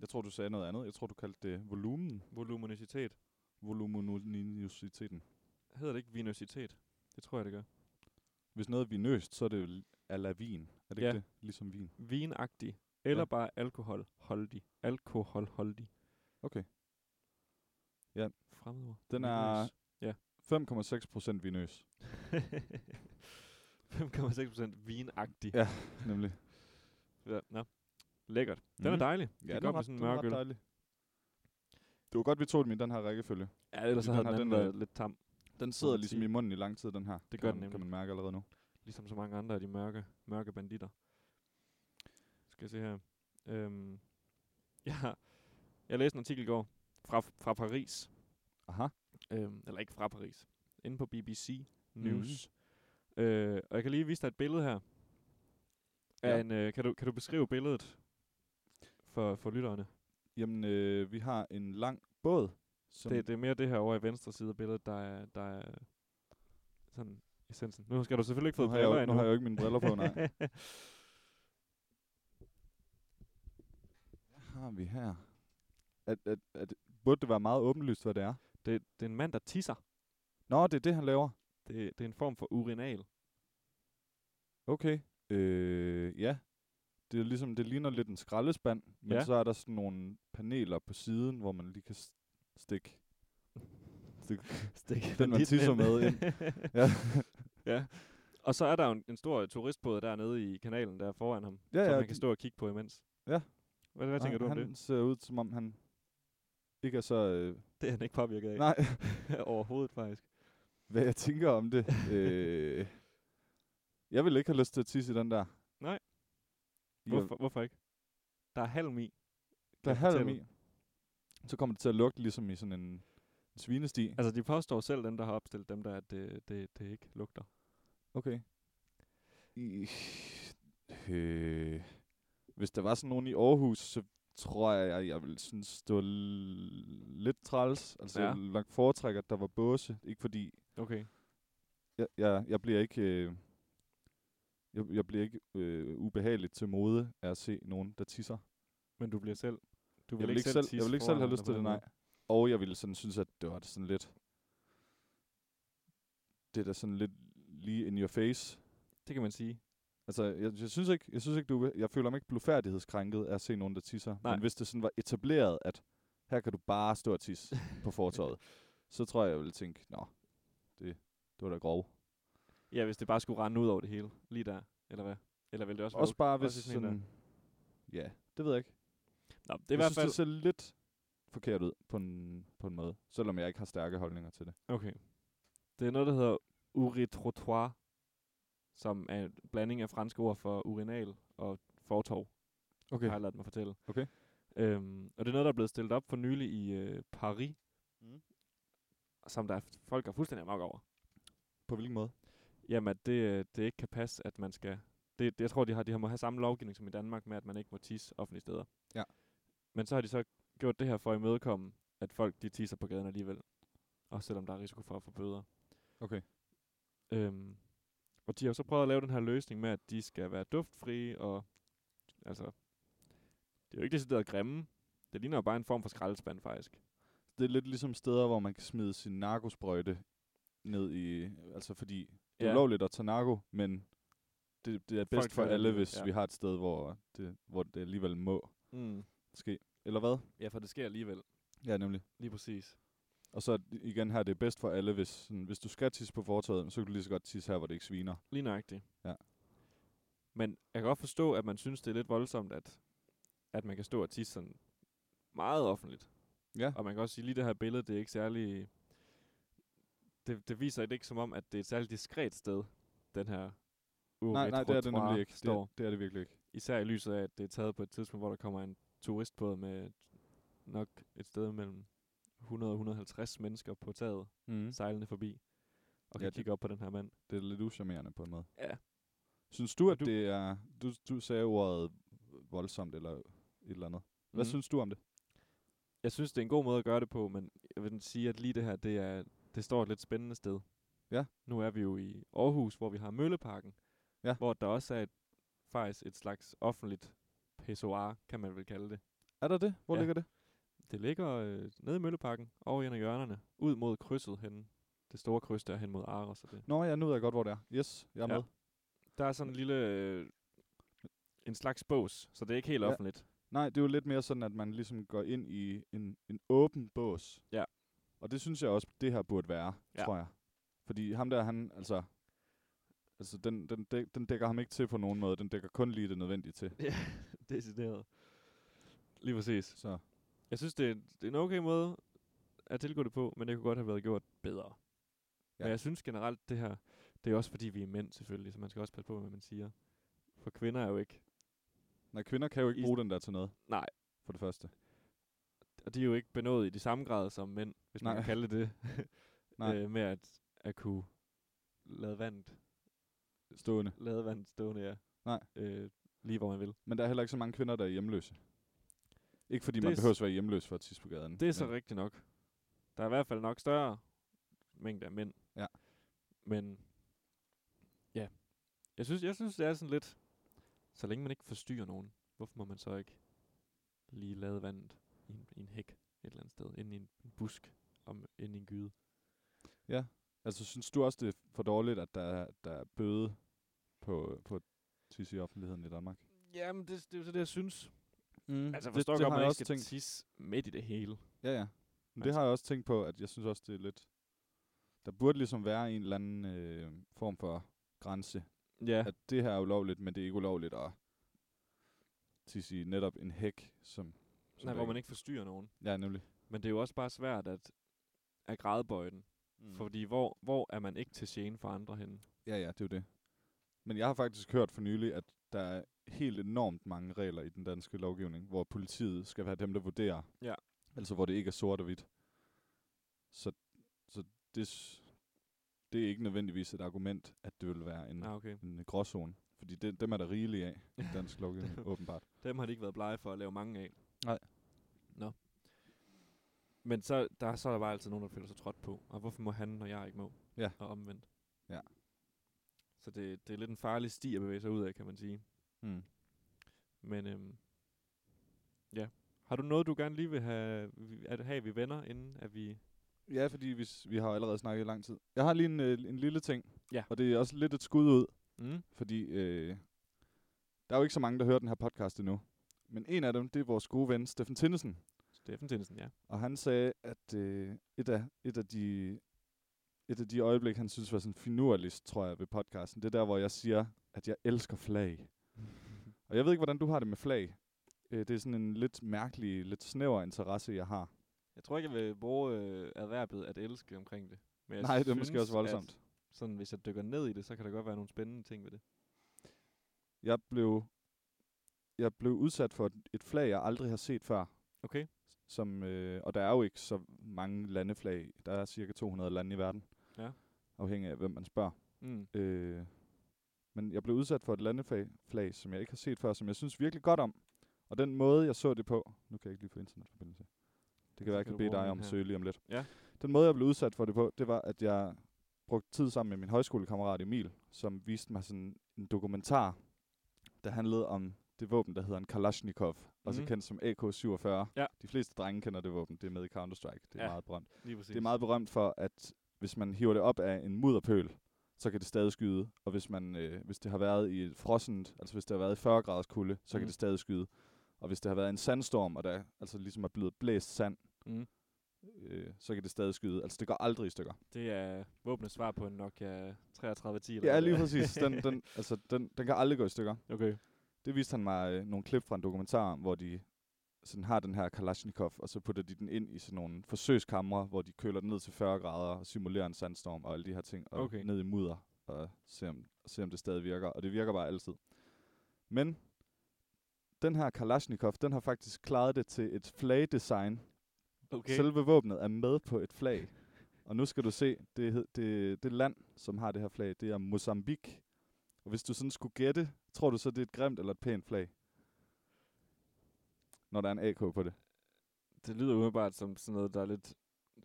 A: Jeg tror, du sagde noget andet. Jeg tror, du kaldte det volumen.
B: Voluminositet.
A: Voluminositeten.
B: Hedder det ikke vinositet? Det tror jeg, det gør.
A: Hvis noget er vinøst, så er det jo l- a la vin. Er det ja.
B: Ja.
A: ikke det? Ligesom vin.
B: Vinagtig. Eller
A: Ja.
B: ja. bare alkoholholdig. Alkoholholdig.
A: Okay. Ja.
B: Fremmedord.
A: Den er 5,6 procent vinøs,
B: Vinøs. 5,6 procent vinagtig.
A: Ja. nemlig.
B: Ja. Nå. Lækkert. Den mm. er
A: Mhm.
B: dejlig. det er godt med
A: ret-
B: sådan en
A: den er
B: mørk
A: ret
B: øl.
A: dejlig. Det var godt, vi tog dem i den her rækkefølge.
B: Ja, ellers så
A: Den
B: havde
A: har
B: den anden
A: den, øh,
B: været lidt tam.
A: Den sidder
B: man
A: ligesom
B: sige.
A: i munden i lang tid, den her. kan
B: Det gør
A: man,
B: den
A: Kan
B: nemlig.
A: man mærke allerede nu.
B: Ligesom så mange andre af de mørke, mørke banditter. Skal jeg se her. Øhm, jeg, har- jeg læste en artikel i går fra, fra Paris.
A: Aha.
B: øhm, eller ikke fra Paris, inde på BBC News.
A: Mhm.
B: Mm. Øh, og jeg kan lige vise dig et billede her. Af
A: Ja.
B: ja. en, øh, kan, du, kan du beskrive billedet for, for lytterne?
A: Jamen, øh, vi har en lang båd. Som
B: Det, det er mere det her over i venstre side af billedet, der er, der er sådan essensen. Nu skal du selvfølgelig ikke få
A: nu, har jeg,
B: briller
A: jo- nu
B: endnu.
A: har jeg jo ikke mine briller på, nej. Hvad har vi her? At, at, at, burde det være meget åbenlyst, hvad det er?
B: det, det er en mand, der tisser.
A: Nå, det er det, han laver.
B: Det, det er en form for urinal.
A: Okay. Øh, ja. Det er ligesom, det ligner lidt en skraldespand, men ja.
B: Ja.
A: så er der sådan nogle paneler på siden, hvor man lige kan s- stikke. stikke.
B: Stik
A: man
B: banditten
A: tisser
B: ind.
A: med ind. Ja.
B: ja. Og så er der jo en, en stor turistbåd dernede i kanalen, der er foran ham,
A: Ja,
B: som
A: ja,
B: man kan
A: de-
B: stå og kigge på imens.
A: Ja.
B: Hvad, hvad tænker du om
A: han
B: det?
A: Han ser ud, som om han ikke er så... Øh,
B: Det er han ikke påvirket af.
A: nej,
B: Overhovedet faktisk.
A: hvad jeg tænker om det. øh, jeg vil ikke have lyst til at tisse i den der.
B: Nej.
A: I
B: Hvorfor, hvorfor ikke? Der er halm i.
A: Der er
B: jeg
A: halm i.
B: fortælle?
A: Så kommer det til at lugte ligesom i sådan en, en svinesti.
B: Altså, de påstår selv, dem der har opstillet dem der, at det, det, det ikke lugter.
A: Okay. I, øh, hvis der var sådan nogen i Aarhus, så tror jeg, jeg ville synes, det var l- lidt træls. Altså, ja.
B: Ja.
A: jeg ville nok foretrække, at der var båse. Ikke fordi,
B: Okay.
A: jeg, jeg, jeg bliver ikke... Øh, jeg, jeg bliver ikke øh, ubehageligt til mode af at se nogen, der tisser.
B: Men du bliver selv... Du
A: Jeg vil ikke selv, jeg
B: tisse
A: vil ikke selv
B: foran
A: have
B: andre
A: lyst
B: på
A: til det,
B: den
A: nej.
B: måde.
A: Og jeg ville sådan synes, at det var da sådan lidt... Det er da sådan lidt lige in your face.
B: Det kan man sige.
A: Altså, jeg, jeg synes ikke, jeg synes ikke, du, er ube- jeg føler mig ikke blufærdighedskrænket af at se nogen, der tisser.
B: Nej.
A: Men hvis det sådan var etableret, at her kan du bare stå og tisse på fortorvet, så tror jeg, jeg ville tænke, nå, det, det var da grov.
B: Ja, hvis det bare skulle rende ud over det hele. Lige der. Eller hvad? Eller vil det også, være
A: Også
B: okay?
A: bare hvis
B: i
A: sådan,
B: en der-
A: sådan ja, det ved jeg ikke.
B: Nå, det er
A: Det
B: i hvert
A: synes,
B: fald...
A: det ser lidt forkert ud på en, på en måde, selvom jeg ikke har stærke holdninger til det.
B: Okay. Det er noget, der hedder uritrottoir, som er en blanding af franske ord for urinal og fortov. Okay. Har jeg ladet mig fortælle.
A: Okay.
B: Øhm, og det er noget, der er blevet stillet op for nylig i øh, Paris,
A: Mm.
B: mm. som der er f- folk er fuldstændig amok over.
A: På hvilken måde?
B: Jamen, at det, øh, det ikke kan passe, at man skal... Det, det, jeg tror, de har, de har må have samme lovgivning som i Danmark med, at man ikke må tisse offentlige steder.
A: Ja.
B: Men så har de så gjort det her for at imødekomme, at folk de tisser på gaden alligevel. Også selvom der er risiko for at få bøder.
A: Okay.
B: Øhm, Og de har jo så prøvet at lave den her løsning med, at de skal være duftfrie, og altså, det er jo ikke decideret grimme. Det ligner jo bare en form for skraldespand, faktisk.
A: Det er lidt ligesom steder, hvor man kan smide sin narkosprøjte ned i... Altså, fordi det er
B: Ja.
A: ulovligt at tage narko, men det, det er bedst
B: Folk
A: for
B: gør det,
A: alle, hvis
B: ja.
A: ja. vi har et sted, hvor det, hvor det alligevel må
B: Mm.
A: ske. Eller hvad?
B: Ja, for det sker alligevel.
A: Ja, nemlig.
B: Lige præcis.
A: Og så igen her, det er bedst for alle, hvis, sådan, hvis du skal tisse på fortovet, så kan du lige så godt tisse her, hvor det ikke sviner.
B: Lige nøjagtigt.
A: Ja.
B: Men jeg kan godt forstå, at man synes, det er lidt voldsomt, at, at man kan stå og tisse sådan meget offentligt.
A: Ja.
B: Og man kan også sige, lige det her billede, det er ikke særlig... Det, det viser det ikke som om, at det er et særligt diskret sted, den her
A: nej, nej, det er det
B: uretrotroir
A: nemlig ikke. Det,
B: Står.
A: er- det er det virkelig ikke.
B: Især i lyset af, at det er taget på et tidspunkt, hvor der kommer en turistbåd med nok et sted mellem 100 og 150 mennesker på taget,
A: Mm.
B: mm. sejlende forbi, og
A: Ja,
B: kan ja,
A: det-
B: kigge op på den her mand.
A: Det er lidt uschammerende på en måde.
B: Ja.
A: Synes du,
B: Og
A: at
B: du-
A: du... det er... Du, du sagde ordet voldsomt eller et eller andet. Hvad mm. synes du om det?
B: jeg synes, det er en god måde at gøre det på, men jeg vil sige, at lige det her, det, er, det står et lidt spændende sted.
A: Ja.
B: Nu er vi jo i Aarhus, hvor vi har Mølleparken,
A: Ja.
B: hvor der også er et, faktisk et slags offentligt pissoir, kan man vel kalde det.
A: Er der det? Hvor
B: Ja.
A: ja. ligger det?
B: Det ligger øh, nede i Mølleparken, over i en af hjørnerne, ud mod krydset hen. Det store kryds der hen mod Aros og det.
A: Nå ja, nu ved jeg godt, hvor det er. Yes, jeg er
B: Ja.
A: ja. med.
B: Der er sådan en lille... Øh, en slags bås, så det er ikke helt
A: Ja.
B: offentligt.
A: Nej, det er jo lidt mere sådan, at man ligesom går ind i en, en åben bås.
B: Ja.
A: Og det synes jeg også, det her burde være,
B: Ja.
A: ja. tror jeg. Fordi ham der, han, altså... Altså, den, den, dæk, den dækker ham ikke til på nogen måde. Den dækker kun lige det nødvendige til.
B: Ja, decideret. Lige præcis.
A: Så
B: Jeg synes, det er, en- det er en okay måde at tilgå det på, men det kunne godt have været gjort bedre. Ja.
A: Ja.
B: Men jeg synes generelt, det her, det er også fordi, vi er mænd selvfølgelig, så man skal også passe på, hvad man siger. For kvinder er jo ikke,
A: nej, kvinder kan jo ikke
B: I-
A: bruge den der til noget.
B: Nej.
A: For det første.
B: og de er jo ikke benået i de samme grader som mænd, hvis man
A: Nej.
B: kan kalde det det,
A: Nej.
B: øh, med at, at kunne lade vandet,
A: Stående.
B: lade vandet stående, ja.
A: Nej.
B: Øh, lige hvor man vil.
A: Men der er heller ikke så mange kvinder, der er hjemløse. Ikke fordi
B: Det
A: det man
B: er s-
A: behøver at være hjemløs for at tisse på gaden.
B: Det er så
A: men-
B: rigtigt nok. Der er i hvert fald nok større mængde af mænd.
A: Ja.
B: Men ja, jeg synes, jeg synes det er sådan lidt, så længe man ikke forstyrrer nogen, hvorfor må man så ikke lige lade vandet i en, i en hæk et eller andet sted, ind i en busk, om, ind i en gyde?
A: Altså, synes du også, det er for dårligt, at der, er- der er bøde på, på at tisse i offentligheden i Danmark?
B: Jamen, det, det er jo så det, jeg synes.
A: Mm.
B: Altså, jeg forstår det,
A: det
B: godt,
A: har
B: man
A: jeg
B: ikke
A: også
B: skal
A: tænkt.
B: tisse midt i det hele.
A: Ja, ja. Men det
B: Altså-
A: har jeg også tænkt på, at jeg synes også, det er lidt... Der burde ligesom være en eller anden øh, form for grænse.
B: Ja,
A: Ja. At det her er ulovligt, men det er ikke ulovligt at tisse i netop en hæk, som... som
B: nej,
A: der
B: hvor man ikke forstyrrer nogen.
A: Ja, nemlig.
B: Men det er jo også bare svært at, at grædebøje den. Mm. Fordi hvor, hvor er man ikke til gene for andre henne?
A: Ja, ja, det er jo det. Men jeg har faktisk hørt for nylig, at der er helt enormt mange regler i den danske lovgivning, hvor politiet skal være dem, der vurderer.
B: Ja.
A: Altså, hvor det ikke er sort og hvidt. Så, så det, s- det er ikke nødvendigvis et argument, at det vil være en,
B: Ah, okay.
A: en gråzone. Fordi det, dem er der rigeligt af i dansk lovgivning, åbenbart.
B: Dem har de ikke været blege for at lave mange af.
A: Nej.
B: Nå. Men så, der, så er der bare altid nogen, der føler sig trådt på. Og hvorfor må han, når jeg ikke må?
A: Ja.
B: Og omvendt.
A: Ja.
B: Så det, det er lidt en farlig sti at bevæge sig ud af, kan man sige. Hmm.
A: Mm.
B: Men øhm, ja. Har du noget, du gerne lige vil have, vi- at have vi venner, inden at vi...
A: Ja, fordi vi, s- vi har jo allerede snakket i lang tid. Jeg har lige en, øh, en lille ting,
B: Ja.
A: og det er også lidt et skud ud
B: Mm?
A: fordi øh, der er jo ikke så mange, der hører den her podcast endnu. Men en af dem, det er vores gode ven, Steffen Tindesen.
B: Steffen Tinsen, ja.
A: Og han sagde, at øh, et, af, et, af de, et af de øjeblik, han synes var sådan finurligst, tror jeg, ved podcasten, det er der, hvor jeg siger, at jeg elsker flag. Og jeg ved ikke, hvordan du har det med flag. Øh, det er sådan en lidt mærkelig, lidt snæver interesse, jeg har.
B: Jeg tror ikke, jeg vil bruge øh, adverbet at elske omkring det. Men jeg
A: Nej, det er
B: synes,
A: måske også
B: at
A: voldsomt.
B: Sådan, hvis jeg dykker ned i det, så kan der godt være nogle spændende ting ved det.
A: Jeg blev, jeg blev udsat for et, et flag, jeg aldrig har set før.
B: Okay.
A: som, øh, og der er jo ikke så mange landeflag. Der er cirka 200 lande i verden.
B: Ja.
A: Afhængig af, hvem man spørger.
B: Mm.
A: Øh, men jeg blev udsat for et landeflag, flag, som jeg ikke har set før, som jeg synes virkelig godt om. Og den måde, jeg så det på... Nu kan jeg ikke lige få internetforbindelse. Det kan
B: Så
A: være, jeg
B: kan
A: kan
B: du
A: bede
B: bruge
A: dig
B: min
A: om at
B: her.
A: søge lige om lidt.
B: Ja.
A: Den måde, jeg blev udsat for det på, det var, at jeg brugt tid sammen med min højskolekammerat Emil, som viste mig sådan en dokumentar, der handlede om det våben, der hedder en Kalashnikov, mm. også
B: Mhm.
A: kendt som AK-47.
B: Ja.
A: De fleste drenge kender det våben, det er med i Counter-Strike, det er
B: Ja.
A: ja. meget brændt.
B: Lige præcis.
A: Det er meget berømt for, at hvis man hiver det op af en mudderpøl, så kan det stadig skyde. Og hvis, man, øh, hvis det har været i et frossent, altså hvis det har været i 40 graders kulde, så mm.
B: Mhm.
A: kan det stadig skyde. Og hvis det har været en sandstorm, og der altså ligesom er blevet blæst sand,
B: Mm.
A: øh, så kan det stadig skyde. Altså det går aldrig i stykker.
B: Det er våbnets svar på en Nokia 3310. eller
A: Ja,
B: hvad
A: lige
B: det er.
A: præcis. Den, den, altså, den, den kan aldrig gå i stykker.
B: Okay.
A: Det viste han mig øh, nogle klip fra en dokumentar, hvor de sådan har den her Kalashnikov, og så putter de den ind i sådan nogle forsøgskamre, hvor de køler den ned til 40 grader og simulerer en sandstorm og alle de her ting, og
B: Okay.
A: okay. ned i mudder og se om, se om det stadig virker, og det virker bare altid. Men den her Kalashnikov, den har faktisk klaret det til et flagdesign.
B: okay.
A: Okay. Selve våbnet er med på et flag. Og nu skal du se, det, hed- det, det land, som har det her flag, det er Mozambique. Og hvis du sådan skulle gætte, tror du så, det er et grimt eller et pænt flag? Når der er en AK på det.
B: det lyder umiddelbart som sådan noget, der er lidt...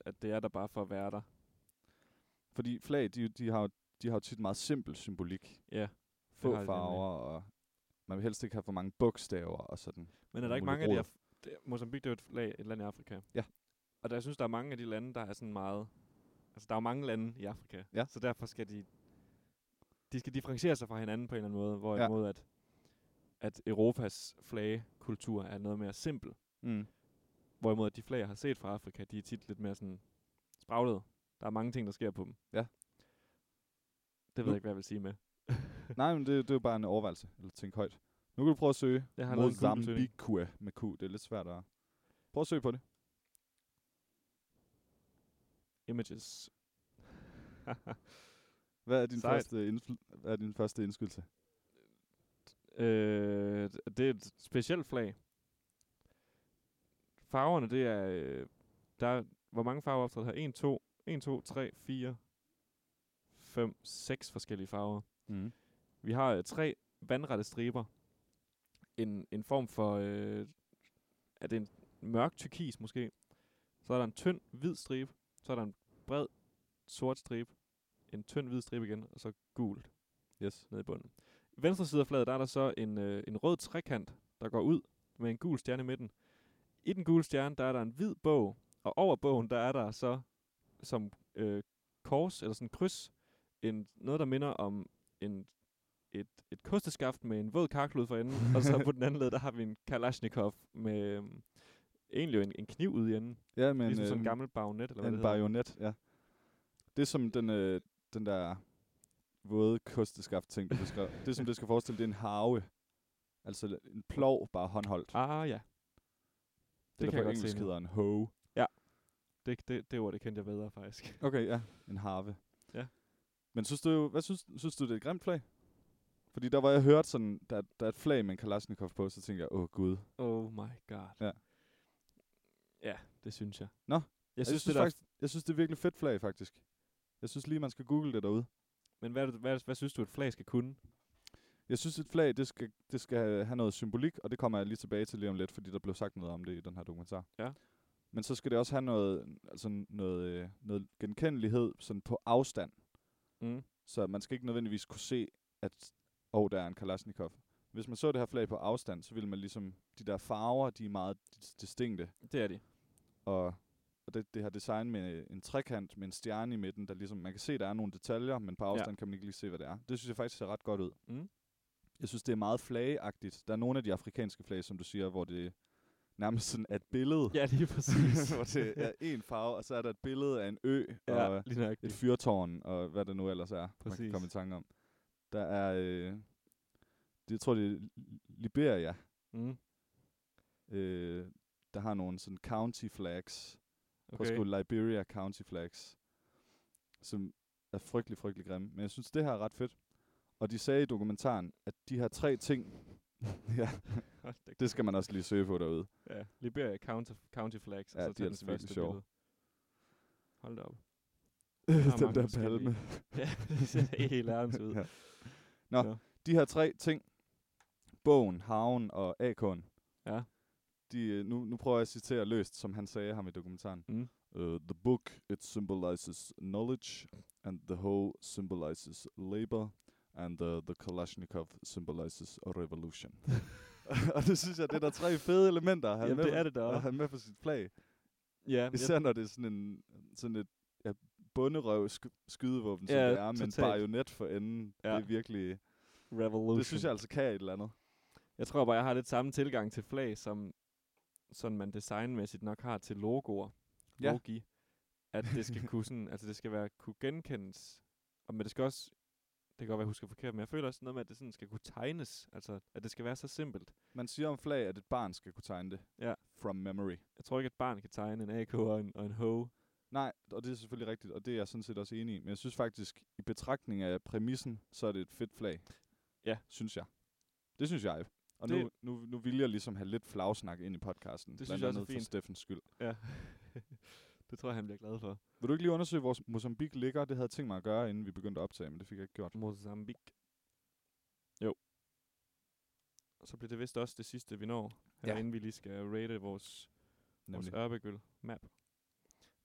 B: At det er der bare for at være der.
A: Fordi flag, de, de, har, jo- de har jo tit meget simpel symbolik.
B: Ja. har de
A: Få
B: nemlig.
A: farver, og man vil helst ikke have for mange bogstaver og sådan.
B: Men er der ikke
A: Mulig
B: mange af de her...
A: rod.
B: f- det- Mozambique, det er jo et, lag, et land i Afrika.
A: Ja.
B: Og der, jeg synes, der er mange af de lande, der er sådan meget... Altså, der er jo mange lande i Afrika.
A: Ja.
B: Så derfor skal de... De skal differentiere sig fra hinanden på en eller anden måde, hvorimod ja. at, at Europas flagekultur er noget mere simpel.
A: Mm.
B: Hvorimod at de flag, jeg har set fra Afrika, de er tit lidt mere sådan spraglede. Der er mange ting, der sker på dem.
A: Ja.
B: Det ved
A: Nu-
B: jeg ikke, hvad jeg vil sige med.
A: Nej, men det, det er jo bare en overvejelse. Eller tænk højt. Nu kan du prøve at søge
B: Jeg har lavet en Google-søgning.
A: Mozambique med Q. Det er lidt svært at... Prøv at søge på det.
B: Images.
A: Hvad er din,
B: Sejt.
A: første, indfl- hvad er din første indskydelse?
B: øh, d- det er et specielt flag. Farverne, det er... øh, Der er, hvor mange farver optræder her? 1, 2, 1, 2, 3, 4, 5, 6 forskellige farver.
A: Mm.
B: Vi har øh, tre vandrette striber. En, en form for... Øh, er det en mørk turkis måske? Så er der en tynd hvid stribe. Så er der en bred sort stribe. En tynd hvid stribe igen, og så gult
A: Yes.
B: nede i bunden. I venstre side af flaget, der er der så en, øh, en rød trekant, der går ud med en gul stjerne i midten. I den gule stjerne, der er der en hvid bog, og over bogen, der er der så som øh, kors, eller sådan kryds, en, noget, der minder om en, et, et kosteskaft med en våd karklud for enden, og så på den anden led, der har vi en kalashnikov med øhm, egentlig jo en, en kniv ude i enden,
A: Ja, men
B: Men, ligesom sådan en
A: øhm,
B: gammel bajonet, eller hvad
A: en
B: det hedder.
A: bajonet, ja. Det er som den, øh, den der våde kosteskaft ting, du beskrev. det er som det skal forestille, det er en harve. Altså en plov, bare håndholdt. Det,
B: Ah ja,
A: det der
B: kan
A: på
B: jeg godt se
A: engelsk
B: nu.
A: hedder en hoe.
B: det, det, det ord, det kendte jeg bedre faktisk.
A: Okay, ja. En harve.
B: Ja.
A: Men synes du, hvad synes, synes du, det er et grimt flag? Fordi der var jeg hørt sådan, der, der er et flag med en Kalashnikov på, så tænkte jeg, åh gud.
B: Oh my god.
A: Ja.
B: Ja, det synes jeg.
A: Nå,
B: Jeg synes,
A: jeg,
B: det
A: synes
B: der,
A: faktisk, jeg synes, det er et virkelig fedt flag, faktisk. Jeg synes lige, man skal google det derude.
B: Men hvad, er det- hvad, hvad synes du, et flag skal kunne?
A: Jeg synes, et flag, det skal, det skal have noget symbolik, og det kommer jeg lige tilbage til lige om lidt, fordi der blev sagt noget om det i den her dokumentar.
B: Ja.
A: Men så skal det også have noget, altså noget, øh, noget genkendelighed sådan på afstand.
B: Mm.
A: Så man skal ikke nødvendigvis kunne se, at oh, der er en Kalashnikov. Hvis man så det her flag på afstand, så ville man ligesom, de der farver, de er meget dis- distinkte.
B: Det er de.
A: Og, og det, det her design med en trekant med en stjerne i midten, der ligesom, man kan se, der er nogle detaljer, men på afstand ja. kan man ikke lige se, hvad det er. Det synes jeg faktisk ser ret godt ud.
B: Mm.
A: Jeg synes, det er meget flageagtigt. Der er nogle af de afrikanske flag, som du siger, hvor det nærmest sådan er et billede.
B: Ja, lige præcis.
A: hvor det er en farve, og så er der et billede af en ø, ja.
B: ja,
A: og øh,
B: lige nok.
A: et fyrtårn, og hvad det nu ellers er, man
B: Præcis.
A: kan komme i tanke om. Der er, øh, det, jeg tror, det er Liberia,
B: Mm.
A: øh, der har nogle sådan county flags. Okay. Prøv at
B: Okay.
A: skrive Liberia County Flags, som er frygtelig, frygtelig grimme. Men jeg synes, det her er ret fedt. Og de sagde i dokumentaren, at de her tre ting, ja,
B: Hold da
A: det skal man også lige søge på derude.
B: kæft. Ja, Liberia County, county Flags.
A: Ja, de er
B: tag den
A: altså virkelig
B: første
A: sjove.
B: billede. Hold da op. er
A: Den
B: mange
A: der
B: forskellige.
A: palme.
B: ja, det ser helt ærens ud.
A: Ja. Nå,
B: Nå.
A: de her tre ting, bogen, haven og AK'en,
B: Ja.
A: de, øh, nu, nu prøver jeg at citere løst, som han sagde ham i dokumentaren.
B: Mm.
A: Uh, the book it symbolizes knowledge, and the hoe symbolizes labor, and uh, the Kalashnikov symbolizes a revolution. og det synes jeg, det er der tre fede elementer han
B: Jamen,
A: med
B: det
A: på-
B: er det da
A: at
B: også.
A: have med på sit flag.
B: Ja, men
A: Især når det er sådan en sådan et ja, bunderøv sk- skydevåben, som
B: Ja,
A: det er, med en
B: totalt.
A: bajonet for enden. Ja. Det
B: Ja.
A: er virkelig...
B: jeg, revolution.
A: Det synes jeg altså kan et eller andet.
B: Jeg tror bare, jeg har lidt samme tilgang til flag, som sådan man designmæssigt nok har til logoer.
A: Ja.
B: Logi. At det skal kunne sådan, altså det skal være, kunne genkendes. Og men det skal også, det kan godt være, jeg husker forkert, men jeg føler også noget med, at det sådan skal kunne tegnes. Altså, at det skal være så simpelt.
A: Man siger om flag, at et barn skal kunne tegne det.
B: Ja.
A: From memory.
B: Jeg tror ikke, at et barn kan tegne en AK og en, og en hoe.
A: Nej, og det er selvfølgelig rigtigt, og det er jeg sådan set også enig i. Men jeg synes faktisk, i betragtning af præmissen, så er det et fedt flag.
B: Ja.
A: Synes jeg. Det synes jeg. Og
B: Det-
A: nu, nu, nu vil jeg ligesom have lidt flagsnak ind i podcasten.
B: Det synes
A: blandt
B: jeg også er
A: andet for
B: fint.
A: Steffens skyld.
B: Ja. det tror jeg, han bliver glad for.
A: Vil du ikke lige undersøge, hvor Mozambique ligger? Det havde jeg tænkt mig at gøre, inden vi begyndte at optage, men det fik jeg ikke gjort.
B: Mozambique. Jo. Og så bliver det vist også det sidste, vi når, her,
A: Ja.
B: inden vi lige skal rate vores Nemlig. Vores Ørbegøl map.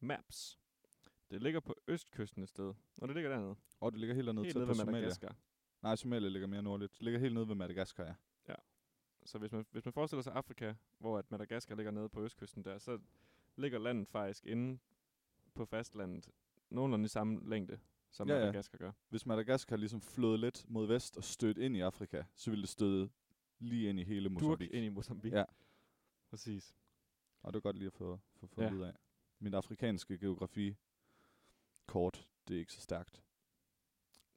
B: Maps. Det ligger på østkysten et sted. Og det ligger dernede.
A: Og det ligger helt dernede
B: Helt
A: tæt
B: nede
A: på
B: ved
A: Somalia.
B: Madagaskar.
A: Nej, Somalia ligger mere nordligt. Det ligger helt nede ved Madagaskar, ja.
B: Så hvis man, hvis man forestiller sig Afrika, hvor at Madagaskar ligger nede på østkysten der, så ligger landet faktisk inde på fastlandet nogenlunde i samme længde, som
A: Ja,
B: ja,
A: ja.
B: Madagaskar gør.
A: Hvis Madagaskar ligesom flød lidt mod vest og stødt ind i Afrika, så ville det støde lige ind i hele
B: Durk
A: Mozambique.
B: ind i Mozambique.
A: Ja.
B: Præcis.
A: Og det er godt lige at få, få, få ja.
B: Ja.
A: ud af. Min afrikanske geografi kort, det er ikke så stærkt.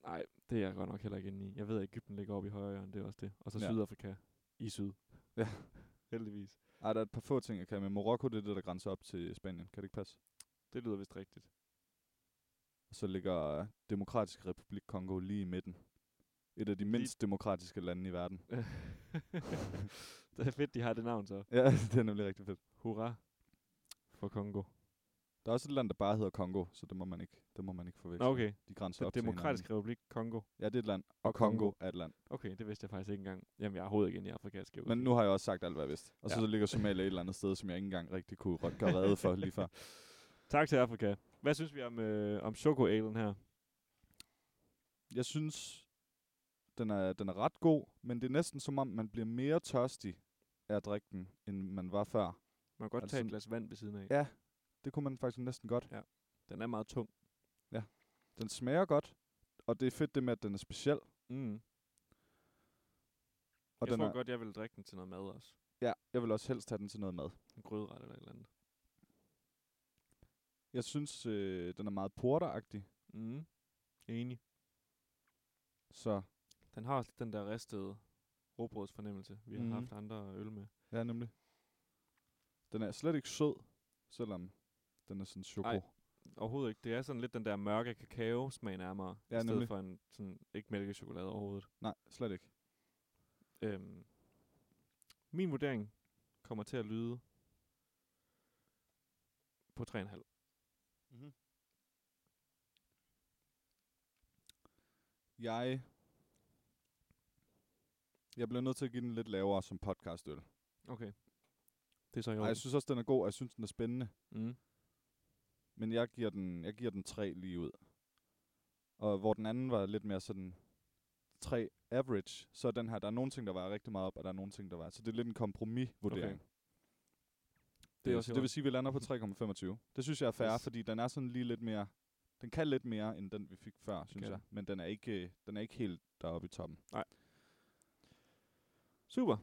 B: Nej, det er jeg godt nok heller ikke inde i. Jeg ved, at Ægypten ligger oppe i højre hjørne, det er også det. Og så
A: Ja.
B: ja. Sydafrika i syd.
A: Ja.
B: Heldigvis.
A: Ej, der er et par få ting, jeg kan med. Marokko, det er det, der grænser op til Spanien. Kan det ikke passe?
B: Det lyder vist rigtigt.
A: Og så ligger øh, Demokratiske Republik Kongo lige i midten. Et af de mindst demokratiske lande i verden.
B: det er fedt, de har det navn så.
A: Ja, det er nemlig rigtig fedt.
B: Hurra for Kongo.
A: Der er også et land, der bare hedder Kongo, så det må man ikke, det må man ikke
B: Nå,
A: forveksle.
B: okay.
A: De grænser
B: Den
A: op til
B: demokratiske republik Kongo.
A: hinanden. Ja, det er et land. Og,
B: Og
A: Kongo,
B: Kongo.
A: er et land.
B: Okay, det vidste jeg faktisk ikke engang. Jamen, jeg er overhovedet ikke inde i Afrika, skal jeg
A: Men
B: udgive.
A: nu har jeg også sagt alt, hvad jeg vidste. Og ja.
B: Ja.
A: så ligger Somalia et eller andet sted, som jeg ikke engang rigtig kunne ro- gøre redde for lige før.
B: Tak til Afrika. Hvad synes vi om, øh, om choco her?
A: Jeg synes, den er, den er ret god, men det er næsten som om, man bliver mere tørstig af at drikke den, end man var før.
B: Man kan godt
A: Altså
B: tage
A: sådan-
B: et glas vand ved siden af.
A: Ja. Det kunne man faktisk næsten godt.
B: Den er meget tung.
A: Den smager godt, og det er fedt det med, at den er speciel.
B: Mm.
A: Og
B: Og jeg
A: den
B: tror
A: er,
B: godt, jeg vil drikke den til noget mad også.
A: Ja, jeg vil også helst have den til noget mad.
B: En grødret eller et eller andet.
A: Jeg synes, øh, den er meget porteragtig,
B: Mm. Enig.
A: så
B: Den har også den der ristede råbrødsfornemmelse, vi mm.
A: Mhm.
B: har haft andre øl med.
A: ja, nemlig. Den er slet ikke sød, selvom den er sådan choko.
B: Ej, Overhovedet ikke. Det er sådan lidt den der mørke kakao-smag nærmere.
A: Ja,
B: i stedet
A: nemlig.
B: for en sådan, ikke mælkechokolade overhovedet.
A: Nej, slet ikke.
B: Øhm, min vurdering kommer til at lyde på 3,5.
A: Mm-hmm. Jeg... Jeg bliver nødt til at give den lidt lavere som podcastøl.
B: Okay. Det er så i
A: Ej, jeg
B: orden.
A: synes også, den er god, og jeg synes, den er spændende.
B: Mm.
A: Men jeg giver den, jeg giver den tre lige ud. Og hvor den anden var lidt mere sådan tre average, så er den her, der er nogle ting, der var rigtig meget op, og der er nogle ting, der var. Så det er lidt en kompromisvurdering. Okay. Det,
B: er
A: det,
B: også i
A: det vil
B: orden.
A: sige, at vi lander på 3,25. Det synes jeg er fair, yes.
B: Yes.
A: fordi den er sådan lige lidt mere, den kan lidt mere, end den vi fik før, det synes
B: kan
A: jeg.
B: den.
A: Men den er ikke, øh, den er ikke helt deroppe i toppen.
B: Super.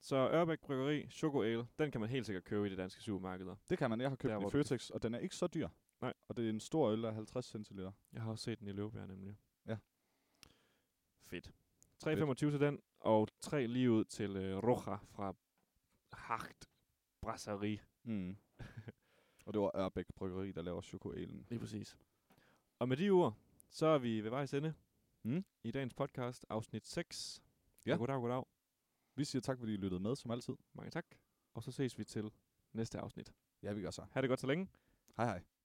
B: Så Ørbæk Bryggeri, Choco Ale, den kan man helt sikkert købe i de danske supermarkeder.
A: Det kan man. Jeg har købt
B: Der,
A: den i
B: hvor du-
A: Føtex, og den er ikke så dyr.
B: Nej.
A: Og det er en stor øl af 50 centiliter.
B: Jeg har også set den i Løvebjerg nemlig.
A: Ja.
B: Fedt. 3,25 til den, og 3 lige ud til øh, Roja fra Hagt Brasserie.
A: Mm. og det var Ørbæk Bryggeri, der laver chokoalen.
B: Lige præcis. Og med de ord, så er vi ved vejs ende
A: Mm.
B: i dagens podcast, afsnit 6.
A: Ja.
B: Ja. Goddag, goddag.
A: Vi siger tak, fordi I lyttede med, som altid.
B: Mange tak. Og så ses vi til næste afsnit.
A: Ja, vi gør så.
B: Ha' det godt så længe.
A: Hej hej.